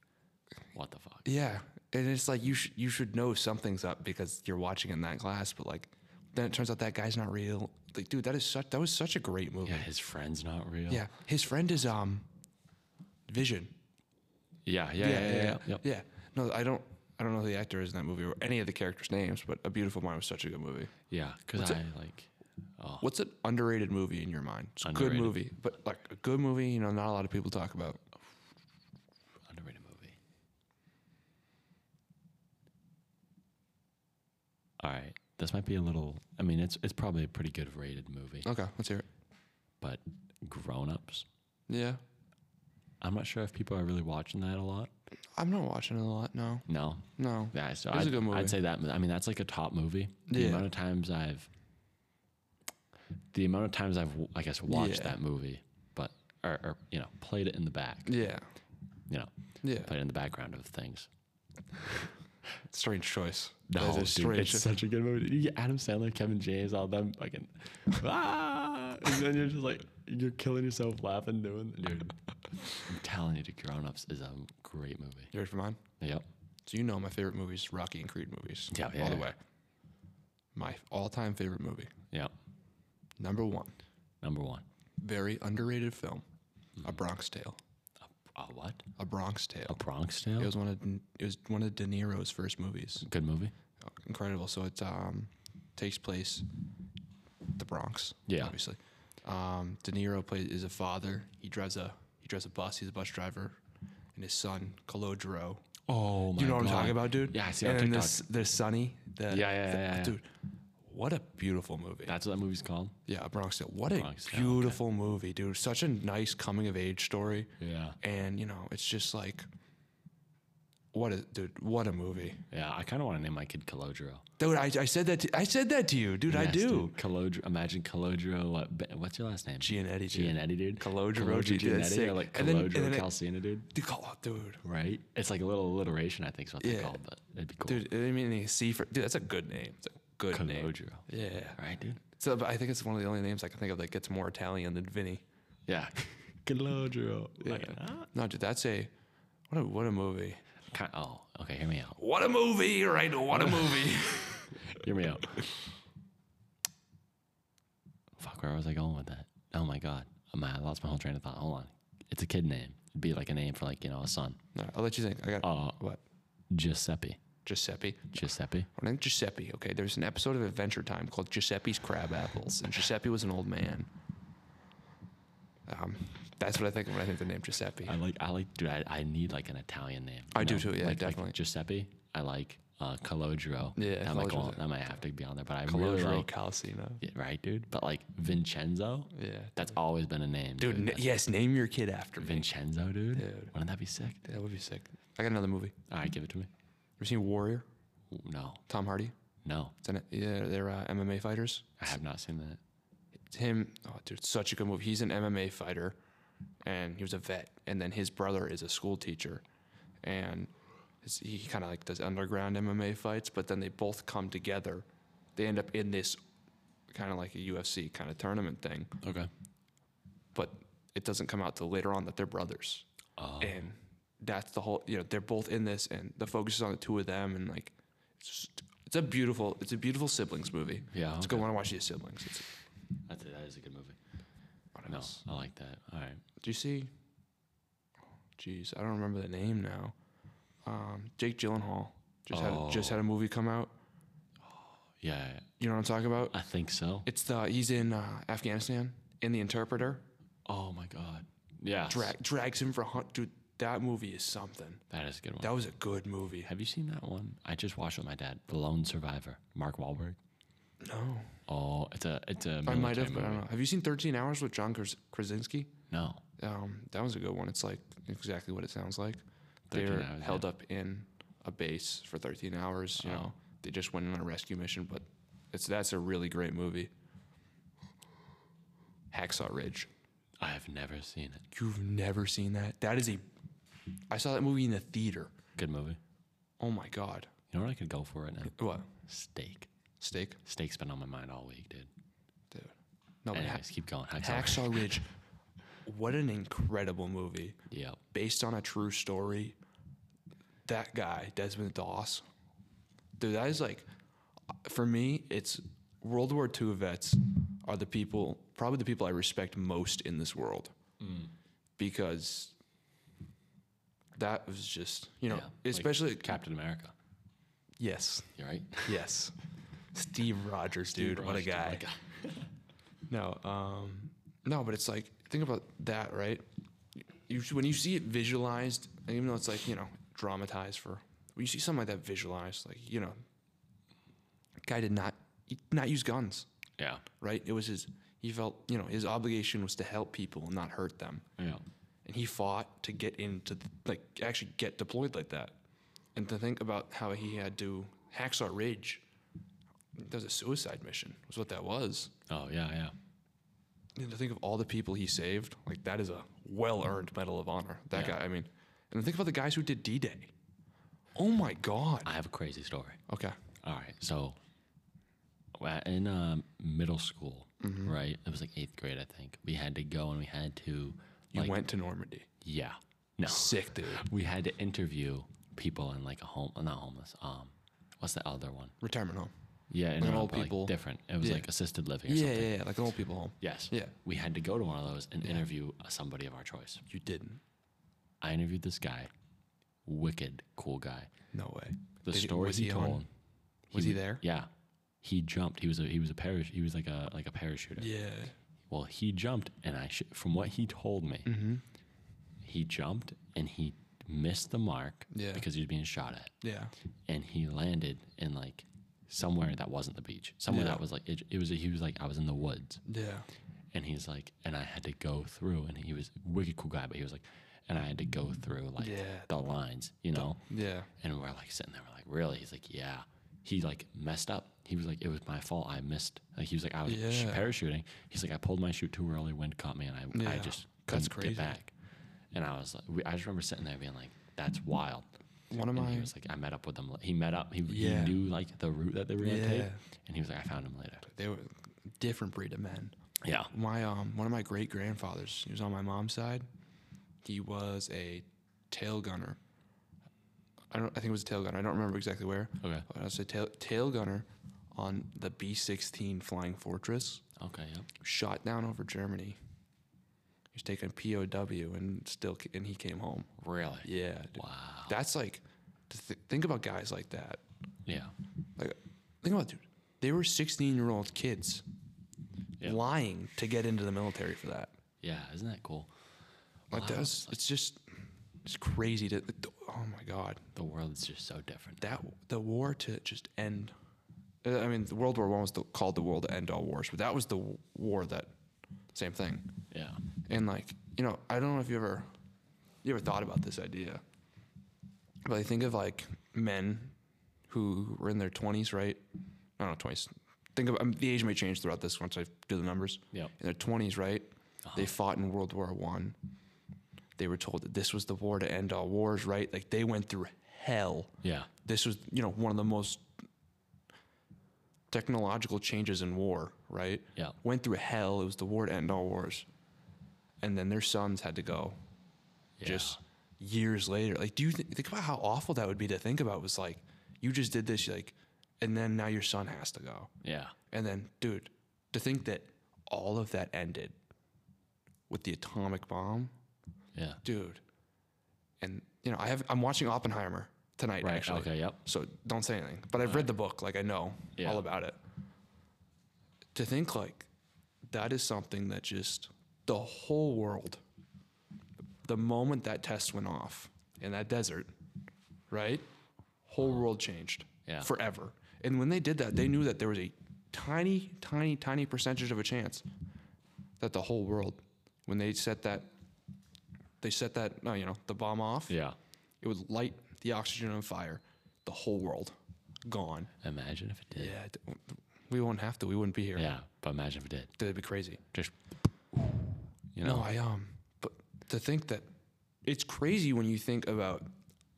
B: what the fuck?
A: Yeah, and it's like you should you should know something's up because you're watching in that class. But like, then it turns out that guy's not real. Like, dude, that is such that was such a great movie.
B: Yeah, his friend's not real.
A: Yeah, his friend is um, Vision.
B: Yeah, yeah, yeah, yeah. yeah, Yep.
A: yeah. No, I don't. I don't know who the actor is in that movie or any of the characters' names, but A Beautiful Mind was such a good movie.
B: Yeah, because I like, oh,
A: What's an underrated movie in your mind? It's a good
B: Underrated.
A: movie, but like a good movie, you know, not a lot of people talk about.
B: underrated movie. All right, this might be a little. I mean, it's it's probably a pretty good rated movie,
A: Okay, let's hear it.
B: but Grown Ups.
A: Yeah,
B: I'm not sure if people are really watching that a lot.
A: I'm not watching it a lot. No,
B: No,
A: no.
B: Yeah, so
A: It was
B: I'd,
A: a good movie.
B: I'd say that. I mean, that's like a top movie. The
A: Yeah.
B: amount of times I've, the amount of times I've, w- I guess, watched
A: Yeah.
B: that movie, but or, or you know, played it in the back,
A: Yeah,
B: you know,
A: yeah.
B: played it in the background of things.
A: Strange choice. That
B: No,
A: is a
B: dude,
A: strange.
B: it's such a good movie. You get Adam Sandler, Kevin James, all them fucking, ah, and then you're just like you're killing yourself laughing doing it, dude. I'm telling you, the Grown Ups is a great movie.
A: you ready for mine?
B: Yep.
A: So you know my favorite movies, Rocky and Creed movies.
B: Yeah, yeah,
A: all the
B: yeah.
A: way. My all-time favorite movie,
B: Yep.
A: number one,
B: Number one.
A: very underrated film, A Bronx Tale.
B: A what?
A: A Bronx Tale.
B: A Bronx Tale.
A: It was one of De- it was one of De Niro's first movies.
B: good movie.
A: Incredible. So it um, takes place the Bronx.
B: Yeah.
A: obviously. Um, De Niro plays is a father. He drives a he drives a bus. He's a bus driver, and his son Calogero.
B: Oh my
A: you know what I'm talking about, dude?
B: Yeah, I see it on
A: And then
B: TikTok.
A: this there's Sonny. The,
B: Yeah, yeah, yeah, yeah.
A: dude. What a beautiful movie.
B: That's what that movie's called.
A: yeah, Bronx Tale. What a
B: Bronx Tale, okay.
A: beautiful movie, dude. Such a nice coming of age story.
B: Yeah.
A: And, you know, it's just like, what a, dude, what a movie.
B: Yeah, I kind of want to name my kid Calogero.
A: Dude, I, I said that to, I said that to you, dude. I
B: Yes,
A: do.
B: dude. Calogero. Imagine Calogero. What, Be- what's your last name?
A: Gianetti, dude.
B: Gianetti, dude.
A: Calogero Gianetti, that's
B: Gianetti,
A: sick.
B: or like
A: And then-
B: Calogero
A: and then it-
B: Calcina, dude.
A: Dude, call out, dude.
B: Right? It's like a little alliteration, I think, is what
A: Yeah.
B: they call it, but it'd be cool.
A: Dude, I mean, you see for, dude, that's a good name. It's a good name.
B: Calogero.
A: Yeah.
B: Right, dude?
A: So but I think it's one of the only names I can think of that gets more Italian than Vinny.
B: Yeah. Calogero. Like, ah.
A: No, dude, that's a, what a, what a movie.
B: Ki- oh, okay. Hear me out.
A: What a movie, right? What a movie.
B: Hear me out. Fuck, where was I going with that? Oh my god. Oh, man, I lost my whole train of thought. Hold on. It's a kid name. It'd be like a name for like, you know, a son.
A: no, I'll let you think. I got
B: Uh,
A: what?
B: Giuseppe.
A: Giuseppe.
B: Giuseppe.
A: Her name's Giuseppe. Okay, there's an episode of Adventure Time called Giuseppe's Crab Apples, and Giuseppe was an old man. Um, that's what I think when I think the name Giuseppe.
B: I like I like dude. I, I need like an Italian name.
A: I
B: you
A: do
B: know?
A: too, yeah,
B: like,
A: definitely.
B: Like Giuseppe. I like uh, Calogero.
A: Yeah,
B: that might go
A: Calogero.
B: on- that might have to be on there. But I really
A: Calogero
B: like
A: Calcino.
B: yeah, right, dude. But like Vincenzo,
A: Yeah.
B: that's always been a name,
A: Dude, n-
B: That's-
A: yes, name your kid after me.
B: Vincenzo, dude.
A: Dude.
B: Wouldn't that be sick?
A: That would be sick. I got another movie.
B: All right, give it to me.
A: You ever seen Warrior?
B: Ooh, No,
A: Tom Hardy.
B: no,
A: It's an, yeah, they're uh, MMA fighters.
B: I have not seen that.
A: It's him. Oh, dude, such a good movie. He's an MMA fighter, and he was a vet. And then his brother is a school teacher, and his, he kind of like does underground MMA fights. But then they both come together. They end up in this kind of like a UFC kind of tournament thing.
B: Okay.
A: But it doesn't come out till later on that they're brothers.
B: Oh,
A: and that's the whole you know they're both in this and the focus is on the two of them and like it's just it's a beautiful it's a beautiful siblings movie
B: yeah.
A: it's
B: okay.
A: good when i watch these siblings it's,
B: That's it. That is a good movie.
A: what
B: No,
A: else?
B: I like that. All right.
A: do you see jeez i don't remember the name now um jake gyllenhaal just had just
B: Oh.
A: had a movie come out
B: Yeah,
A: you know what i'm talking about
B: I think so.
A: it's the he's in uh, afghanistan in the interpreter
B: Oh my god. Yeah.
A: drag, drags him for a hunt dude that movie is something
B: That is a good one.
A: that was a good movie
B: Have you seen that one? I just watched it with my dad, The Lone Survivor, Mark Wahlberg.
A: no
B: Oh, it's a it's a
A: i might
B: military
A: have but i don't
B: movie.
A: know have you seen 13 hours with john Kras- krasinski
B: No,
A: Um, that was a good one. It's like exactly what it sounds like.
B: 13
A: They're
B: hours,
A: held up in a base for 13 hours. You know, they just went on a rescue mission, but it's that's a really great movie. Hacksaw Ridge.
B: I have never seen it.
A: You've never seen that? That is a. I saw that movie in the theater.
B: Good movie.
A: Oh my god!
B: You know what I could go for right now?
A: What
B: Steak.
A: steak,
B: Steak's been on my mind all week, dude.
A: dude? No, but
B: Anyways, keep going. Hacksaw.
A: Hack- Hacksaw Ridge. What an incredible movie.
B: Yep.
A: based on a true story. That guy, Desmond Doss, dude, that is like, for me, it's World War II vets are the people, probably the people I respect most in this world
B: Mm.
A: because that was just, you know,
B: Yeah, like
A: especially,
B: Captain America.
A: yes,
B: You right?
A: yes. Steve Rogers, dude, what a
B: Rogers, dude,
A: guy. No, um, no, but it's like think about that, right? You when you see it visualized, and even though it's like you know dramatized for, when you see something like that visualized, like you know, guy did not he did not use guns,
B: Yeah.
A: right? It was his he felt you know his obligation was to help people and not hurt them,
B: Yeah.
A: and he fought to get into th- like actually get deployed like that, and to think about how he had to Hacksaw Ridge, that was a suicide mission, was what that was.
B: Oh yeah, yeah.
A: And to think of all the people he saved, like that is a well earned Medal of Honor. That
B: Yeah.
A: guy, I mean, and think about the guys who did D Day. Oh my God.
B: I have a crazy story.
A: Okay.
B: All right. So wa- in um, middle school,
A: Mm-hmm.
B: right? It was like eighth grade, I think. We had to go and we had to,
A: You
B: like,
A: went to Normandy.
B: yeah. No.
A: Sick, dude.
B: We had to interview people in like a home, not homeless. Um, what's the other one?
A: Retirement home.
B: Yeah, in
A: Like an
B: a
A: old people-
B: different. It was
A: Yeah.
B: like assisted living or
A: Yeah,
B: something.
A: yeah, yeah. Like an old people home.
B: Yes.
A: Yeah.
B: We had to go to one of those and interview somebody of our choice.
A: You didn't.
B: I interviewed this guy, wicked cool guy.
A: No way.
B: The
A: Did-
B: story
A: was
B: he,
A: he on-
B: told.
A: was he
B: w-
A: there?
B: Yeah. He jumped. He was a he was a parach- he was like a like a parachuter.
A: Yeah.
B: Well, he jumped, and I sh- from what he told me,
A: Mm-hmm.
B: he jumped and he missed the mark
A: Yeah.
B: because he was being shot at,
A: Yeah.
B: and he landed in like somewhere that wasn't the beach, somewhere
A: Yeah.
B: that was like it, it was. A, he was like I was in the woods,
A: Yeah.
B: and he's like, and I had to go through, and he was a wicked cool guy, but he was like, and I had to go through like
A: Mm. Yeah.
B: the lines, you know,
A: Yeah.
B: and we're like sitting there, we're like, really? He's like, yeah. He like messed up. He was like, it was my fault. I missed. Like he was like, I was sh-
A: Yeah.
B: parachuting. He's like, I pulled my chute too early. Wind caught me, and I I
A: Yeah.
B: just
A: That's
B: couldn't
A: crazy.
B: get back. And I was like, we, I just remember sitting there being like, that's wild.
A: One of
B: and
A: my.
B: he was like, I met up with him. la- He met up. He,
A: Yeah.
B: he knew like the route that they were gonna take.
A: Yeah.
B: And he was like, I found him later.
A: They were different breed of men.
B: Yeah.
A: my um one of my great grandfathers, he was on my mom's side. He was a tail gunner. I don't I think it was a tail gunner. I don't remember exactly where.
B: Okay.
A: But I was a tail, tail gunner on the B-16 Flying Fortress,
B: Okay. Yep.
A: shot down over Germany. He was taking POW and still ca- and he came home.
B: Really.
A: Yeah. dude.
B: Wow.
A: That's like to th- think about guys like that.
B: Yeah.
A: Like think about it, dude. They were 16-year-old kids
B: Yeah.
A: lying to get into the military for that.
B: Yeah, isn't that cool?
A: Like
B: Wow.
A: that was, it's just it's crazy to oh my god
B: The world is just so different.
A: that the war to just end. Uh, I mean, the World War One was the, called the world to end all wars, but that was the w- war that same thing.
B: Yeah.
A: And like, you know, I don't know if you ever you ever thought about this idea. But I think of like men who were in their twenties, right? I don't know, twenties. Think of um, the age may change throughout this once I do the numbers.
B: Yep.
A: In their twenties, right? They fought in World War One. They were told that this was the war to end all wars, right? Like they went through hell.
B: Yeah.
A: This was, you know, one of the most technological changes in war, right?
B: Yeah.
A: went through hell. It was the war to end all wars. And then their sons had to go
B: yeah.
A: just years later. Like, do you th- think about how awful that would be to think about? Was like, you just did this, like, and then now your son has to go.
B: Yeah.
A: And then, dude, to think that all of that ended with the atomic bomb,
B: Yeah.
A: dude. And you know, I have I'm watching Oppenheimer tonight
B: Right.
A: actually.
B: Okay. Yep.
A: So don't say anything. But I've read the book, like I know
B: Yeah.
A: all about it. To think like that is something that just the whole world, the moment that test went off in that desert, right? Whole world changed
B: Yeah.
A: forever. And when they did that, they knew that there was a tiny, tiny, tiny percentage of a chance that the whole world, when they set that, they set that, no, you know, the bomb off,
B: Yeah.
A: it would light the oxygen on fire. The whole world gone.
B: Imagine if it did.
A: Yeah, d- we wouldn't have to. We wouldn't be here.
B: Yeah. But imagine if it did.
A: That'd be crazy.
B: Just. You know.
A: No, I um, but to think that it's crazy when you think about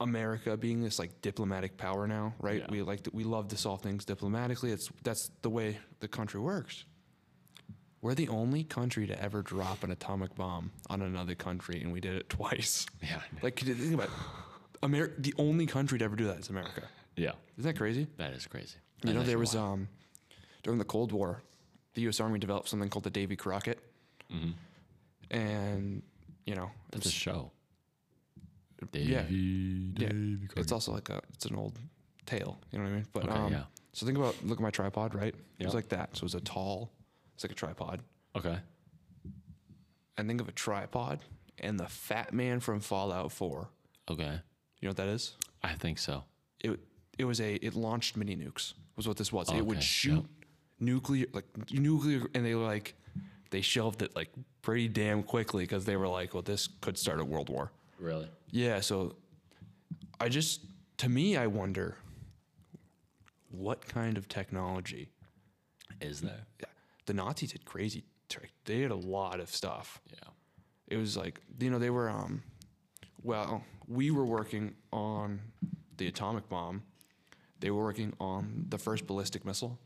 A: America being this like diplomatic power now, right?
B: Yeah.
A: We like to, we love to solve things diplomatically. It's that's the way the country works. We're the only country to ever drop an atomic bomb on another country, and we did it twice.
B: yeah.
A: Like, could you think about it? Amer- the only country to ever do that is America.
B: Yeah.
A: Isn't that crazy?
B: That is crazy.
A: You
B: That's
A: know, there
B: actually
A: was
B: wild.
A: um during the Cold War, the U.S. Army developed something called the Davy Crockett,
B: Mhm.
A: and you know,
B: That's a
A: it's,
B: show.
A: yeah.
B: Davy,
A: Yeah.
B: Davy
A: it's
B: Crockett.
A: also like a it's an old tale. You know what I mean? But
B: Okay,
A: um,
B: yeah.
A: so think about look at my tripod, right? It was
B: Yeah.
A: like that. So it was a tall, it's like a tripod,
B: Okay.
A: and think of a tripod and the fat man from Fallout Four.
B: Okay.
A: You know what that is?
B: I think so.
A: It it was a it launched mini nukes was what this was. it
B: Okay,
A: would shoot nuclear like nuclear, and they were like they shelved it like pretty damn quickly because they were like, well, this could start a world war.
B: Really?
A: Yeah, so I just to me, I wonder what kind of technology
B: Is there?
A: yeah, the Nazis did crazy trick. They did a lot of stuff.
B: Yeah.
A: It was like you know they were um, well we were working on the atomic bomb. They were working on the first ballistic missile,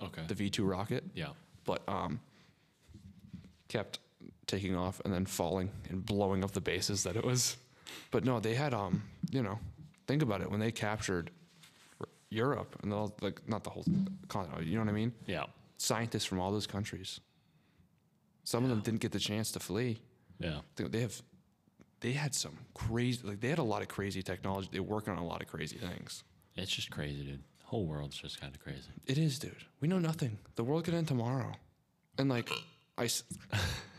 B: Okay.
A: the V two rocket,
B: yeah.
A: but um, kept taking off and then falling and blowing up the bases that it was. But no, they had um, you know, think about it when they captured R- Europe and all like not the whole continent. You know what I mean?
B: Yeah.
A: scientists from all those countries. Some of them didn't get the chance to flee.
B: Yeah.
A: They- They have, they had some crazy, like they had a lot of crazy technology. They work on a lot of crazy things.
B: It's just crazy, dude. Whole world's just kind of crazy.
A: It is, dude. We know nothing. The world could end tomorrow, and like, I, s-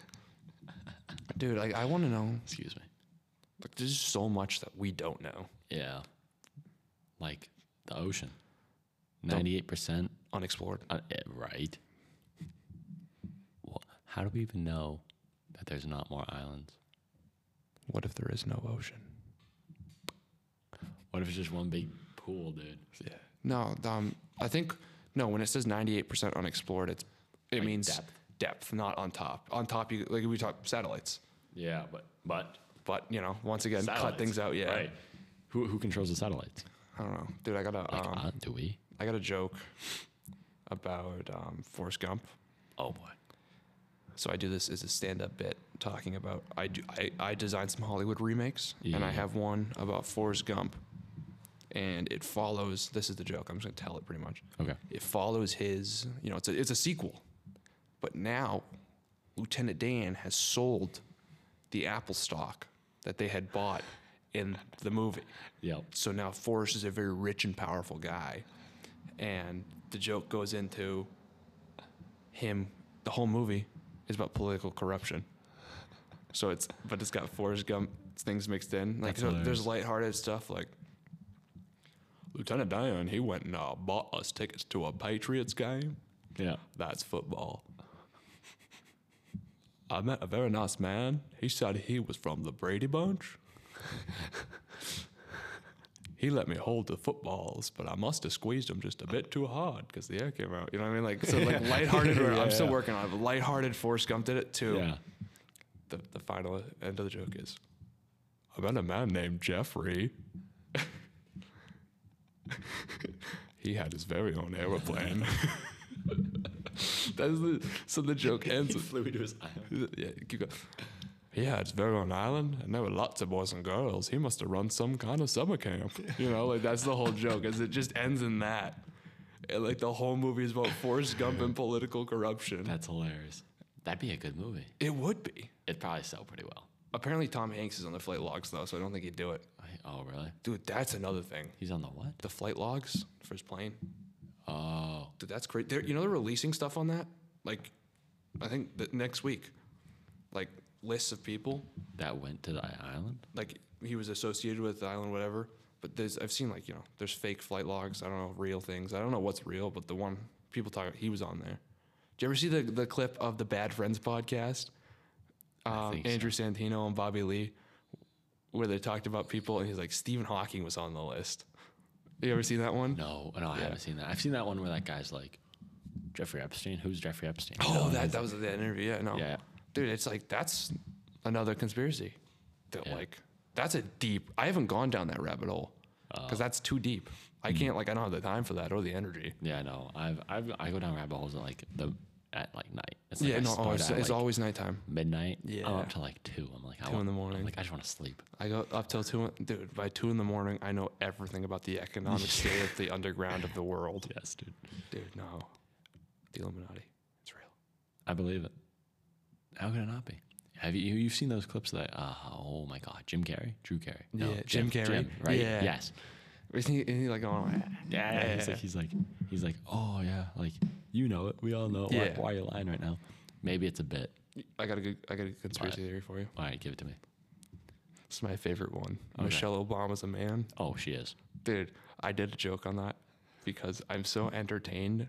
A: dude, like I want to know.
B: Excuse me.
A: Like, there's so much that we don't know.
B: Yeah. Like the ocean. Ninety-eight percent.
A: Unexplored.
B: Right. Wha How do we even know that there's not more islands?
A: What if there is no ocean?
B: What if it's just one big pool, dude?
A: Yeah. No, um, I think no. When it says ninety-eight percent unexplored, it's it
B: Like
A: means
B: depth.
A: depth. not on top. On top, you like we talk satellites,
B: Yeah, but but
A: but you know, once again, cut
B: satellites,
A: things out. Yeah,
B: Right. Who who controls the satellites?
A: I don't know, dude. I got a
B: Like,
A: um,
B: uh, do we?
A: I got a joke about um, Forrest Gump.
B: Oh boy.
A: So I do this as a stand-up bit talking about I do I, I designed some Hollywood remakes, and
B: Yeah.
A: I have one about Forrest Gump, and it follows. This is the joke. I'm just gonna tell it pretty much.
B: Okay.
A: it follows his you know it's a, it's a sequel but now lieutenant dan has sold the apple stock that they had bought in the movie
B: Yep.
A: so now forrest is a very rich and powerful guy and the joke goes into him the whole movie is about political corruption So it's but it's got Forrest Gump things mixed in. Like
B: That's
A: so
B: hilarious.
A: there's lighthearted stuff like Lieutenant Dion. He went and uh, bought us tickets to a Patriots game.
B: Yeah.
A: That's football. I met a very nice man. He said he was from the Brady Bunch. he let me hold the footballs, but I must have squeezed them just a bit too hard because the air came out. You know what I mean? Like so, like lighthearted.
B: Yeah,
A: I'm still
B: yeah.
A: working on it. But lighthearted Forrest Gump did it too.
B: Yeah.
A: The, the final end of the joke is, I met a man named Jeffrey. he had his very own aeroplane. That's the, so the joke ends with
B: flew into his island.
A: yeah, keep going. Yeah, it's very on island, and there were lots of boys and girls. He must have run some kind of summer camp. You know, like that's the whole joke. Is it just ends in that? And, like the whole movie is about Forrest Gump and political corruption.
B: That's hilarious. That'd be a good movie.
A: It would be.
B: It'd probably sell pretty well.
A: Apparently, Tom Hanks is on the flight logs though, so I don't think he'd do it.
B: I- Oh, really?
A: Dude, that's another thing.
B: He's on the what?
A: The flight logs for his plane.
B: Oh,
A: Dude, that's crazy. They're, you know they're releasing stuff on that. Like, I think that next week, like lists of people
B: that went to the i- island.
A: like he was associated with the island, whatever. But there's I've seen like you know there's fake flight logs. I don't know real things. I don't know what's real, but the one people talk he was on there. Did you ever see the the clip of the Bad Friends podcast? Um,
B: think so.
A: Andrew Santino and Bobby Lee, where they talked about people, and he's like Stephen Hawking was on the list. You ever seen that one?
B: No, no, I haven't seen that. I've seen that one where that guy's like, Jeffrey Epstein. Who's Jeffrey Epstein?
A: Oh,
B: No.
A: that oh. that was the interview. Yeah, no,
B: Yeah.
A: dude, it's like that's another conspiracy. That
B: Yeah.
A: like that's a deep. I haven't gone down that rabbit hole because
B: Oh.
A: that's too deep. I
B: Mm.
A: can't like I don't have the time for that or the energy.
B: Yeah, no. I've, I've I go down rabbit holes at like the at like night. It's like
A: yeah,
B: I
A: no, oh,
B: start
A: it's,
B: at
A: it's
B: like
A: always nighttime.
B: midnight. I'm
A: Yeah.
B: up to like two. I'm like, I
A: Two
B: want,
A: in the morning.
B: I'm like I just want to sleep.
A: I go up till two, dude. By two in the morning, I know everything about the economic state of the underground of the world.
B: Yes, dude.
A: Dude, no, the Illuminati, it's real.
B: I believe it. How could it not be? Have you you've seen those clips that? Uh, oh my God, Jim Carrey, Drew Carey.
A: Yeah, Jim Carrey.
B: right?
A: Yeah.
B: Yes.
A: Isn't he, isn't he like on?
B: Yeah, He's like, he's like, he's like, oh yeah, like you know it. We all know. it. Why,
A: Yeah.
B: why are you lying right now? Maybe it's a bit.
A: I got a good, I got a conspiracy theory for you.
B: All right, give it to me.
A: It's my favorite one.
B: Okay.
A: Michelle Obama's a man.
B: Oh, she is.
A: Dude, I did a joke on that because I'm so entertained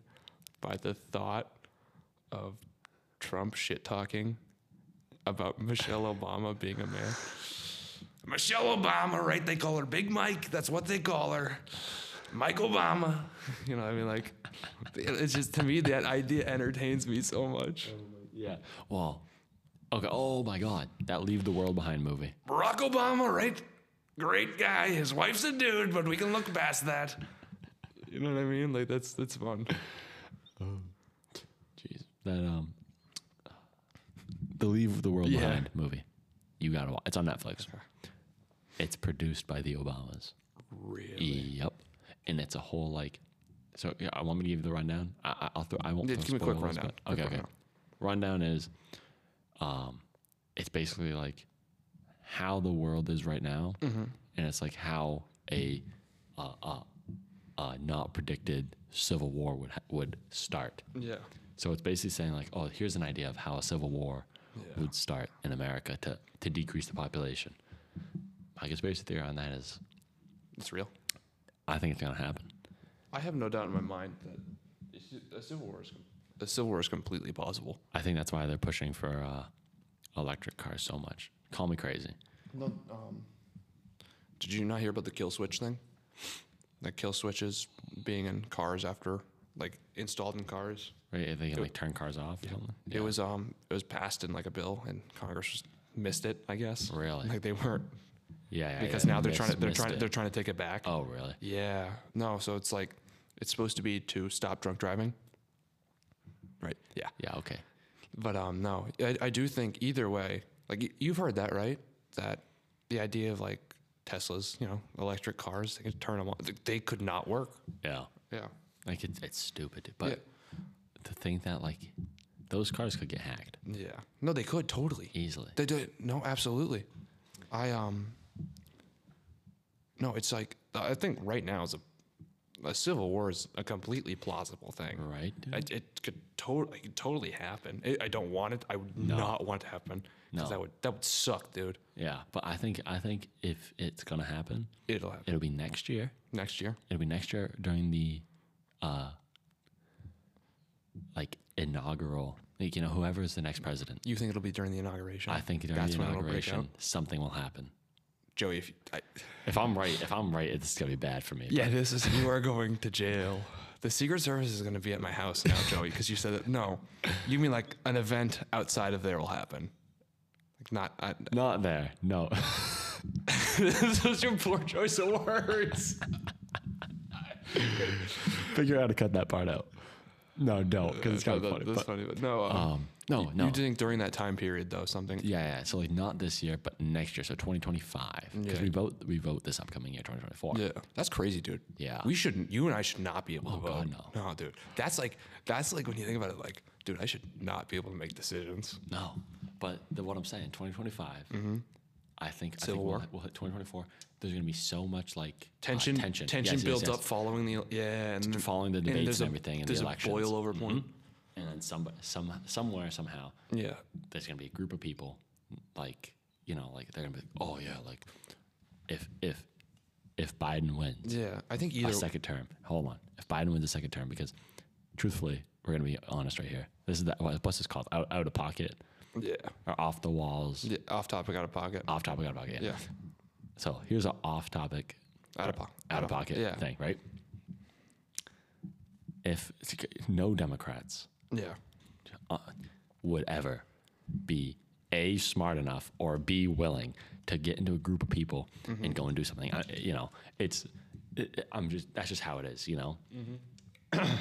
A: by the thought of Trump shit talking about Michelle Obama being a man. Michelle Obama, right? They call her Big Mike. That's what they call her. Mike Obama. You know, what I mean, like, it's just to me that idea entertains me so much.
B: Yeah. Well. Okay. Oh my God, that Leave the World Behind movie.
A: Barack Obama, right? Great guy. His wife's a dude, but we can look past that. You know what I mean? Like that's that's fun.
B: Jeez. That um. The Leave the World
A: Yeah.
B: Behind movie. You gotta watch. It's on Netflix. It's produced by the Obamas.
A: Really?
B: Yep. And it's a whole like. So yeah, I want me to give you the rundown. I, I- I'll throw. I won't.
A: Yeah,
B: throw
A: give me a quick
B: spoilers,
A: rundown.
B: but-
A: Quick
B: okay. Okay. Rundown is, um, it's basically like how the world is right now,
A: Mm-hmm.
B: and it's like how a, uh, uh, uh, not predicted civil war would ha- would start.
A: Yeah.
B: So it's basically saying like, oh, here's an idea of how a civil war
A: Yeah.
B: would start in America to to decrease the population. My conspiracy theory on that is,
A: It's real.
B: I think it's gonna happen.
A: I have no doubt in my mind that a civil war is com- a civil war is completely possible.
B: I think that's why they're pushing for uh, electric cars so much. Call me crazy.
A: No, um, Did you not hear about the kill switch thing? The kill switches being in cars after like installed in cars.
B: Right? If they can like turn cars off. or something.
A: It was um it was passed in like a bill and Congress just missed it, I guess.
B: Really?
A: Like they weren't
B: Yeah, yeah.
A: because
B: yeah.
A: now they're
B: Miss-
A: trying to they're
B: missed
A: trying
B: it.
A: they're trying to take it back.
B: Oh, really?
A: Yeah. No, so it's like it's supposed to be to stop drunk driving. Right. Yeah.
B: Yeah. Okay.
A: But um, no, I, I do think either way, like y- you've heard that, right? That the idea of like Tesla's, you know, electric cars, they could turn them on. th- They could not work.
B: Yeah.
A: Yeah.
B: Like it's it's stupid, dude, but
A: Yeah.
B: to think that like those cars could get hacked
A: Yeah. No, they could totally.
B: easily.
A: They do. No, absolutely. I um. No, it's like I think right now is a a civil war is a completely plausible thing.
B: right? dude?
A: I, it could totally, it could totally happen. I I don't want it. I would not want it to happen because
B: No.
A: that would that would suck, dude.
B: yeah, but I think I think if it's gonna happen,
A: It'll happen
B: it'll be next year.
A: next year.
B: It'll be next year during the, uh, like inaugural. Like you know, whoever is the next president.
A: You think it'll be during the inauguration?
B: I think during
A: That's
B: the
A: when it'll break
B: inauguration,
A: out.
B: something will happen.
A: Joey. If you, I,
B: If I'm right, if I'm right, it's gonna be bad for me.
A: yeah, this is you are going to jail. The Secret Service is going to be at my house now, Joey, because you said that. No, you mean like an event outside of there will happen, like not. I,
B: Not there. No. this was your poor choice of words. Figure out how to cut that part out. No, don't, because it's kind
A: that-
B: of funny.
A: Uh, That's
B: but,
A: funny, but no. Um,
B: um, no,
A: you,
B: no.
A: You think during that time period though something?
B: yeah, yeah. So like not this year, but next year. So 2025, because
A: Yeah.
B: we vote we vote this upcoming year, 2024.
A: Yeah, that's crazy, dude.
B: Yeah.
A: we shouldn't. You and I should not be able to Oh, vote.
B: God,
A: no, dude, that's like that's like when you think about it, like, dude, I should not be able to make decisions.
B: No, but the, what I'm saying, 2025. I think I
A: Mm-hmm. Civil
B: think we'll
A: War?
B: hit- We'll, hit 2024. There's gonna be so much like uh,
A: Tension,
B: tension,
A: tension,
B: Yes, yes,
A: builds
B: yes.
A: up following the yeah, and then-
B: following the debates
A: there's
B: and
A: a-
B: everything and the
A: there's
B: elections. Mm-hmm.
A: a boil over point.
B: and then some, some, somewhere, somehow,
A: Yeah,
B: there's gonna be a group of people, like you know, like they're gonna be, oh yeah, like if if if Biden wins
A: yeah. I think
B: a
A: either
B: second term, hold on, if Biden wins a second term, because truthfully, we're gonna be honest right here. This is that what what's this called? Out, out of pocket
A: yeah.
B: or off the walls?
A: yeah. Off topic, out of pocket.
B: Off topic, out of pocket.
A: yeah,
B: So here's an off topic,
A: out of pocket.
B: out of pocket
A: Yeah,
B: thing, right? If no Democrats
A: yeah.
B: uh, would ever be a smart enough or b willing to get into a group of people and go and do something. I, you know, it's it, I'm just that's just how it is. You know,
A: Mm-hmm.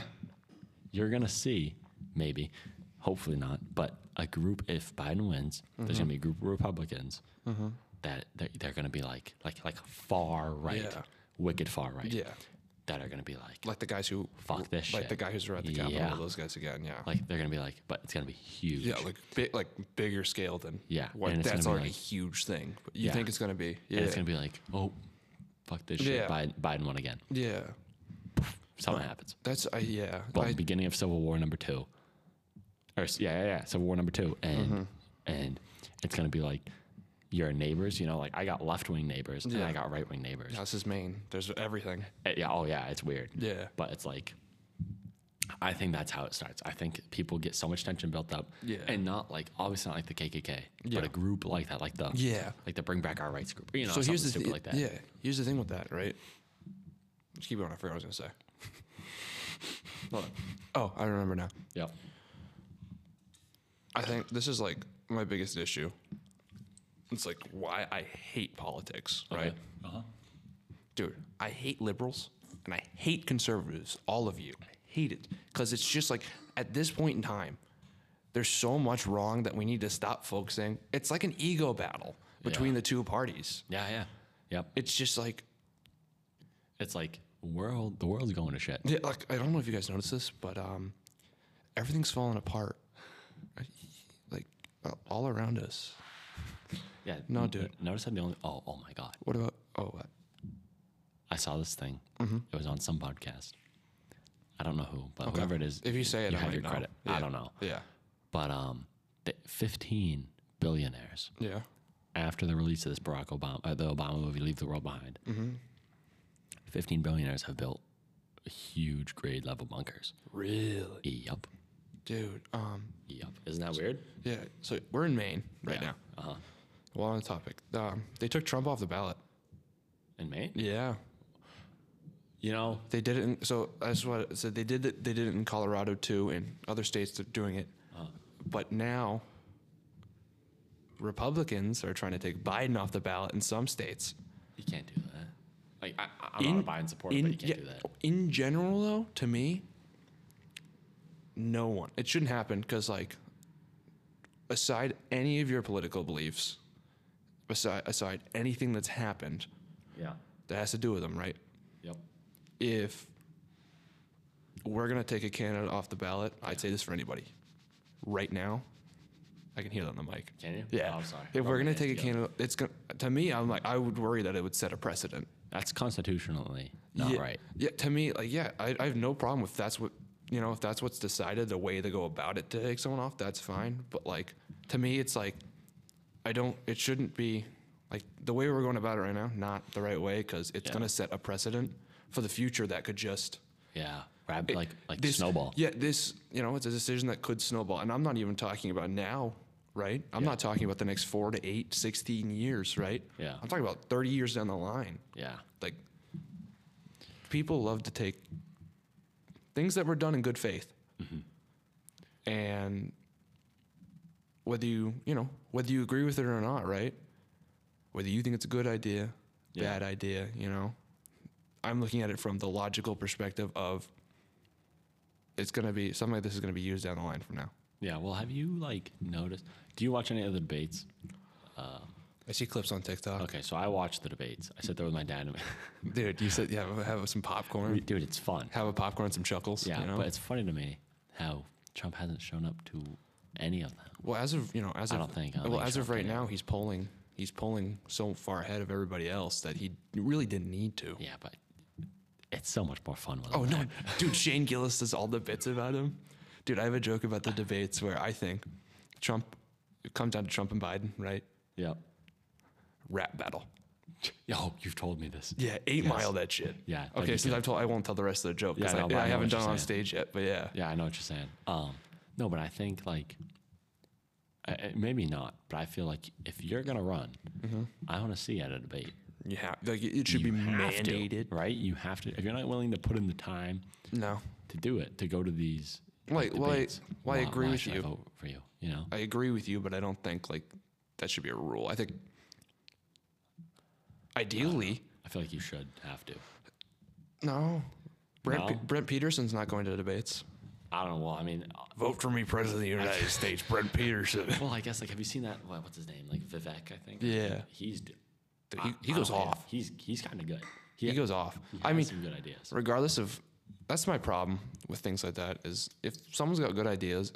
B: you're gonna see maybe, hopefully not, but a group if Biden wins,
A: Mm-hmm.
B: there's gonna be a group of Republicans that they're, they're gonna be like like like far right,
A: Yeah.
B: wicked far right,
A: Yeah.
B: that are gonna be like
A: Like the guys who
B: Fuck this
A: Like the
B: shit.
A: guy who's at the Capitol.
B: Yeah.
A: Those guys again. Yeah.
B: like they're gonna be like, but it's gonna be huge.
A: yeah, like big, like bigger scale than
B: Yeah,
A: What,
B: and it's
A: that's
B: gonna be
A: already a
B: like-
A: huge thing. But you
B: Yeah.
A: think it's gonna be? Yeah.
B: And it's gonna be like, oh, fuck this shit.
A: Yeah.
B: Biden, Biden won again.
A: yeah.
B: Something happens.
A: That's uh, yeah.
B: But
A: I-
B: beginning of Civil War number two, or s- yeah, yeah, yeah, Civil War number two, and
A: Mm-hmm.
B: and it's gonna be like your neighbors. You know, like I got left wing neighbors and
A: Yeah.
B: I got right wing neighbors.
A: This is Maine. There's everything.
B: Eh, yeah. Oh yeah, it's weird.
A: Yeah.
B: But it's like, I think that's how it starts. I think people get so much tension built up.
A: Yeah.
B: And not like obviously not like the KKK,
A: Yeah.
B: but a group like that, like the
A: Yeah.
B: like the Bring Back Our Rights group. You know,
A: so here's the thi-
B: something stupid like that.
A: yeah. Here's the thing with that, right? Just keep going. I forgot what I was gonna say. Hold on. Oh, I remember now.
B: Yep.
A: I think this is like my biggest issue. It's like why I hate politics, right?
B: Uh-huh.
A: Dude, I hate liberals and I hate conservatives, all of you. I hate it because it's just like at this point in time, there's so much wrong that we need to stop focusing. It's like an ego battle between the two parties.
B: Yeah, yeah. Yep.
A: It's just like
B: It's like world the world's going to shit.
A: Yeah, like I don't know if you guys noticed this, but um, everything's falling apart, like uh, all around us.
B: Yeah.
A: No,
B: n-
A: dude.
B: Notice how the only oh oh my god.
A: What about? Oh, what?
B: I saw this thing.
A: Mm-hmm.
B: It was on some podcast. I don't know who, but whoever it is,
A: If you say it,
B: you
A: I
B: have
A: might
B: your
A: know.
B: credit.
A: Yeah.
B: I don't know.
A: Yeah,
B: But um the fifteen billionaires
A: yeah,
B: after the release of this Barack Obama uh, the Obama movie Leave the World Behind.
A: Mm-hmm.
B: Fifteen billionaires have built huge grade level bunkers.
A: really,
B: Yup.
A: dude. Um,
B: Yup. Isn't that weird?
A: yeah. So we're in Maine right
B: Yeah.
A: now.
B: Uh-huh.
A: Well, on the topic, um, they took Trump off the ballot.
B: In Maine?
A: Yeah,
B: You know,
A: they did it. In, so that's what so they did. It, they did it in Colorado too, and other states that are doing it.
B: Uh-huh.
A: But now, Republicans are trying to take Biden off the ballot in some states.
B: You can't do that. Like I, I- I'm not a Biden supporter, but you can't
A: yeah,
B: do that.
A: In general, though, to me, no one. It shouldn't happen because, like, aside any of your political beliefs, aside, aside anything that's happened
B: Yeah.
A: that has to do with them, right?
B: Yep.
A: If we're gonna take a candidate off the ballot, I'd say this for anybody. Right now, I can hear that on the mic.
B: Can you?
A: Yeah.
B: Oh, I'm sorry.
A: If we're
B: Rub
A: gonna
B: my hands
A: take a
B: together.
A: candidate, it's gonna. To me, I'm like, I would worry that it would set a precedent.
B: That's constitutionally not
A: yeah,
B: right.
A: Yeah, to me, like, yeah, I, I have no problem if that's what you know, if that's what's decided, the way to go about it to take someone off, that's fine. But like, to me, it's like, I don't. It shouldn't be like the way we're going about it right now, not the right way, because it's
B: Yeah.
A: gonna set a precedent for the future that could just
B: Yeah, Rab-
A: it-
B: like like
A: this-
B: snowball.
A: Yeah, this you know it's a decision that could snowball, and I'm not even talking about now, right? I'm not talking about the next four to eight, 16 years, right?
B: Yeah.
A: I'm talking about 30 years down the line.
B: Yeah,
A: Like, people love to take things that were done in good faith,
B: Mm-hmm.
A: and whether you you know whether you agree with it or not, right? Whether you think it's a good idea,
B: Yeah.
A: bad idea, you know, I'm looking at it from the logical perspective of it's going to be something like this is going to be used down the line from now.
B: yeah. Well, have you like noticed? Do you watch any of the debates?
A: I see clips on TikTok.
B: Okay, so I watch the debates. I sit there with my dad. And
A: Dude, you said, yeah, have some popcorn.
B: dude, it's fun.
A: Have a popcorn, some chuckles.
B: Yeah,
A: you know?
B: but it's funny to me how Trump hasn't shown up to any of them.
A: Well, as of you know, as
B: I
A: of,
B: don't think- uh, I don't
A: well,
B: think
A: as of
B: Trump
A: right
B: did it.
A: now, he's polling. He's polling so far ahead of everybody else that he really didn't need to.
B: Yeah, but it's so much more fun with
A: Oh
B: him
A: no,
B: there.
A: dude! Shane Gillis does all the bits about him. Dude, I have a joke about the debates where I think Trump it comes down to Trump and Biden, right?
B: Yep.
A: Rap battle.
B: Yo, you've told me this.
A: Yeah, eight mile that shit.
B: Yeah, that'd
A: Okay,
B: be
A: since I've told, I won't tell the rest of the joke because
B: Yeah, no,
A: I,
B: but I
A: I
B: know
A: haven't
B: what you're
A: done it on
B: saying.
A: stage yet. But yeah,
B: Yeah, I know what you're saying. Um, no, but I think like I- I, maybe not, but I feel like if you're gonna run, I want to see you at a debate.
A: you have like it it Mm-hmm. should be
B: have to,
A: mandated.
B: right? You have to. If you're not willing to put in the time
A: No,
B: to do it, to go to these,
A: like, well, I,
B: debates,
A: well, I
B: why-
A: agree
B: why
A: with
B: should
A: you.
B: I vote for you. You know,
A: I agree with you, but I don't think like that should be a rule. I think ideally,
B: I feel like you should have to.
A: no. Brent
B: No?
A: Pe- Brent Peterson's not going to debates.
B: I don't know. Well, I mean, uh,
A: Vote for me, President of the United States, Brent Peterson.
B: well, I guess like have you seen that? What, what's his name? Like Vivek, I think.
A: Yeah.
B: he's d-
A: Dude,
B: I-
A: he, he
B: I
A: goes
B: don't hate him.
A: off.
B: He's he's kind of good.
A: He goes off. I mean,
B: some good ideas.
A: regardless of that's my problem with things like that is if someone's got good ideas,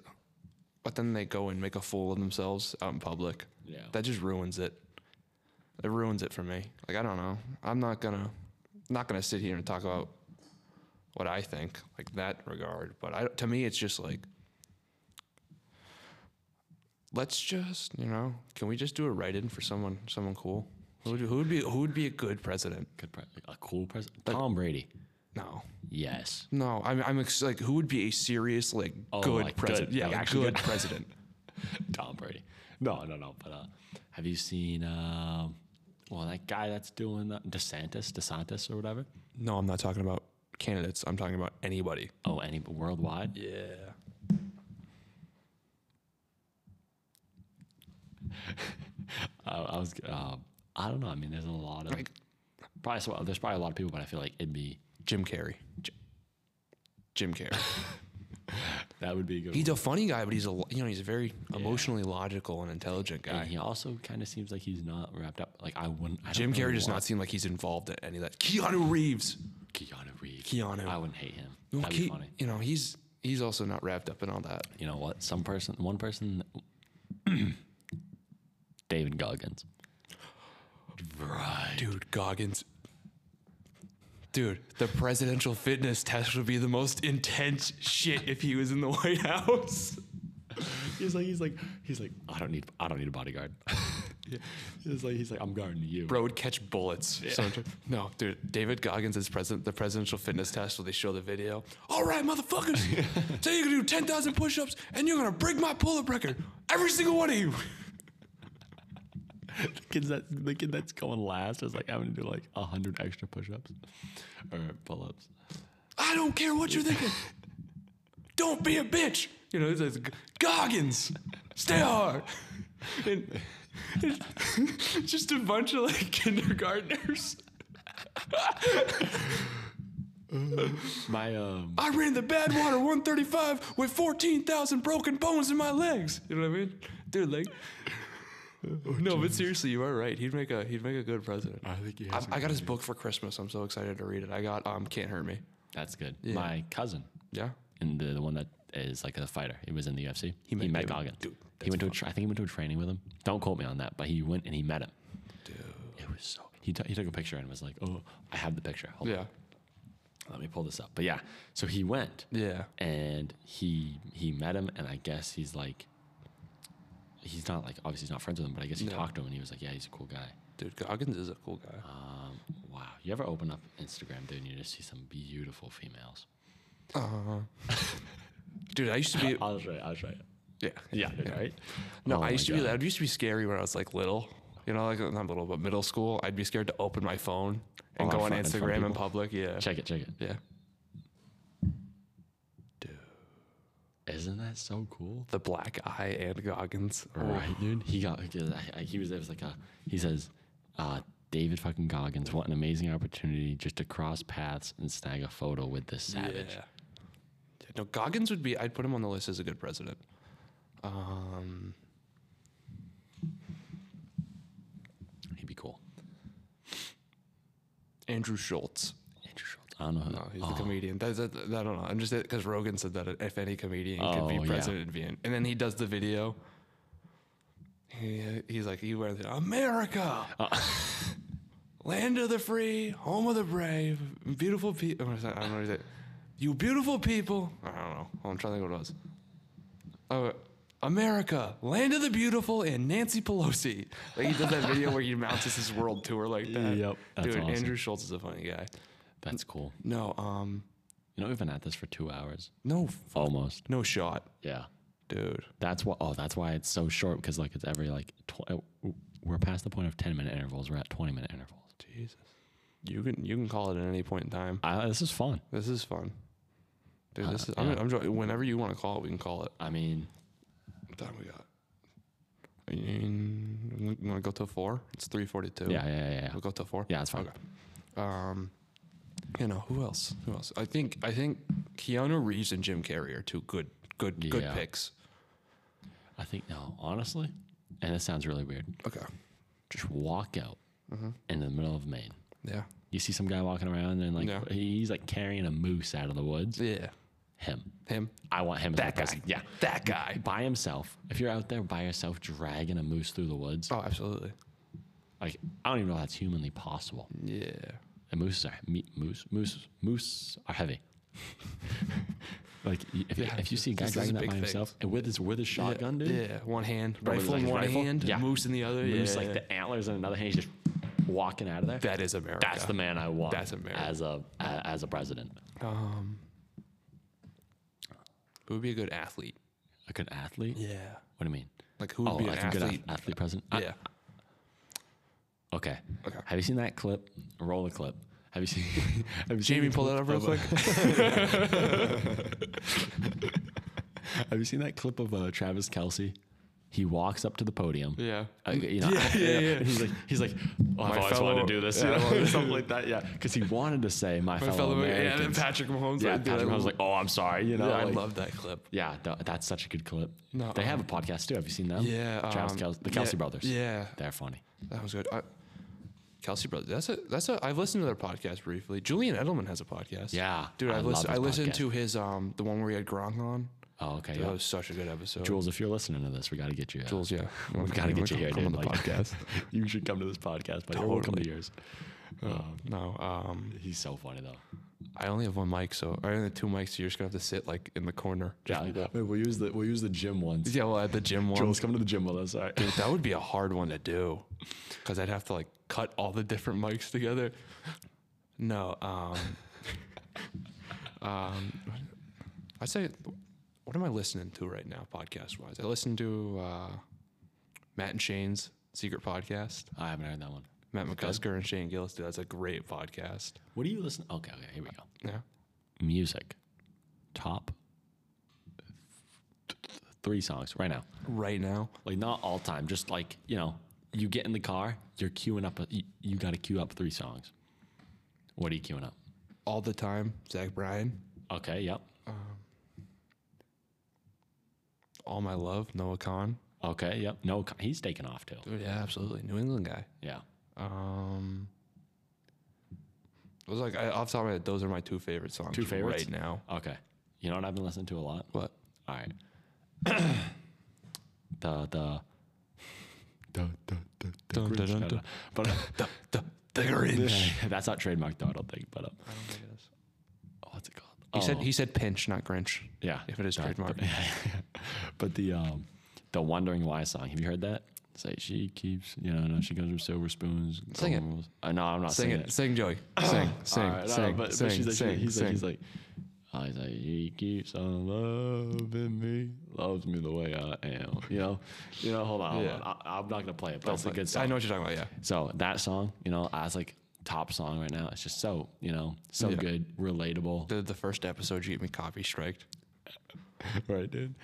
A: but then they go and make a fool of themselves out in public,
B: Yeah.
A: that just ruins it. It ruins it for me. Like I don't know. I'm not gonna not gonna sit here and talk about what I think like that regard. But I to me it's just like let's just you know can we just do a write in for someone someone cool who would, who would be who would be a good president?
B: Good pre- a cool president. Tom Brady.
A: No.
B: Yes.
A: No, I'm, I'm ex- like, who would be a serious, like,
B: Oh,
A: good
B: like, good,
A: president? Yeah,
B: like,
A: like,
B: actually
A: good
B: good.
A: president.
B: Tom Brady. No, no, no. But uh, have you seen um, well that guy that's doing uh, DeSantis, DeSantis or whatever?
A: No, I'm not talking about candidates. I'm talking about anybody.
B: Oh, any worldwide.
A: Yeah.
B: Uh, I was. Um, I don't know. I mean, there's a lot of
A: Like-
B: probably so, there's probably a lot of people, but I feel like it'd be
A: Jim Carrey. Jim Carrey.
B: that would be a good.
A: he's a funny guy, but he's a lo- you know he's a very emotionally logical and intelligent
B: one. And
A: guy.
B: he also kind of seems like he's not wrapped up. Like I wouldn't. I don't
A: Jim
B: really
A: Carrey does
B: want
A: not seem like he's involved in any of that. Keanu Reeves.
B: Keanu Reeves.
A: Keanu.
B: I wouldn't hate him.
A: Well,
B: That'd
A: Ke-
B: be funny.
A: You know he's he's also not wrapped up in all that.
B: you know what? Some person, one person, David Goggins. Right.
A: Dude, Goggins. Dude, the presidential fitness test would be the most intense shit if he was in the White House.
B: He's like, he's like, he's like, I don't need, I don't need a bodyguard. he's like, he's like, I'm guarding you.
A: Bro would catch bullets. sometime. No, dude, David Goggins is president. The presidential fitness test where they show the video. All right, motherfuckers. so you're gonna do ten thousand push-ups and you're gonna break my pull-up record. Every single one of you.
B: the kid that, the kid that's going last is like having to do like a hundred extra push-ups or pull-ups.
A: I don't care what you're thinking. Don't be a bitch. You know, it says Goggins, stay hard. And it's just a bunch of like kindergartners.
B: My um,
A: I ran the Badwater 135 with 14,000 broken bones in my legs. You know what I mean, dude? Like, no, but seriously, you are right. He'd make a he'd make a good president.
B: Oh, I think he
A: I,
B: has.
A: I got his book for Christmas. I'm so excited to read it. I got um, Can't Hurt Me.
B: that's good. My cousin,
A: Yeah,
B: and the, the one that is like a fighter. He was in the UFC. He met,
A: met David-
B: Goggins.
A: dude,
B: he went to a tra- I think he went to a training with him. Don't quote me on that, but he went and he met him.
A: dude.
B: It was so. He, t- he took a picture and was like, "Oh, I have the picture. Hold
A: Yeah.
B: on, let me pull this up." But yeah, so he went
A: Yeah.
B: and he he met him, and I guess he's like, he's not like obviously he's not friends with him, but I guess he
A: No.
B: talked to him and he was like, "Yeah, he's a cool guy."
A: Dude, Goggins is a cool guy.
B: Um, wow, you ever open up Instagram, dude, and you just see some beautiful females?
A: Dude, I used to be.
B: I'll try. I'll try it.
A: Yeah.
B: Yeah, right.
A: No,
B: Oh
A: I
B: my
A: used to be.
B: God.
A: That used to be scary when I was like little. You know, like not little, but middle school. I'd be scared to open my phone and
B: Oh, in
A: go on
B: front- in front of
A: Instagram in
B: people?
A: public. Yeah.
B: Check it. Check it.
A: Yeah.
B: Isn't that so cool?
A: The black eye and Goggins.
B: Right, dude. He got. I, I, he was. It was like a. He says, uh, "David fucking Goggins, what an amazing opportunity just to cross paths and snag a photo with this savage."
A: Yeah. Yeah, No, Goggins would be. I'd put him on the list as a good president. Um,
B: He'd be cool.
A: Andrew Schultz.
B: Andrew Schultz. I don't know. who-
A: No, he's the comedian. That's, that, that- I don't know. I'm just because Rogan said that if any comedian could
B: Oh, yeah.
A: be president, it'd be him. and then he does the video. He, he's like, he wears it, America,
B: Oh.
A: land of the free, home of the brave, beautiful people. I don't know. What he said. You beautiful people. I don't know. I'm trying to think what it was. Uh, America, land of the beautiful, and Nancy Pelosi. Like he does that video where he mounts his- his world tour like that.
B: Yep, that's
A: Dude,
B: awesome.
A: Andrew Schultz is a funny guy.
B: That's cool.
A: No, um,
B: You know, we've been at this for two hours.
A: no,
B: Almost.
A: no shot,
B: Yeah.
A: dude.
B: That's why. Oh, that's why it's so short because like it's every like tw- uh, we're past the point of ten minute intervals. We're at twenty minute intervals.
A: Jesus, you can you can call it at any point in time.
B: I, this is fun.
A: This is fun, dude. This is
B: Uh,
A: I'm,
B: yeah.
A: I'm jo- whenever you want to call it, we can call it.
B: I mean,
A: What time we got? I mean, you want to go to four? It's three forty-two.
B: yeah, yeah, yeah, yeah.
A: we'll go to four.
B: Yeah, it's fine.
A: Okay. Um, you know who else? Who else? I think I think Keanu Reeves and Jim Carrey are two good good good
B: Yeah.
A: picks.
B: I think no, honestly, and it sounds really weird.
A: Okay.
B: Just walk out
A: Mm-hmm.
B: in the middle of Maine.
A: Yeah.
B: You see some guy walking around and like
A: Yeah.
B: he's like carrying a moose out of the woods.
A: Yeah.
B: Him.
A: Him.
B: I want him as
A: That
B: that
A: guy.
B: person. Yeah.
A: That guy.
B: By himself. If you're out there by yourself dragging a moose through the woods,
A: Oh, absolutely.
B: like I don't even know if that's humanly possible.
A: Yeah.
B: And mooses are me, moose moose moose are heavy. like y- if, you
A: Yeah,
B: if you see a guy
A: this is
B: dragging
A: a
B: that
A: big
B: by
A: thing.
B: himself and with his with his shotgun,
A: yeah,
B: dude,
A: Yeah, one hand,
B: Or with
A: rifle in
B: his
A: one
B: rifle?
A: hand,
B: Yeah.
A: moose in the other.
B: moose
A: yeah,
B: like the antlers in another hand, he's just walking out of there.
A: that is America.
B: That's the man I want.
A: That's America.
B: As a a- as a president,
A: um. Who would be a good athlete?
B: a good athlete.
A: Yeah,
B: What do you mean?
A: like who would be an
B: Oh, a good
A: athlete?
B: ath- athlete president. I-
A: yeah,
B: okay.
A: Okay.
B: Have you seen that clip? Roll the clip. Have you seen? have you
A: Jamie,
B: seen the
A: pull
B: clip
A: that up real
B: of, uh,
A: quick.
B: Have you seen that clip of uh, Travis Kelsey? He walks up to the podium.
A: yeah,
B: Uh, you know,
A: Yeah, yeah, yeah.
B: And he's like, he's like, oh, I've
A: My
B: always
A: fellow-
B: wanted to do this,
A: yeah.
B: you know, or something like that. Yeah, because he wanted to say my,
A: my
B: fellow,
A: fellow. Yeah, and then
B: Americans.
A: Patrick Mahomes.
B: Yeah,
A: like, dude,
B: Patrick
A: I
B: Mahomes was like, oh, I'm sorry, you know.
A: yeah, I
B: like-
A: love that clip.
B: Yeah, tha- that's such a good clip.
A: No, um,
B: they have a podcast too. Have you seen them?
A: Yeah,
B: Travis
A: um,
B: Kelsey, the
A: yeah,
B: Kelsey brothers.
A: Yeah,
B: they're funny.
A: that was good. I, Kelsey brothers. That's a that's a. I've listened to their podcast briefly. Julian Edelman has a podcast.
B: Yeah,
A: dude,
B: I
A: I
B: love
A: listened. I
B: his
A: listened
B: podcast.
A: to his um the one where he had Gronk on.
B: Oh, okay.
A: Dude,
B: yeah.
A: That was such a good episode.
B: Jules, if you're listening to this, we got to get you. uh,
A: Jules, yeah.
B: we've got to get you here.
A: Come
B: dude.
A: on the
B: Like,
A: podcast.
B: you should come to this podcast, but we'll come to yours. Oh,
A: No, um,
B: He's so funny though.
A: I only have one mic, so I only have two mics. So you're just gonna have to sit like in the corner. Just-
B: Yeah, we'll use the we'll use the gym ones.
A: yeah. Well, at the gym one,
B: Jules, come to the gym with us. All right.
A: Dude, that would be a hard one to do, because I'd have to like cut all the different mics together. No, um, um, I say, what am I listening to right now, podcast wise? I listen to uh, Matt and Shane's secret podcast.
B: I haven't heard that one.
A: Matt McCusker and Shane Gillis. Dude, that's a great podcast.
B: What do you listen? Okay, okay, here we go.
A: Yeah.
B: Music, top th- three songs right now.
A: Right now.
B: Like not all time, just like you know, you get in the car, you're queuing up. A, you you got to queue up three songs. What are you queuing up?
A: all the time, Zach Bryan,
B: Okay, yep.
A: All My Love, Noah Khan.
B: Okay, yep. No, co- he's taking off too.
A: Dude, yeah, absolutely. New England guy.
B: Yeah.
A: Um it was like I, off the top of my head, those are my two favorite songs
B: Two favorites?
A: right now.
B: Okay. You know what I've been listening to a lot?
A: What?
B: All right. the the. the- the- the- the
A: Dun, dun, dun,
B: Grinch, no, no.
A: dun.
B: But
A: the Grinch.
B: That's not trademarked, though. I don't think. But um,
A: I don't think it is.
B: oh, what's it called?
A: He said
B: Oh,
A: he said pinch, not Grinch.
B: yeah.
A: If it is
B: Sorry.
A: trademark.
B: But the um, the wondering why song. Have you heard that? It's like she keeps, you know, no, she comes with silver spoons.
A: Sing
B: golden rules." Uh, no, I'm not
A: Sing
B: singing
A: it, sing Joey, sing, sing,
B: All right, no,
A: sing,
B: but, but
A: sing,
B: she's like,
A: sing,
B: he's like,
A: sing.
B: he's like, oh, he's like, he keeps on loving me, loves me the way I am. You know, you know. Hold on, hold
A: Yeah.
B: on. I, I'm not gonna play it, but it's a
A: But
B: good song.
A: I know what you're talking about.
B: So that song, you know, as like top song right now, it's just so, you know, so
A: Yeah.
B: good, relatable.
A: Yeah, the, the first episode you get me copy striked.
B: right, dude.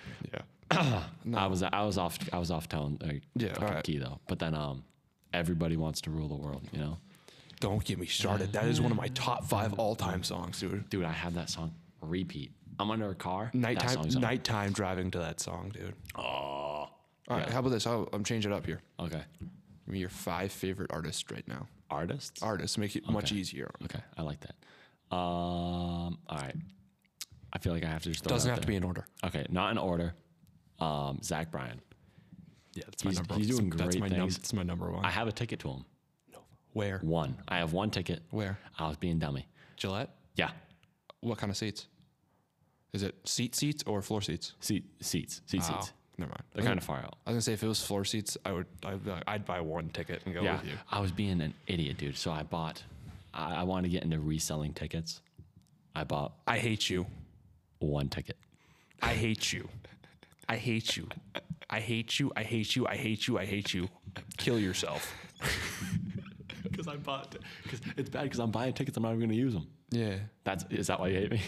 A: Yeah,
B: I was I was off I was off uh, tone like
A: Yeah,
B: fucking
A: alright.
B: key though. But then um, everybody wants to rule the world, you know.
A: don't get me started. That is one of my top five all-time songs, dude.
B: Dude, I have that song repeat. I'm under a car. that
A: Nighttime,
B: song's on.
A: nighttime driving to that song, dude. Oh. All right. How about this? I'll, I'm changing it up here.
B: Okay.
A: Give me your five favorite artists right now.
B: Artists.
A: Artists make it much
B: Okay.
A: easier.
B: Okay, I like that. Um, all right. I feel like I have to just throw it
A: Doesn't
B: out
A: have to be
B: there.
A: in order.
B: Okay, not in order. Um, Zach Bryan.
A: Yeah, that's
B: He's- he's doing
A: That's
B: great
A: my, num-
B: things.
A: that's my number one.
B: I have a ticket to him.
A: Where?
B: One. I have one ticket.
A: Where?
B: I was being dummy.
A: Gillette?
B: Yeah.
A: What kind of seats? Is it seat seats or floor seats?
B: Seat seats. Seat
A: Oh,
B: seats.
A: never mind.
B: They're kind of far out.
A: I was gonna say if it was floor seats, I would. I'd, be like, I'd buy one ticket and go
B: Yeah.
A: with you.
B: I was being an idiot, dude. So I bought I, I wanted to get into reselling tickets. I bought
A: I hate you.
B: one ticket.
A: I hate you. I hate you. I hate you. I hate you. I hate you. I hate you. Kill yourself.
B: Because I bought because it's bad because I'm buying tickets, I'm not even gonna use them.
A: Yeah.
B: That's is that why you hate me?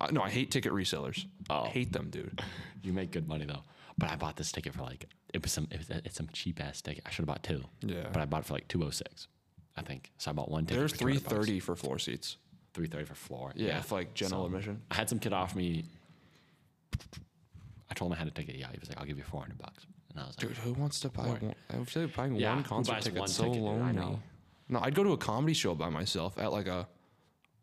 A: Uh, no, I hate ticket resellers.
B: Oh.
A: I hate them, dude.
B: You make good money though. But I bought this ticket for like it was some it was, it's some cheap ass ticket. I should have bought two.
A: Yeah.
B: But I bought it for like two oh six, I think. So I bought one ticket.
A: There's
B: for 200
A: three
B: bucks.
A: thirty for floor seats.
B: 330 for floor.
A: Yeah, for like general admission.
B: I had some kid offer me. I told him I had a ticket. Yeah, he was like, "I'll give you 400 bucks," and I was like,
A: Dude, who wants to buy
B: Why?
A: one? I would say buying
B: Yeah,
A: one
B: who
A: concert
B: buys
A: ticket
B: one
A: so
B: ticket, dude? I
A: lonely.
B: know.
A: No, I'd go to a comedy show by myself at like a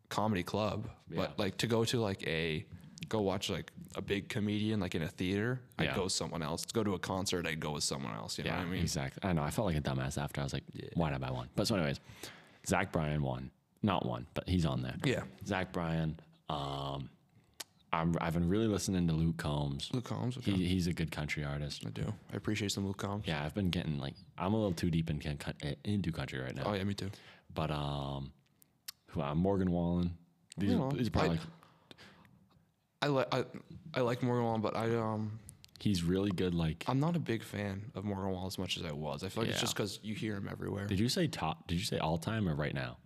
A: comedy club,
B: Yeah.
A: but like to go to like a go watch like a big comedian like in a theater,
B: Yeah.
A: I'd go with someone else. To go to a concert, I'd go with someone else. You know
B: "Yeah,
A: what I mean?
B: exactly." I know. I felt like a dumbass after. I was like, "Why did I buy one?" But so, anyways, Zach Bryan won. Not one, but he's on there.
A: Yeah.
B: Zach Bryan. Um, I'm, I've been really listening to Luke Combs.
A: Luke Combs. Okay.
B: He, he's a good country artist.
A: I do. I appreciate some Luke Combs.
B: Yeah, I've been getting like I'm a little too deep in can- con- into country right now.
A: Oh yeah, me too.
B: But um, who uh, Morgan Wallen. These are,
A: Wallen.
B: these are probably
A: I-
B: like,
A: I like I, I like Morgan Wallen, but I um
B: he's really good. Like,
A: I'm not a big fan of Morgan Wallen as much as I was. I feel like
B: Yeah.
A: it's just because you hear him everywhere.
B: did you say top? Did you say all time or right now?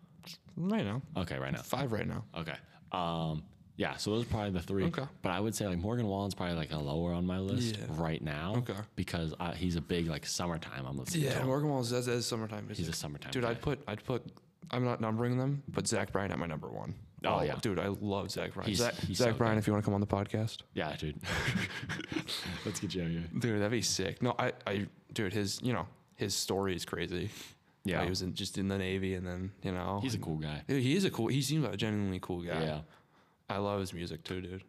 A: Right now,
B: Okay, right now.
A: five right now.
B: Okay. Um, yeah. So those are probably the three.
A: Okay.
B: But I would say like Morgan Wallen's probably like a lower on my list
A: Yeah.
B: right now.
A: Okay.
B: Because I, he's a big like summertime. I'm listening to.
A: Yeah,
B: him.
A: Morgan Wallen's that's, that's summertime music.
B: He's a summertime.
A: Dude,
B: guy.
A: I'd put I'd put I'm not numbering them, but Zach Bryan at my number one.
B: Oh, yeah.
A: dude, I love Zach Bryan.
B: He's-
A: Zach,
B: he's
A: Zach
B: so
A: Bryan, if you want to come on the podcast,
B: yeah, dude. Let's get you out of here.
A: dude, that'd be sick. No, I, I, dude, his you know his story is crazy.
B: Yeah.
A: How he was in, just in the Navy, and then you know
B: He's a cool guy.
A: Dude, he is a cool. He seems like a genuinely cool guy.
B: Yeah.
A: I love his music too, dude.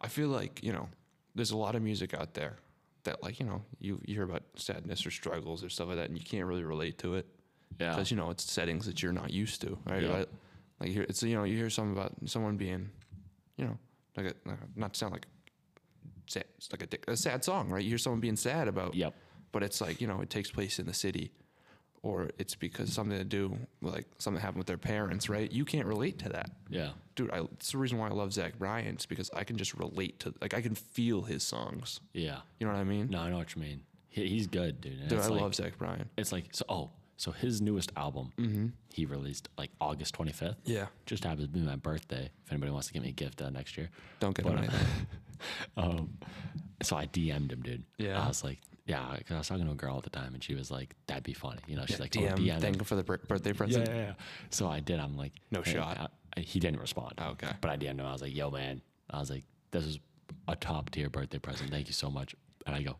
A: I feel like you know, there's a lot of music out there that like you know you you hear about sadness or struggles or stuff like that, and you can't really relate to it.
B: Yeah.
A: because you know it's settings that you're not used to, right?
B: Yeah.
A: Like- Like you it's you know you hear something about someone being, you know, like a, not to sound like sad, it's like a, dick- a sad song, right? You hear someone being sad about,
B: Yep.
A: but it's like you know it takes place in the city, or it's because something to do like something happened with their parents, right? You can't relate to that,
B: Yeah.
A: dude. I, it's the reason why I love Zach Bryan, it's because I can just relate to like I can feel his songs.
B: Yeah.
A: You know what I mean?
B: No, I know what you mean. He, he's good, dude. And
A: dude,
B: it's
A: I
B: like,
A: love Zach Bryan. Mm-hmm.
B: It's like so. Oh, so his newest album he released like August 25th.
A: Yeah,
B: Just happens to be my birthday. If anybody wants to give me a gift uh, next year,
A: don't get him anything.
B: um, so I DM'd him, dude.
A: Yeah.
B: I was like, yeah, because I was talking to a girl at the time, and she was like, "That'd be funny," you know. She's like,
A: DM,
B: "Oh, DM."
A: thank
B: him.
A: you for the bir- birthday
B: Yeah,
A: present.
B: yeah, yeah. So I did. I'm like,
A: No
B: hey,
A: shot. Oh,
B: I- I- he didn't respond.
A: Okay.
B: But I DM'd him. I was like, "Yo, man," I was like, "This is a top tier birthday present. Thank you so much." And I go,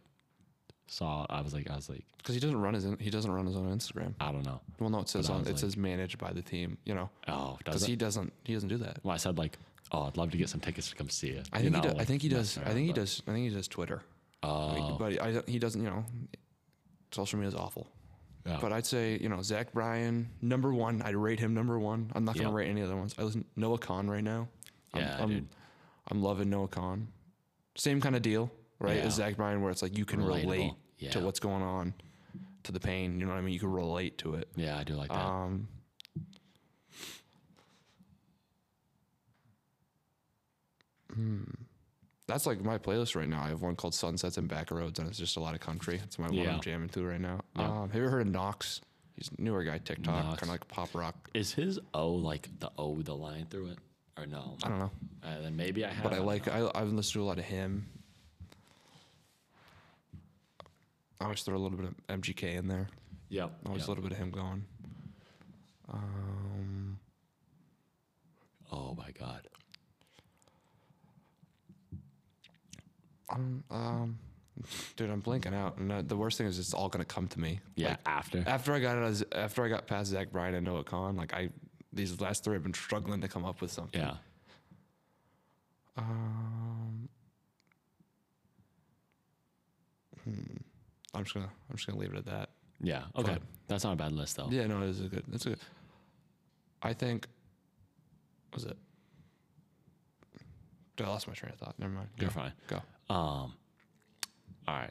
B: "Saw." I was like, I was like,
A: Because he doesn't run his he doesn't run his own Instagram.
B: I don't know.
A: Well, no, it says
B: But I
A: on it
B: was like-
A: says managed by the team. You know,
B: Oh, does
A: because
B: it?
A: he doesn't he doesn't do that.
B: Well, I said like, oh, I'd love to get some tickets to come see you.
A: I think
B: You
A: he
B: know,
A: does, I
B: like,
A: think he does
B: messing
A: I
B: around,
A: think he
B: but-
A: does I think he does Twitter.
B: Oh,
A: I mean, but I, don't- he doesn't. You know, social media is awful.
B: Yeah.
A: But I'd say, you know, Zach Bryan, number one. I'd rate him number one. I'm not going to
B: Yep.
A: rate any other ones. I listen Noah Khan right now. I'm-
B: Yeah,
A: I'm,
B: dude.
A: I'm loving Noah Khan. Same kind of deal, right? As
B: Yeah.
A: Zach Bryan, where it's like you can relate
B: Relatable. Yeah.
A: to what's going on, to the pain. You know what I mean? You can relate to it.
B: yeah, I do like that.
A: Um, hmm. That's like my playlist right now. I have one called Sunsets and Back Roads, and it's just a lot of country. That's my one
B: Yeah.
A: I'm jamming to right now.
B: Yep.
A: Um, have you ever heard of Knox? He's a newer guy, TikTok, kind
B: Knox.
A: of like pop rock.
B: Is his O like the O with the line through it, or no?
A: I don't know,
B: Uh, then maybe I have.
A: but I
B: don't
A: like. uh,
B: know.
A: I, I've listened to a lot of him. I always throw a little bit of MGK in there.
B: Yep.
A: Always
B: yep.
A: a little bit of him going. Um,
B: Oh my god.
A: I'm, um, dude, I'm blinking out, and uh, the worst thing is it's all gonna come to me.
B: Yeah.
A: Like,
B: after.
A: after I got out, of Z- after I got past Zach Bryan and Noah Khan, like I, these last three, I've been struggling to come up with something.
B: yeah.
A: Um, hmm. I'm just gonna, I'm just gonna leave it at that.
B: Yeah. Okay.
A: But-
B: That's not a bad list though.
A: Yeah, no, it's a good, that's a good. I think, what was it? Dude, I lost my train of thought. Never mind. Go,
B: You're fine.
A: go.
B: Um. All right.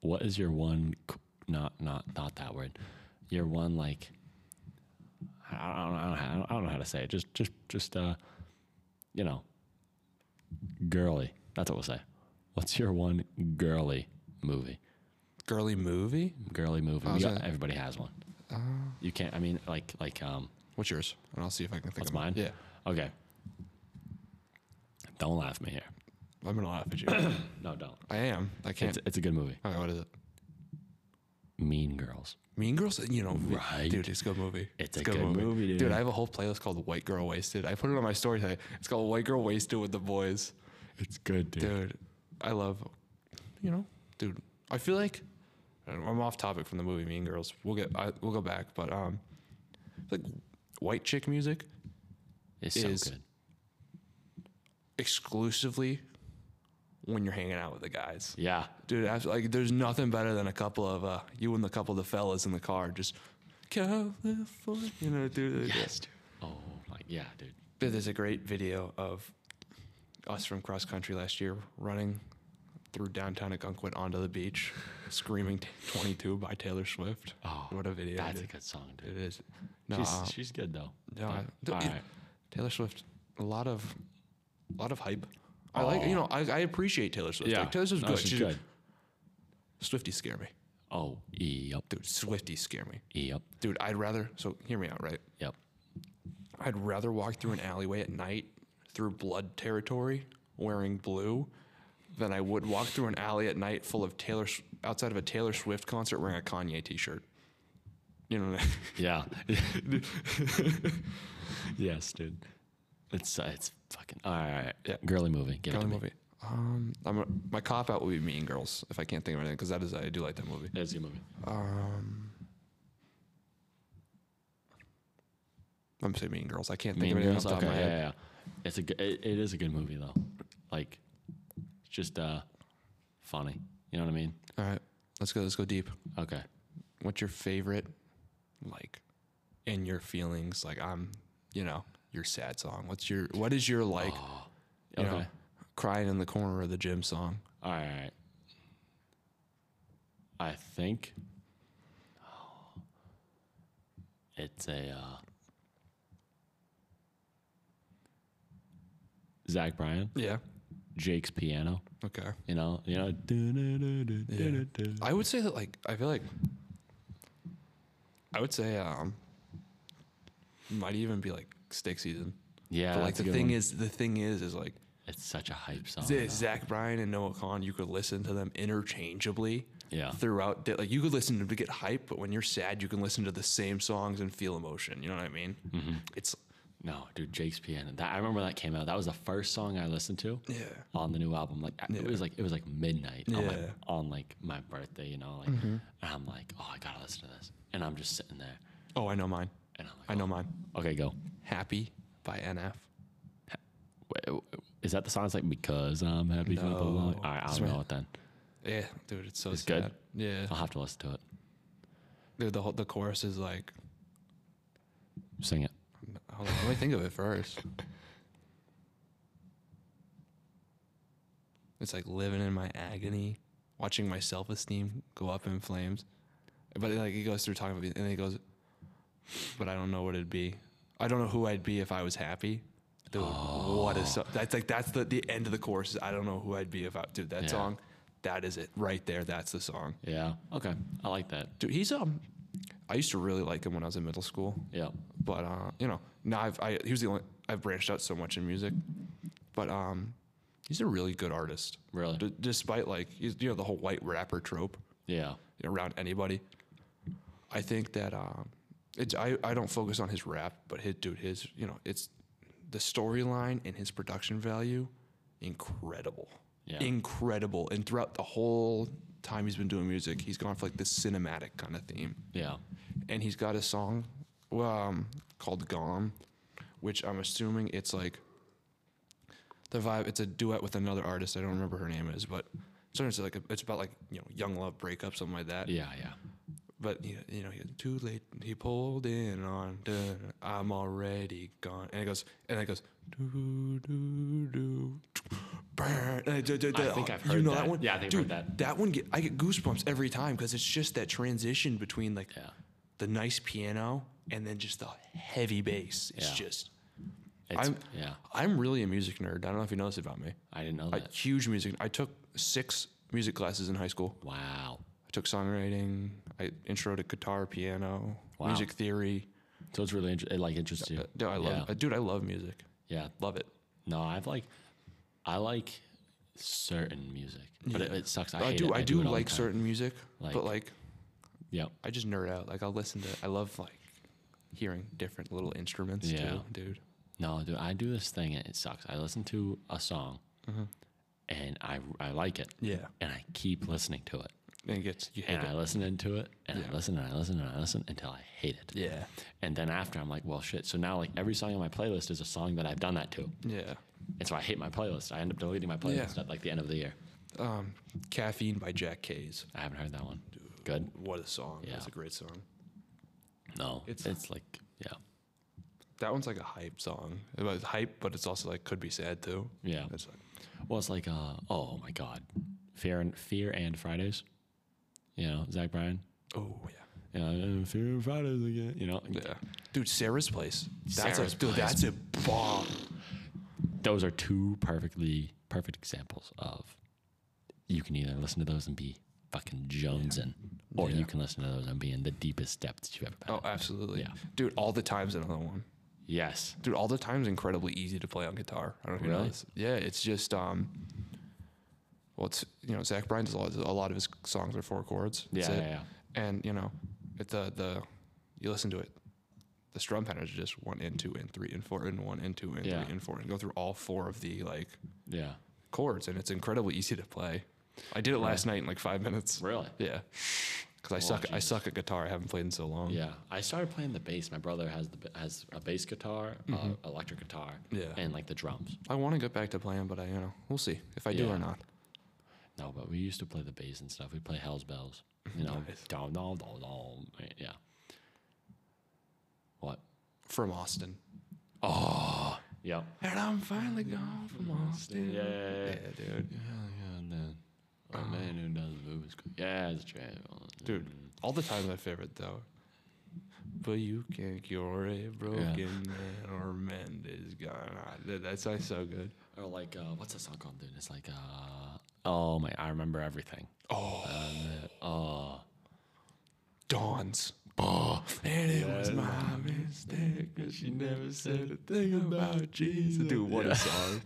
B: What is your one? c- Not not not that word. Your one like. I don't, I don't, I don't, I don't know how to say it. Just just just uh. You know. Girly. That's what we'll say. What's your one girly movie?
A: Girly movie.
B: Girly movie.
A: Oh,
B: We
A: is
B: got-
A: it-
B: everybody has one.
A: Uh,
B: You can't. I mean, like like um.
A: What's yours? And I'll see if I can think
B: What's
A: of mine.
B: mine?
A: Yeah.
B: Okay. Don't laugh at me here.
A: I'm gonna laugh at you.
B: No, don't.
A: I am. I can't.
B: It's, it's a good movie.
A: Okay, what is it?
B: Mean Girls.
A: Mean Girls. You know,
B: Right.
A: dude, it's a good movie.
B: It's a good movie, dude.
A: I have a whole playlist called White Girl Wasted. I put it on my story today. It's called White Girl Wasted with the Boys.
B: It's good,
A: Dude, I love. You know, dude, I feel like I don't know, I'm off topic from the movie Mean Girls. We'll get. I, we'll go back, but um, like white chick music
B: It's
A: is-
B: so good.
A: exclusively when you're hanging out with the guys.
B: Yeah.
A: Dude, abs- like there's nothing better than a couple of uh, you and the couple of the fellas in the car just California, you know, dude.
B: Yes, dude. Oh my yeah, dude.
A: Dude, There's a great video of us from cross country last year running through downtown Algonquin onto the beach, screaming t- 22 by Taylor Swift.
B: Oh,
A: what a video!
B: That's a
A: dude.
B: good song,
A: It
B: dude.
A: is. No,
B: she's,
A: uh,
B: she's good though.
A: no, I-
B: But- all
A: dude, it-
B: right.
A: Taylor Swift, a lot of, a lot of hype. I like, you know, I, I appreciate Taylor Swift.
B: Yeah.
A: like, Taylor Swift's
B: No,
A: good.
B: she's
A: She's
B: good.
A: Swifties scare me,
B: Oh, yep,
A: dude. Swifties scare me,
B: yep,
A: dude. I'd rather. So hear me out, right?
B: yep.
A: I'd rather walk through an alleyway at night through blood territory wearing blue than I would walk through an alley at night full of Taylor Sw- outside of a Taylor Swift concert wearing a Kanye t-shirt. You know what I mean?
B: Yeah. yes, dude. It's uh, it's fucking all right. all right.
A: Yeah.
B: Girly movie. Give it
A: Kanye
B: to
A: movie. Um, I'm a, my cop out would be Mean Girls if I can't think of anything because that is I do like that movie.
B: me. It's a good movie.
A: Um, I'm saying Mean Girls. I can't think
B: Mean
A: of anything
B: Girls.
A: off the
B: Okay.
A: top of
B: Yeah,
A: my head.
B: yeah, yeah. It's a good. It, it is a good movie though. Like, it's just uh, funny. You know what I mean?
A: All right, let's go. Let's go deep.
B: Okay.
A: what's your favorite like in your feelings like i'm you know your sad song what's your what is your like
B: Oh,
A: you
B: okay.
A: know crying in the corner of the gym song
B: All right, all right. I think it's a uh, Zach Bryan,
A: yeah
B: Jake's piano.
A: okay
B: You know, you know.
A: i would say that like i feel like i would say um might even be like stick season
B: Yeah,
A: but like
B: that's a
A: the
B: good
A: thing
B: one. Oh,
A: is the thing is is like
B: it's such a hype song.
A: Z-
B: though.
A: Zach Bryan and Noah Khan, you could listen to them interchangeably.
B: Yeah.
A: Throughout, di- like you could listen to them to get hype, but when you're sad, you can listen to the same songs and feel emotion. You know what I mean? It's
B: Mm-hmm. No, dude, Jake's piano. That I remember that came out. That was the first song I listened to.
A: yeah,
B: on the new album. Like I- it
A: Yeah.
B: was like it was like midnight on, my,
A: Yeah.
B: on like my birthday, you know. Like and I'm like, oh, I gotta listen to this, and I'm just sitting there,
A: Oh, I know mine.
B: and I'm like,
A: I know mine.
B: oh, okay, go.
A: Happy by NF.
B: Wait, w- Is that the song? It's like because I'm happy. No. All
A: No.
B: right, I
A: It's
B: don't
A: my-
B: know it then.
A: Yeah, dude, it's so
B: It's good?
A: sad. Yeah,
B: I'll have to listen to it.
A: dude, the whole, the chorus is like,
B: Sing it.
A: hold on, let me think of it first. It's like living in my agony, watching my self esteem go up in flames. But like he goes through talking about, it, and then he goes, but I don't know what it'd be. I don't know who I'd be if I was happy. Dude, what is so, that's like that's the the end of the chorus. Is I don't know who I'd be if I dude that
B: Yeah.
A: song. That is it right there. That's the song.
B: Yeah. Okay. I like that.
A: Dude, he's um. I used to really like him when I was in middle school,
B: Yeah.
A: but uh, you know, now I've I he was the only I've branched out so much in music, but um, he's a really good artist.
B: Really.
A: D- despite like he's, you know the whole white rapper trope
B: Yeah.
A: around anybody, I think that um, it's I I don't focus on his rap, but his dude his you know it's the storyline and his production value, incredible
B: Yeah.
A: incredible. And throughout the whole time he's been doing music, he's gone for like this cinematic kind of theme.
B: yeah.
A: And he's got a song um, called Gone, which I'm assuming it's like the vibe. It's a duet with another artist. I don't remember her name is, but so it's like it's about like you know young love breakup, something like that.
B: Yeah. Yeah.
A: But you know, you know, he goes, too late. He pulled in on. duh, I'm already gone. And it goes, and it goes. Do, do, do, burn. I
B: I think I've heard
A: oh, you know
B: that.
A: that. one.
B: Yeah, I think I've
A: Dude,
B: heard that.
A: one get I get goosebumps every time because it's just that transition between like
B: Yeah.
A: the nice piano and then just the heavy bass. It's
B: Yeah.
A: just.
B: It's,
A: I'm-
B: yeah.
A: I'm really a music nerd. I don't know if you know this about me.
B: I didn't know
A: A
B: that.
A: huge music. I took six music classes in high school.
B: Wow.
A: I took songwriting. I intro to guitar, piano,
B: Wow.
A: music theory.
B: So it's really inter- it like interests you.
A: Uh, dude, I love,
B: Yeah.
A: uh, dude, I love music.
B: yeah.
A: Love it.
B: No, I've like, I like certain music, but it,
A: Yeah.
B: it sucks. I,
A: I,
B: hate
A: do,
B: It.
A: I, do,
B: it all the
A: like
B: time.
A: certain music,
B: Like-
A: but like
B: Yep.
A: I just nerd out. Like I'll listen to. I love like hearing different little instruments
B: Yeah.
A: too, dude.
B: No, dude, I do this thing and it sucks. I listen to a song,
A: Mm-hmm.
B: and I I like it,
A: Yeah,
B: and I keep listening to it,
A: and it gets you hate
B: and I
A: it.
B: listen into it, and I
A: Yeah.
B: listen and I listen and I listen until I hate it.
A: Yeah,
B: And then after, I'm like, well, shit. So now, like, every song on my playlist is a song that I've done that to,
A: yeah.
B: and so I hate my playlist. I end up deleting my playlist at like the end of the year.
A: Um, Caffeine by Jack Kays.
B: I haven't heard that one. Good.
A: What a song!
B: Yeah.
A: That's a great song.
B: No, it's
A: It's-
B: it's like yeah,
A: That one's like a hype song. It's hype, but it's also like could be sad too.
B: yeah.
A: That's like,
B: Well, it's like uh oh my god, fear and fear and Fridays. You know, Zach Bryan.
A: oh yeah,
B: Yeah, uh, fear and Fridays again. You know,
A: yeah. Dude, Sarah's place. That's
B: Sarah's
A: a dude.
B: Place.
A: That's a bomb.
B: those are two perfectly perfect examples of you can either listen to those and be fucking jonesing, or
A: Yeah.
B: you can listen to those and be in the deepest depths you've ever been.
A: Oh, absolutely.
B: Yeah.
A: Dude, all the time's another one.
B: Yes.
A: Dude, all the time's incredibly easy to play on guitar. I don't know if you know
B: Really?
A: this. Yeah, it's just um well it's you know, Zach Bryan does a lot, a lot of his songs are four chords. That's
B: Yeah, yeah,
A: it.
B: yeah.
A: And you know, it the the you listen to it. The strum patterns are just one and two and three and four and one and two and
B: Yeah.
A: three and four and go through all four of the like
B: Yeah.
A: chords and it's incredibly easy to play. I did it last night in like five minutes.
B: Really?
A: Yeah. Because I suck I suck at guitar. I haven't played in so long.
B: Oh, Yeah. I started playing the bass. My brother has the ba- has a bass guitar, uh, electric guitar,
A: Mm-hmm. Yeah.
B: and like the drums.
A: I want to get back to playing, but I, you know, we'll see if I do
B: Yeah.
A: or not.
B: No, but we used to play the bass and stuff. We play Hell's Bells. You know, dom dom dom dom. right, Yeah. What?
A: From Austin.
B: Yeah.
A: And I'm finally gone from Austin.
B: Yeah, yeah, yeah.
A: dude.
B: Yeah, yeah, and then a man who doesn't move is crazy. Ah. Yeah, it's true. Mm.
A: Dude, all the time's my favorite, though. But you can't cure a broken man or mend his God. That, that sounds so good.
B: Or like, uh, what's that song called, dude? It's like, uh, oh my, I remember everything.
A: Oh,
B: Uh, Oh,
A: Dawns. and it was my mistake 'cause she never said a thing about Jesus. Dude, what a song.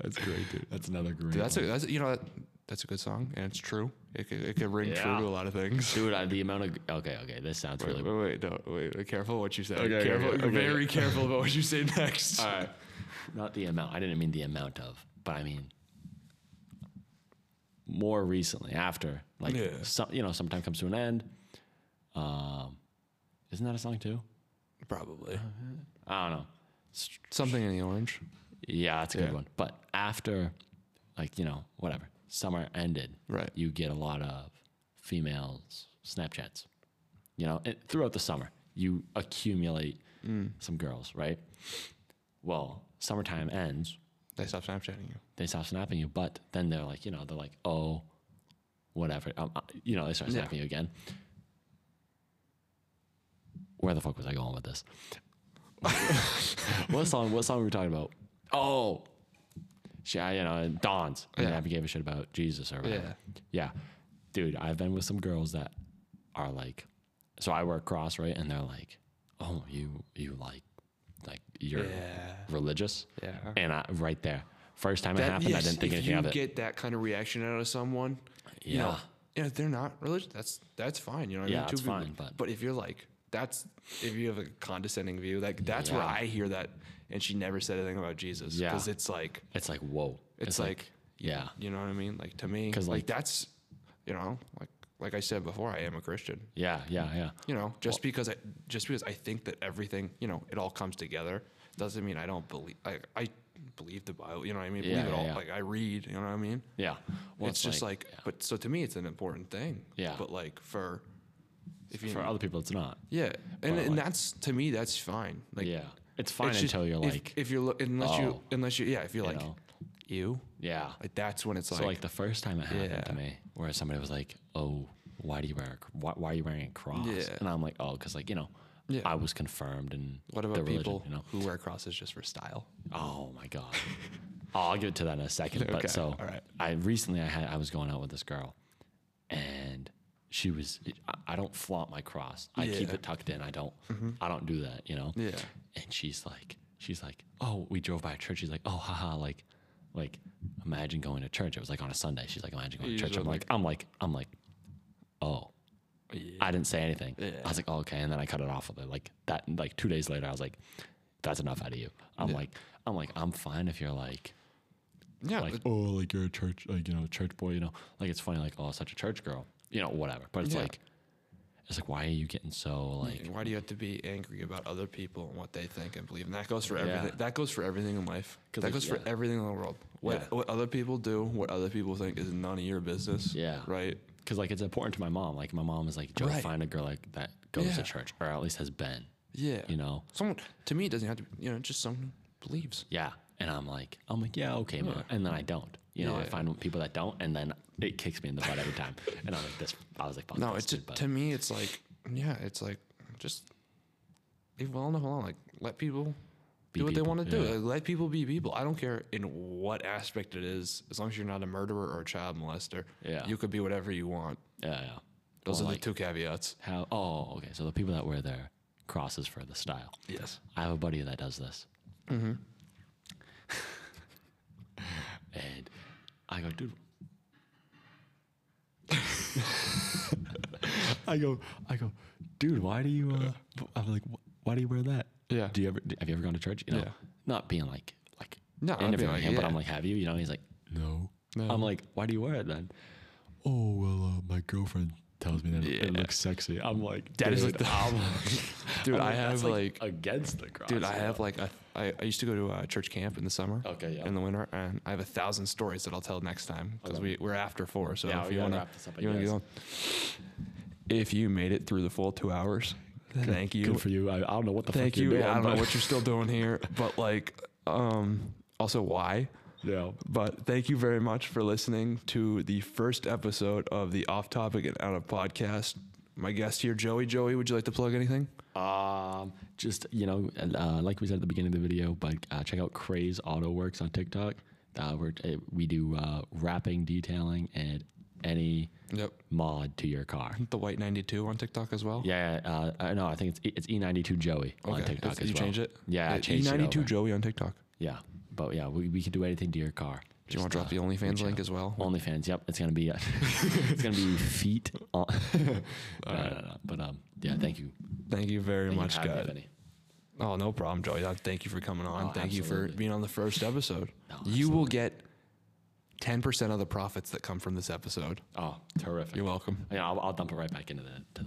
A: That's great, dude.
B: that's another great.
A: Dude, that's a that's a, you know that, that's a good song and it's true. It could, it could ring
B: Yeah.
A: true to a lot of things.
B: dude. I, the amount of okay, okay, this sounds
A: Wait,
B: really.
A: wait, wait, no, wait, wait, careful what you say.
B: Okay, okay,
A: careful,
B: okay, okay.
A: very careful about what you say next.
B: All right, not the amount. I didn't mean the amount of, but I mean more recently after, like,
A: Yeah.
B: some, you know, sometime comes to an end. Um, isn't that a song too?
A: Probably
B: I don't know. It's
A: something in the orange.
B: Yeah, that's a good
A: Yeah.
B: one. But after, like, you know, whatever, summer ended,
A: Right.
B: you get a lot of females Snapchats. You know, and throughout the summer, you accumulate
A: Mm.
B: some girls, right? Well, summertime ends,
A: They stop Snapchatting you.
B: they stop snapping you, but then they're like, you know, they're like, oh, whatever, um, uh, you know, they start
A: Yeah.
B: snapping you again. Where the fuck was I going with this? what song? What song were we talking about? Oh, she, I, you know, and Dawn's. And
A: Yeah.
B: I gave a shit about Jesus or whatever.
A: Yeah.
B: Yeah. Dude, I've been with some girls that are like so I work cross, right? And they're like, Oh, you you like like you're
A: Yeah.
B: religious?
A: Yeah.
B: And I right there. First time it
A: That-
B: happened, I
A: yes,
B: didn't think
A: if
B: anything
A: you
B: of it.
A: get that kind of reaction out of someone, you know, yeah, if they're not religious. That's that's fine. You know, what I
B: Yeah,
A: mean?
B: that's
A: Two people-
B: fine, but-
A: if you're like that's if you have a condescending view, like that's where
B: Yeah.
A: I hear that. And she never said anything about Jesus
B: Yeah.
A: because it's like
B: It's like, whoa.
A: it's, like,
B: yeah.
A: you know what I mean. Like to me,
B: 'Cause,
A: like,
B: like-
A: that's you know like like I said before, I am a Christian.
B: Yeah, yeah, yeah.
A: You know, just because I just because I think that everything you know it all comes together doesn't mean I don't believe I I believe the Bible. You know what I mean?
B: Yeah,
A: believe it
B: yeah,
A: all.
B: yeah.
A: Like I read. You know what I mean?
B: Yeah. Well,
A: it's, just like, but so to me, it's an important thing.
B: Yeah.
A: But like for, if you,
B: for other people it's not.
A: yeah, and,
B: but,
A: and
B: like-
A: that's to me, that's fine. Like,
B: yeah. It's fine
A: it's just-
B: until you're
A: if-
B: like
A: if you're lo- unless you,
B: oh,
A: unless you, yeah, if you're
B: you
A: like,
B: know.
A: you,
B: Yeah.
A: like that's when it's like,
B: So like the first time it happened to
A: Yeah.
B: me, where somebody was like, "Oh, why do you wear a, cr- why, why are you wearing a cross?"
A: Yeah.
B: And I'm like, "Oh, because like you know,
A: Yeah.
B: I was confirmed and
A: what about people
B: You know,
A: who wear crosses just for style?
B: oh my god. oh, I'll get to that in a second.
A: Okay,
B: But so
A: all right.
B: I recently I had I was going out with this girl, and she was I- I don't flaunt my cross. I keep
A: Yeah. Mm-hmm.
B: it tucked in. I don't I don't do that. You know.
A: Yeah.
B: And she's like she's like oh we drove by a church. She's like oh haha like like imagine going to church. It was like on a Sunday. She's like imagine going
A: You
B: to
A: just
B: church. I'm
A: went
B: like I'm like I'm like oh. I didn't say anything. I
A: Yeah.
B: was like, oh, okay, and then I cut it off with it. Like that. Like two days later, I was like, that's enough out of you. I'm like, I'm like, I'm fine if you're like,
A: Yeah.
B: like,
A: but-
B: oh, like you're a church, like you know, church boy, you know, like it's funny, like oh, such a church girl, you know, whatever. But it's
A: Yeah.
B: like, it's like, why are you getting so like,
A: why do you have to be angry about other people and what they think and believe? And that goes for
B: Yeah.
A: everything. That goes for everything in life.
B: 'Cause,
A: That
B: like,
A: goes
B: yeah.
A: for everything in the world. What
B: Yeah.
A: what other people do, what other people think is none of your business.
B: Yeah.
A: Right.
B: because like it's important to my mom. Like my mom is like, Joe,
A: Right.
B: find a girl like that goes to
A: Yeah.
B: church or at least has been,
A: Yeah.
B: you know,
A: Someone to me it doesn't have to. be, You know, just someone who believes.
B: yeah. And I'm like, I'm like, yeah, okay, man. And then I don't. You know, I
A: Yeah.
B: find people that don't, and then it kicks me in the butt every time. And I'm like, this. I was like, fuck
A: No,
B: this
A: it's ju-
B: dude, but-
A: to me it's like yeah, it's like just leave well enough alone. Like let people
B: Be
A: do what
B: people,
A: they want to do.
B: yeah.
A: Like, let people be people. I don't care in what aspect it is, as long as you're not a murderer or a child molester.
B: Yeah.
A: You could be whatever you want.
B: Yeah, yeah.
A: Those
B: Or
A: are
B: like
A: the two caveats.
B: how. Oh, okay. So the people that wear their crosses for the style.
A: Yes.
B: I have a buddy that does this. Mm-hmm. and I go, dude. I go, I go, dude. Why do you? Uh, I'm like, "Wh- why do you wear that?
A: Yeah.
B: Do you ever? Have you ever gone to church? You know,
A: Yeah.
B: not being like, like,
A: No, I'd be
B: interviewing
A: like,
B: him, but
A: yeah.
B: I'm like, have you? You know, and he's like, no.
A: No.
B: I'm like, why do you wear it then? Oh well, uh, my girlfriend tells me that
A: Yeah.
B: sexy. I'm like,
A: That is
B: dude,
A: like the-
B: I'm
A: Dude,
B: I'm
A: I
B: that's,
A: have like,
B: against the cross.
A: dude, I have like a, I, I used to go to a church camp in the summer.
B: Okay, yeah.
A: In the winter, and I have a thousand stories that I'll tell next time because
B: Okay.
A: we we're after four. So
B: Yeah,
A: if
B: we
A: you
B: gotta
A: want to,
B: wrap this up, I
A: you want to
B: guess.
A: get on. If you made it through the full two hours, thank you,
B: Good for you. I, I don't know what the
A: thank
B: fuck you're
A: you.
B: doing.
A: Yeah, I don't know
B: but-
A: what you're still doing here, but like, um, also why.
B: yeah.
A: But thank you very much for listening to the first episode of the Off Topic and Out of Podcast. My guest here, Joey. Joey, would you like to plug anything?
B: Um, just you know, and, uh, like we said at the beginning of the video, but uh, check out Craze Auto Works on TikTok. Uh, we're, uh, we do uh, wrapping, detailing, and any
A: Yep.
B: mod to your car.
A: The White 92 on TikTok as well?
B: Yeah, uh, I know. I think it's E- it's E92 Joey on TikTok
A: That's-
B: as
A: you
B: well.
A: change it?
B: Yeah, I changed it
A: E92
B: over.
A: Joey on TikTok.
B: Yeah, but yeah, we, we can do anything to your car.
A: Do you want
B: Just,
A: to drop
B: uh,
A: the OnlyFans
B: reach
A: link
B: out.
A: as well?
B: OnlyFans. Yep, it's gonna be it's gonna be feet. On, no, no, no, no, But um, yeah, thank you
A: Thank you very
B: Thank you
A: much,
B: for having me,
A: guys.
B: Vinny.
A: Oh, no problem, Joey. Uh, Thank you for coming on.
B: Oh,
A: Thank you for
B: absolutely. Oh,
A: being on the first episode.
B: No,
A: you will get 10% of the profits that come from this episode.
B: Oh, terrific.
A: You're welcome.
B: Yeah, I'll, I'll dump it right back into the to